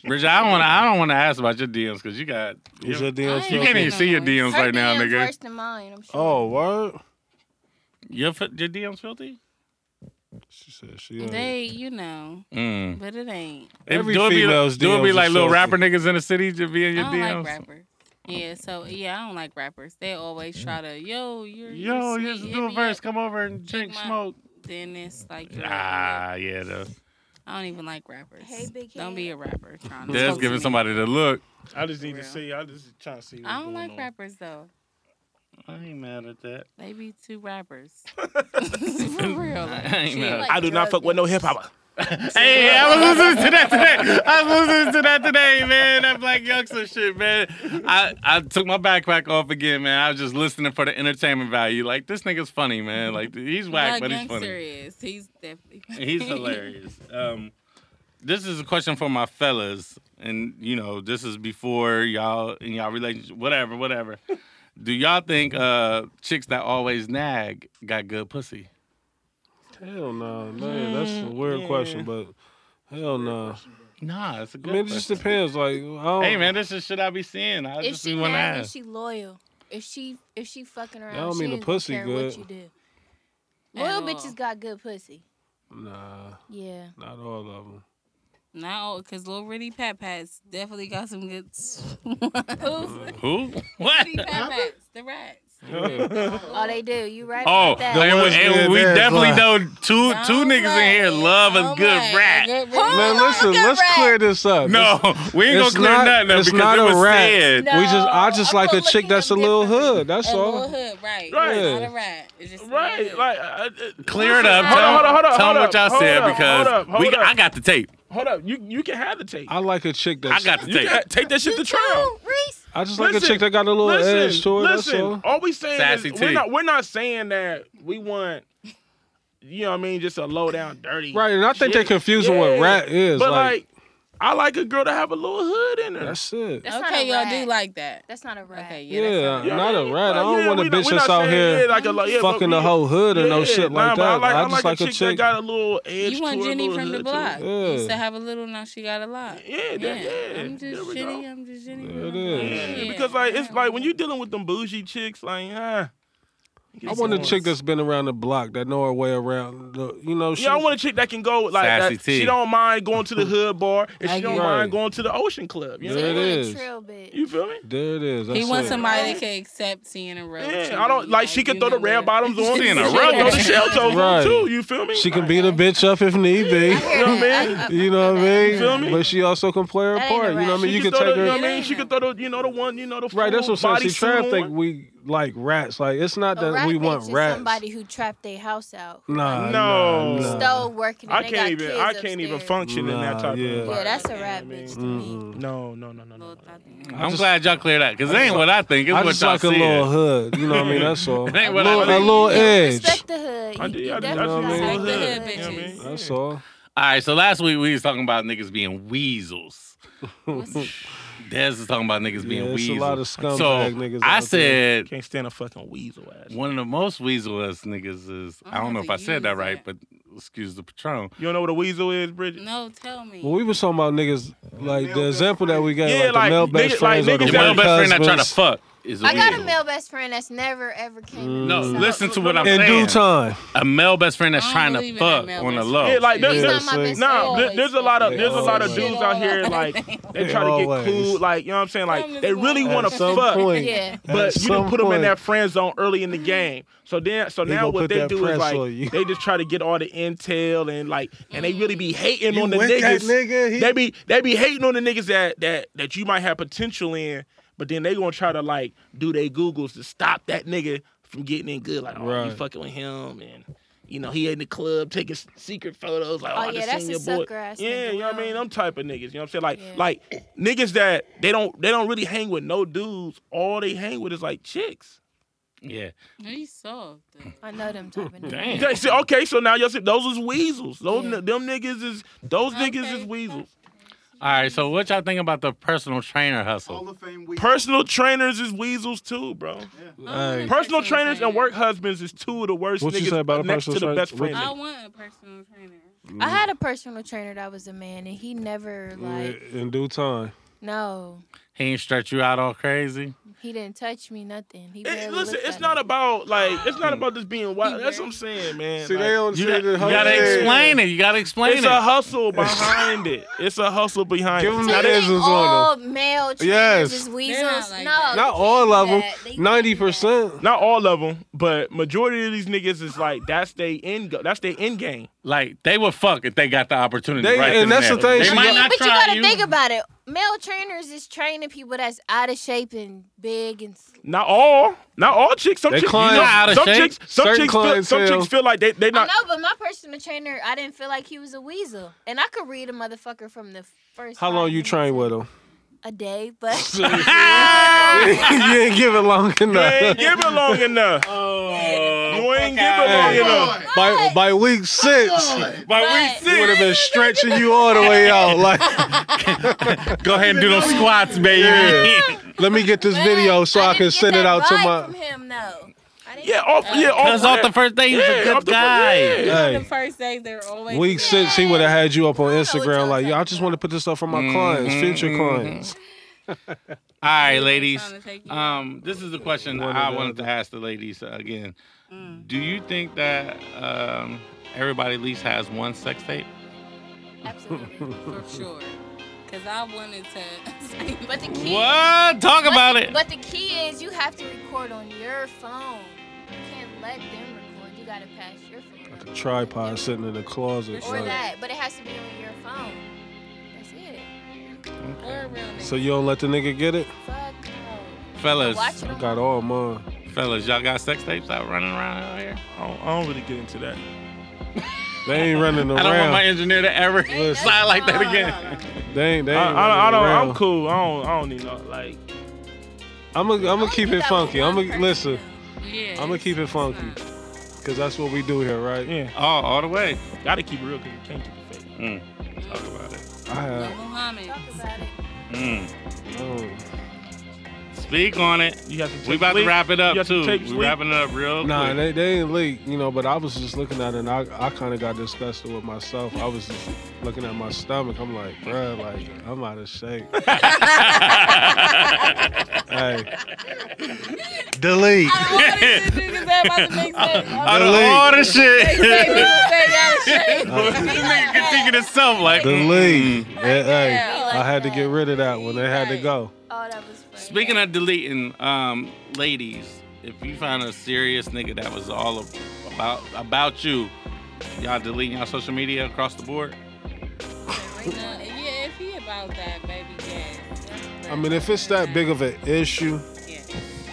A: Bridget, I don't want to. I don't want to ask about your DMs because you got. You,
B: Is your DMs
E: I
A: you
E: ain't
A: can't
B: filthy?
A: even see your DMs
G: Her
A: right now,
G: DM's
A: nigga.
G: worse than mine. I'm sure.
B: Oh, word.
A: Your fi- your DMs filthy.
B: She said she. ain't-
E: They, you know,
A: Mm.
E: but it ain't.
A: It-
B: Every
A: do it be,
B: female's
A: do it be
B: DMs
A: like
B: is
A: little
B: filthy.
A: rapper niggas in the city just be in
E: I
A: your
E: don't
A: DMs.
E: like rappers. Yeah, so yeah, I don't like rappers. They always try to yo, you're
A: Yo,
E: you're
A: just
E: sweet,
A: do a
E: hit me up.
A: verse. Come over and drink,
E: Drink my-
A: smoke.
E: Then it's like you're
A: Ah, yeah. The,
E: I don't even like rappers.
G: Hey, big
E: Don't be
G: head.
E: a rapper. Trying to
A: that's
E: talk to
A: giving
E: me.
A: somebody the look.
C: I just need
E: For
C: to
E: real.
C: see. I just trying to see. What's
E: I don't
C: going
E: like
C: on.
E: rappers though.
A: I ain't mad at that.
E: They be two rappers. For real. like,
A: I ain't
E: shit.
A: mad.
C: I do not fuck with no hip hop.
A: Hey, I was listening to that today. I was listening to that today, man. That Black Youngster shit, man. I, I took my backpack off again, man. I was just listening for the entertainment value. Like, this nigga's funny, man. Like, he's whack,
E: Doug
A: but he's
E: Youngster
A: funny.
E: is. He's definitely.
A: He's hilarious. Um, this is a question for my fellas. And, you know, this is before y'all in y'all relationship, whatever, whatever. Do y'all think uh, chicks that always nag got good pussy?
B: Hell no, man. That's a weird
C: Mm, yeah.
B: question, but hell no.
A: Nah, it's a
B: I
A: good
B: mean, it just
A: question.
B: depends. Like, I don't,
A: Hey, man, this is shit I be seeing. I
G: If
A: just
G: she
A: want to
G: mad, then
A: ask.
G: she loyal. If she if she fucking around,
B: don't
G: she
B: mean the
G: ain't gonna
B: pussy
G: care
B: good.
G: what you do.
E: At
G: Loyal
E: all.
G: bitches got good pussy.
B: Nah,
G: Yeah.
B: not all of them.
E: Now, because Lil Ritty Pat Pat's definitely got some good.
G: Who?
A: Who? What?
E: Ritty Pat Pat's, the rats.
G: Oh, they do. You right
A: Oh,
G: about
A: and
G: that.
A: we-
F: ones
A: and
F: that
A: we
F: dance
A: definitely
F: line.
A: know two two
E: Don't
A: niggas in
E: play.
A: here love a
E: Don't
A: good
E: play.
A: rat.
E: A good
B: Man,
G: Who
B: listen,
G: loves a
B: let's
G: rat?
B: clear this up.
A: no, we ain't gonna
B: it's
A: clear
B: not-
A: nothing up
B: it's
A: because
B: not
A: it
B: a
A: was
B: rat.
A: said.
G: No,
B: we just, I just
G: I'm
B: like a
G: gonna look
B: chick
G: at
B: that's a
G: them
B: little
G: differently.
B: hood. That's
E: A
B: all.
E: Lil Hood, right.
C: Right.
E: It's not a rat. It's just a
C: Right,
E: hood.
C: like I, I-
A: Clear it up.
C: Hold
A: tell
C: on, hold on, hold on.
A: tell
C: hold
A: them
C: up,
A: what y'all
C: hold
A: said
C: up,
A: because
C: hold up, hold
A: we,
C: up.
A: I got the tape.
C: Hold up, you you can have the tape.
B: I like a chick
A: I
B: that's.
A: got the
C: you can
A: tape.
C: ha- take that shit to trial.
G: Who? Reese.
B: I just like a
C: Listen,
B: chick that got a little edge
C: Listen,
B: to it. That's
C: listen.
B: all.
C: All we saying
A: Sassy
C: is
A: T.
C: we're not we're not saying that we want. You know what I mean? Just a low down, dirty.
B: Right, and I think they
C: shit.
B: confusing what
C: Yeah.
B: rat is,
C: But
B: like-
C: like, I like a girl to have a little hood in her.
B: That's it.
G: That's
E: okay,
G: not a
E: y'all
G: rat.
E: do like that.
G: That's not a rat.
E: Okay, yeah. that's
B: Yeah,
E: not
C: You know what
B: not
C: I
B: a
C: mean?
B: rat. I
C: Like,
B: don't
C: yeah,
B: want a
C: we not-
B: bitch
C: we
B: that's
C: not
B: out
C: saying,
B: here
C: yeah, like a lo- yeah, but
B: fucking
C: we-
B: the whole hood or no
C: yeah,
B: shit
C: nah,
B: like
C: but
B: that.
C: I like, I
B: just
C: like a chick, that got a little edge.
E: You want
C: to her, a
E: Jenny
C: little
E: from the
C: hood to
E: block.
C: her.
E: Used to
B: Yeah.
E: have a little, now she got a lot.
C: Yeah, that, yeah.
E: I'm just
C: there we
E: Jenny.
C: go.
E: I'm just Jenny.
B: There
E: from
B: it
E: the block.
B: is.
C: Yeah,
E: Yeah.
C: because like it's like when you dealing with them bougie chicks, like ah.
B: I want a chick that's been around the block that know her way around. The, you know, she,
C: Yeah, I want a chick that can go like
A: Sassy
C: that.
A: T.
C: She don't mind going to the hood bar and she
E: Like
C: don't
B: you. Right.
C: mind going to the ocean club. You,
B: There
C: know?
B: it
G: They want a
B: is.
G: Trill bitch.
C: you feel me?
B: There it is. That's
E: He wants
B: it.
E: somebody that can accept seeing a road.
C: Yeah,
E: trip.
C: I don't like. She can
E: you
C: throw the
E: know
C: red
E: what?
C: bottoms on.
A: She in a
C: she can
A: rubber.
C: throw the shell toes
B: Right.
C: on too. You feel me?
B: She can beat a bitch up if need be.
C: You know what I mean?
B: You know what I mean?
C: feel me?
B: But she also can play her
G: That ain't
B: part.
G: a
B: You know what I
G: rat.
B: mean?
C: She
B: You can
C: throw
B: take
C: the, You know
B: her.
C: what I mean? She can throw the. You know the one. You know the.
B: Right, that's
C: full
B: what I'm saying.
C: body
B: See, Trav
C: suit
B: think
C: on.
B: we like rats. Like, it's not
G: A
B: that
G: rat
B: we
G: bitch
B: want
G: is
B: rats.
G: somebody who trapped their house out. who,
B: Nah,
G: like,
C: No.
B: nah, nah.
G: Stole working. and
C: I
G: they
C: can't
G: got
C: even.
G: kids
C: I can't even
G: upstairs.
C: function in
B: Nah,
C: that type
B: yeah.
C: of.
G: Yeah,
C: environment,
G: that's
C: you
G: a
C: know
G: rat
C: what I mean?
G: bitch to
A: Mm-hmm.
G: me.
B: Mm-mm.
C: No, no, no, no, no.
E: Little
C: no.
E: thotty.
A: I'm
B: just-
A: glad y'all cleared that because it ain't what I think. It's
B: I
A: what
B: just
A: y'all
B: like a
A: said.
B: little hood. You know what I mean? That's all.
A: It ain't what I
B: Little- a
A: think.
B: little
G: You
B: edge.
G: Respect the hood. You,
C: I did.
G: you
C: I did. I
G: definitely
B: know what I
G: gotta
C: just
E: mean?
C: little
G: respect
C: hood.
E: Like the
C: You know what I
E: bitches.
C: mean?
B: That's all.
A: All right, so last week we was talking about niggas being weasels. Dez was talking about niggas being
B: Yeah, it's
A: weasels.
B: a lot of
A: so
B: scumbag niggas
A: I
B: out there.
A: said
C: Can't stand a fucking weasel ass.
A: one of the most weasel ass niggas is I
E: I'm
A: don't know
E: about
A: if
E: to
A: I said that
E: use
A: right,
E: that.
A: but excuse the patron.
C: You don't know what a weasel is, Bridget?
E: No, tell me.
B: Well, we was talking about niggas like the example that we gave,
C: Yeah,
B: like, the male
C: like,
B: best
C: niggas-
B: friends
C: like,
B: or the
C: niggas
A: Your
C: that-
A: male
B: male
A: best friend that trying to fuck is a
G: I got a
A: weirdo.
G: male best friend that's never ever came. to
A: No,
C: Mm.
G: me, so-
A: listen to what I'm
B: In
A: saying.
B: due time,
A: A male best friend that's
E: I don't
A: trying
E: believe
A: to
E: in
A: fuck
E: male
A: on the
E: best
A: low.
C: Yeah, like there's,
B: Yeah,
C: there's
G: Not my
B: so-
G: best
C: Nah,
G: friend.
C: there- there's a lot of there's a lot of
B: Always.
C: dudes out here like they try to get
B: Always.
C: cool, like you know what I'm saying, like they really
B: at
C: want to
B: some
C: fuck,
B: point,
G: Yeah.
C: but
B: at
C: you didn't
B: some
C: put them in
B: point-
C: that friend zone early in the game. So then, so
B: They
C: now
B: gonna
C: what
B: put
C: they
B: that
C: do is
B: press
C: like
B: on you.
C: they just try to get all the intel and like, and they really be hating
H: You
C: on the
H: with that
C: niggas.
H: nigga? He-
C: They be they be hating on the niggas that that that you might have potential in, but then they gonna try to like do they googles to stop that nigga from getting in good. Like, oh, you
B: Right.
C: fucking with him and. You know, he in the club taking s- secret photos. Like, oh,
G: Oh,
C: I
G: yeah,
C: just
G: that's
C: seen
G: a
C: your boy.
G: sucker ass
C: Yeah,
G: nigga.
C: you know what I mean. Them type of niggas. You know what I'm saying? Like,
E: Yeah.
C: like niggas that they don't they don't really hang with no dudes. All they hang with is like chicks.
A: yeah.
E: No, you soft. though.
G: I know them type of niggas.
A: Damn.
C: Okay, so, okay, so now y'all see those is weasels. Those
E: Yeah.
C: them niggas is those niggas
E: Okay.
C: is weasels.
A: All right, so what y'all think about the personal trainer
H: Hall
A: hustle?
H: of Fame week.
C: Personal trainers is weasels too, bro.
E: I want a
C: Personal trainers and
E: trainer.
C: work husbands is two of the worst
B: What you
C: niggas
B: say about a
C: next to
B: personal
C: the
B: train-
C: best
B: what-
C: friend.
E: I
C: nigga.
E: want a personal trainer.
G: I had a personal trainer that was a man, and he never like
B: in due time.
G: no,
A: He ain't stretch you out all crazy.
G: he didn't touch me, nothing. He
C: It-
G: barely
C: listen,
G: looked
C: it's
G: at
C: not
G: me.
C: about like it's not about this being wild.
E: He
C: That's what I'm saying, man.
B: See,
C: Like,
B: they don't
A: You,
B: see
A: got,
B: the whole
A: to
B: thing.
A: explain it. You got to explain
C: it's
A: it.
C: a hustle behind it. It's a hustle behind
B: Give
C: it.
B: them
G: So
B: that
G: you
B: is
G: think
B: what's on
G: all male trainers
B: Yes.
G: is
B: They're
G: weasels?
E: like
G: no,
E: that.
B: Not all of them. Ninety percent.
C: Not all of them, but majority of these niggas is like that's they end. Go- that's their end game.
A: Like they would fuck if they got the opportunity.
B: They-
A: right
B: and
A: then
B: that's the
A: there.
B: thing,
A: They
B: she
A: might
B: got-
A: not
G: but you
A: try
G: gotta think about it. Male trainers is training people that's out of shape and big and slim.
C: Not all. Not all chicks. Some
B: They
C: chicks.
B: clients-
C: you know,
A: Not out of
C: some
A: shape.
C: chicks. Some
B: Certain
C: chicks. Feel, some
B: clientele.
C: chicks feel like they they
G: I
C: not.
G: know, but my personal trainer, I didn't feel like he was a weasel, and I could read a motherfucker from the first.
B: How
G: five
B: long you
G: minutes
B: train with them?
G: A day, but
B: you ain't give it long
C: You ain't
B: enough.
C: give it long enough. you ain't give it
H: Oh,
C: long
B: here.
C: enough.
B: By by week six,
A: But
G: But-
A: we
B: would
A: see.
B: have been stretching you all the way out. Like,
A: Go ahead and do those squats, baby.
B: let me get this video so I can
G: didn't get
B: send it
G: that
B: out to
G: vibe
B: my.
G: From him, though. I didn't
C: Yeah, off. Yeah, off.
A: Because off the first day, he's
C: Yeah,
A: a
C: off
A: good
C: the fir-
A: guy.
C: yeah.
E: On the
B: Hey,
E: first day, they're always
B: week six, he would have had you up on
G: know what y'all
B: Instagram. Like, yo, I
G: talking
B: just want to put this up for my
C: Mm-hmm.
B: clients, future clients.
A: All right,
E: Trying
A: ladies.
E: to take you out.
A: Um, this is the question
B: One
A: I
B: or the
A: wanted to ask the ladies uh, again. Do you think that um, everybody at least has one sex tape? oh.
G: Absolutely.
E: for sure. Cause I wanted to.
G: But the key.
A: What? Talk
G: but
A: about
G: the,
A: it.
G: But the key is you have to record on your phone. You can't let them record. You gotta pass your phone. up.
B: Tripod sitting in the closet.
G: Or
B: like-
G: that, but it has to be on your phone. That's it.
E: or a real nigga.
B: So you don't let the nigga get it?
G: Fuck no.
A: Fellas,
G: Watch it
B: I
G: on
B: got all mine.
A: fellas, y'all got sex tapes out running around out here?
C: I don't, I don't really get into that.
B: They ain't running
A: I don't want my
B: around.
A: engineer to ever slide like that again.
B: They ain't. They
C: I,
B: ain't
C: I, I
B: running
C: don't. I'm
B: around.
C: cool. I don't. I don't need no like.
B: I'm gonna I'm gonna
G: Only
B: keep
G: do
B: it
G: that
B: funky.
G: with
B: I'm
G: one
B: gonna
G: person,
B: listen,
E: yeah,
B: I'ma keep it
E: it's
B: funky.
E: not.
B: cause that's what we do here, right?
C: Yeah,
A: Oh, all the way.
C: gotta keep it real because you can't keep it fake.
A: Mm,
C: Talk about it.
B: I have.
E: But Muhammad.
G: Talk about it.
A: mm.
B: um,
A: Speak on it.
C: You got some.
A: We about to
C: leak?
A: wrap it up
C: You got some
A: too.
C: tapes
A: We
C: leak?
A: wrapping it up real
B: Nah,
A: quick.
B: they, they ain't leak, you know, but I was just looking at it and I, I kind of got disgusted with myself. I was just looking at my stomach. I'm like, bruh, like, I'm out of shape. hey. Delete.
A: Out of
B: Delete.
A: all the shit.
B: Uh,
A: this nigga can think of himself like.
B: delete. Yeah, hey,
G: Yeah,
B: I had to
G: like
B: get
G: that.
B: rid of that one. It had to go.
G: Oh, that was funny.
A: Speaking of deleting, um, ladies, if you find a serious nigga that was all about about you, y'all deleting y'all social media across the board.
E: No, yeah, if he about that, baby, yes.
B: I mean, if it's that big of an issue,
E: Yeah.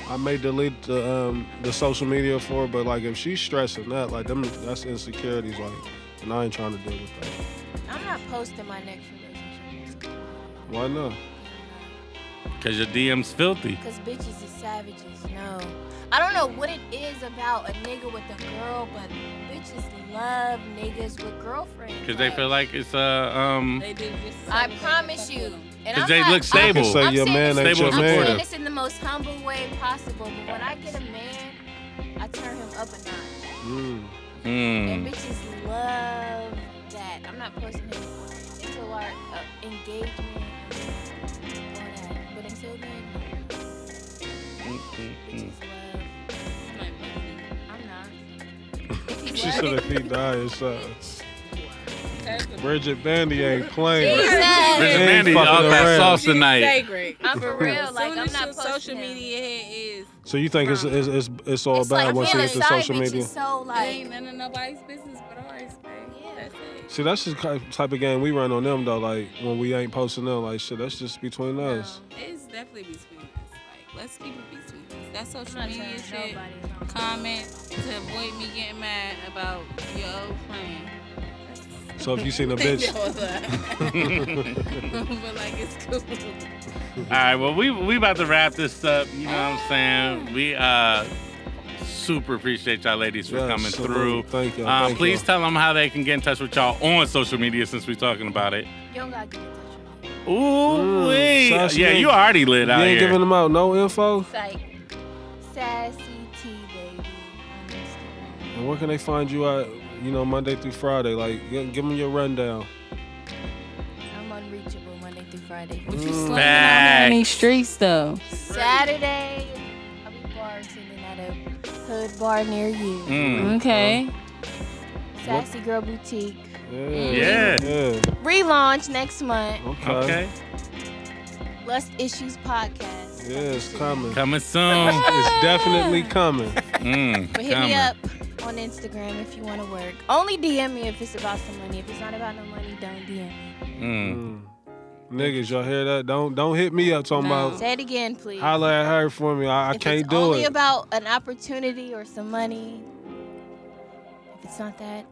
B: I may delete the um, the social media for her, but like if she's stressing that, like them, that's insecurities, like, and I ain't trying to deal with that.
G: I'm not posting my next relationship.
B: Why not?
A: Cause your DM's filthy.
G: Because bitches is savages, no. I don't know what it is about a nigga with a girl, but bitches love niggas with girlfriends.
A: Cause they feel like it's uh um
E: They do just so
G: I
E: they
G: promise
E: fuck
G: you.
E: with him.
G: and
A: 'Cause
G: I'm
A: they
G: not-
A: look
G: I'm-
B: I can
A: Stable.
B: say
G: I'm
B: your
G: saying
B: man
G: this-
B: ain't
A: Stable
B: your
A: and
G: I'm saying
B: man.
A: supportive.
G: this in the most humble way possible, but when I get a man, I turn him up a notch.
B: Mm.
A: mm,
G: And bitches love not posting him until our uh, engagement. and all that. But until then, bitches love. I'm not. Bitches
B: She
G: love.
B: said if he died, it's uh, Bridget Bandy ain't playing.
A: Miss
B: Ain't
A: Mandy
B: fucking
A: off that
B: around.
A: sauce tonight.
E: Sacred.
G: I'm for real.
E: As
G: Like
E: soon
G: I'm
E: as
G: not
E: your
G: posting
E: social
G: him.
E: media hit is,
B: So you think it's it's it's, it's all
G: It's
B: bad
G: like
B: once you
G: being
B: get to
G: a side
B: social
G: bitch
B: media?
G: is so
E: it
G: like
E: ain't none of nobody's business but ours, babe.
G: Yeah.
E: That's it.
B: See, that's the ki- type of game we run on them though. Like when we ain't posting them, like shit, that's just between us.
E: It's definitely between us. Like, let's keep it between us. That's social
G: I'm not
E: media
G: trying
E: shit.
G: nobody. no.
E: Comment to avoid me getting mad about your old friend.
B: So if you seen a bitch,
E: but like, it's cool.
A: All right, well we we about to wrap this up. You know what I'm saying? We uh super appreciate y'all ladies for
B: yeah,
A: coming
B: so
A: through.
B: Thank you.
A: Uh,
B: thank
A: please
B: y'all.
A: tell them how they can get in touch with y'all on social media since we're talking about it.
G: You don't gotta get in touch with
A: Ooh,
G: me.
A: wee.
B: Sass
A: yeah,
B: Lee.
A: you already lit
B: You
A: out
B: ain't
A: here.
B: giving them out no info.
G: It's like sassy T baby on Instagram.
B: And where can they find you at? You know, Monday through Friday. Like, gi- give them your rundown.
G: I'm unreachable Monday through Friday.
E: What you
B: Mm.
E: slinging out here in these
A: Facts.
E: streets, though?
G: Saturday, I'll be bartending at a hood bar near you.
A: Mm.
E: Okay.
G: Sassy Girl Boutique.
B: Yeah.
A: Yeah.
B: Yeah.
G: Relaunch next month.
B: Okay.
A: Okay, Oh.
G: Lust Issues Podcast.
B: Yeah, it's coming.
A: coming soon.
B: It's definitely coming.
A: Mm,
G: But hit
A: coming.
G: me up on Instagram if you want to work. Only DM me if it's about some money. If it's not about no money, don't DM me.
A: Mm.
B: Mm. Niggas, y'all hear that? Don't don't hit me up talking
E: No.
B: about
G: Say it again, please.
B: holla at her for me. I, I
G: if
B: can't
G: it's
B: do
G: only
B: it.
G: about an opportunity or some money, if it's not that,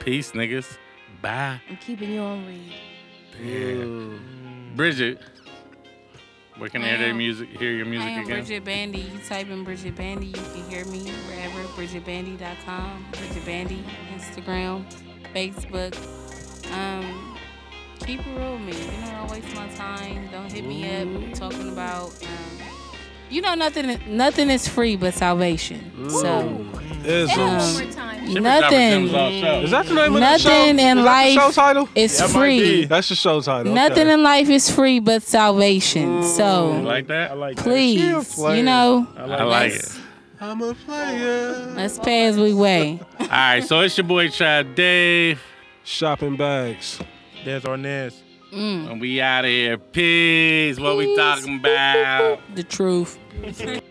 A: Peace, niggas. Bye.
G: I'm keeping you on read.
B: Mm.
A: Bridget, where can I hear their
E: Wow.
A: music? Hear your music
E: I am
A: again?
E: Bridget Bandy. You type in Bridget Bandy, you can hear me wherever. BridgetBandy.com, Bridget Bandy, Instagram, Facebook. Um, keep it real with me. You know, don't waste my time. Don't hit me
A: Mm-hmm.
E: up talking about. Um, you know, nothing. Nothing is free but salvation.
A: Mm.
E: So
B: Is,
E: Um,
G: One more time.
A: Shit, we dropping Tim's off
E: nothing,
A: show.
B: is that the name of the show?
E: Nothing in
B: Is that the show
E: life
B: title?
E: is
C: That might
E: free.
C: be.
B: That's the show title.
E: Nothing
B: Okay.
E: in life is free but salvation.
A: Mm. You
E: So
A: like
C: I
A: that?
C: like that.
B: She'll
E: please,
B: play.
E: you know,
C: I
A: I like
E: let's-
A: it.
B: I'm a player.
E: Let's pay as we weigh.
A: All right, so it's your boy Chad Dave,
B: Shopping bags.
C: There's Arnaz.
E: Mm,
A: and we out of here. Peace. What we talking about?
E: the truth.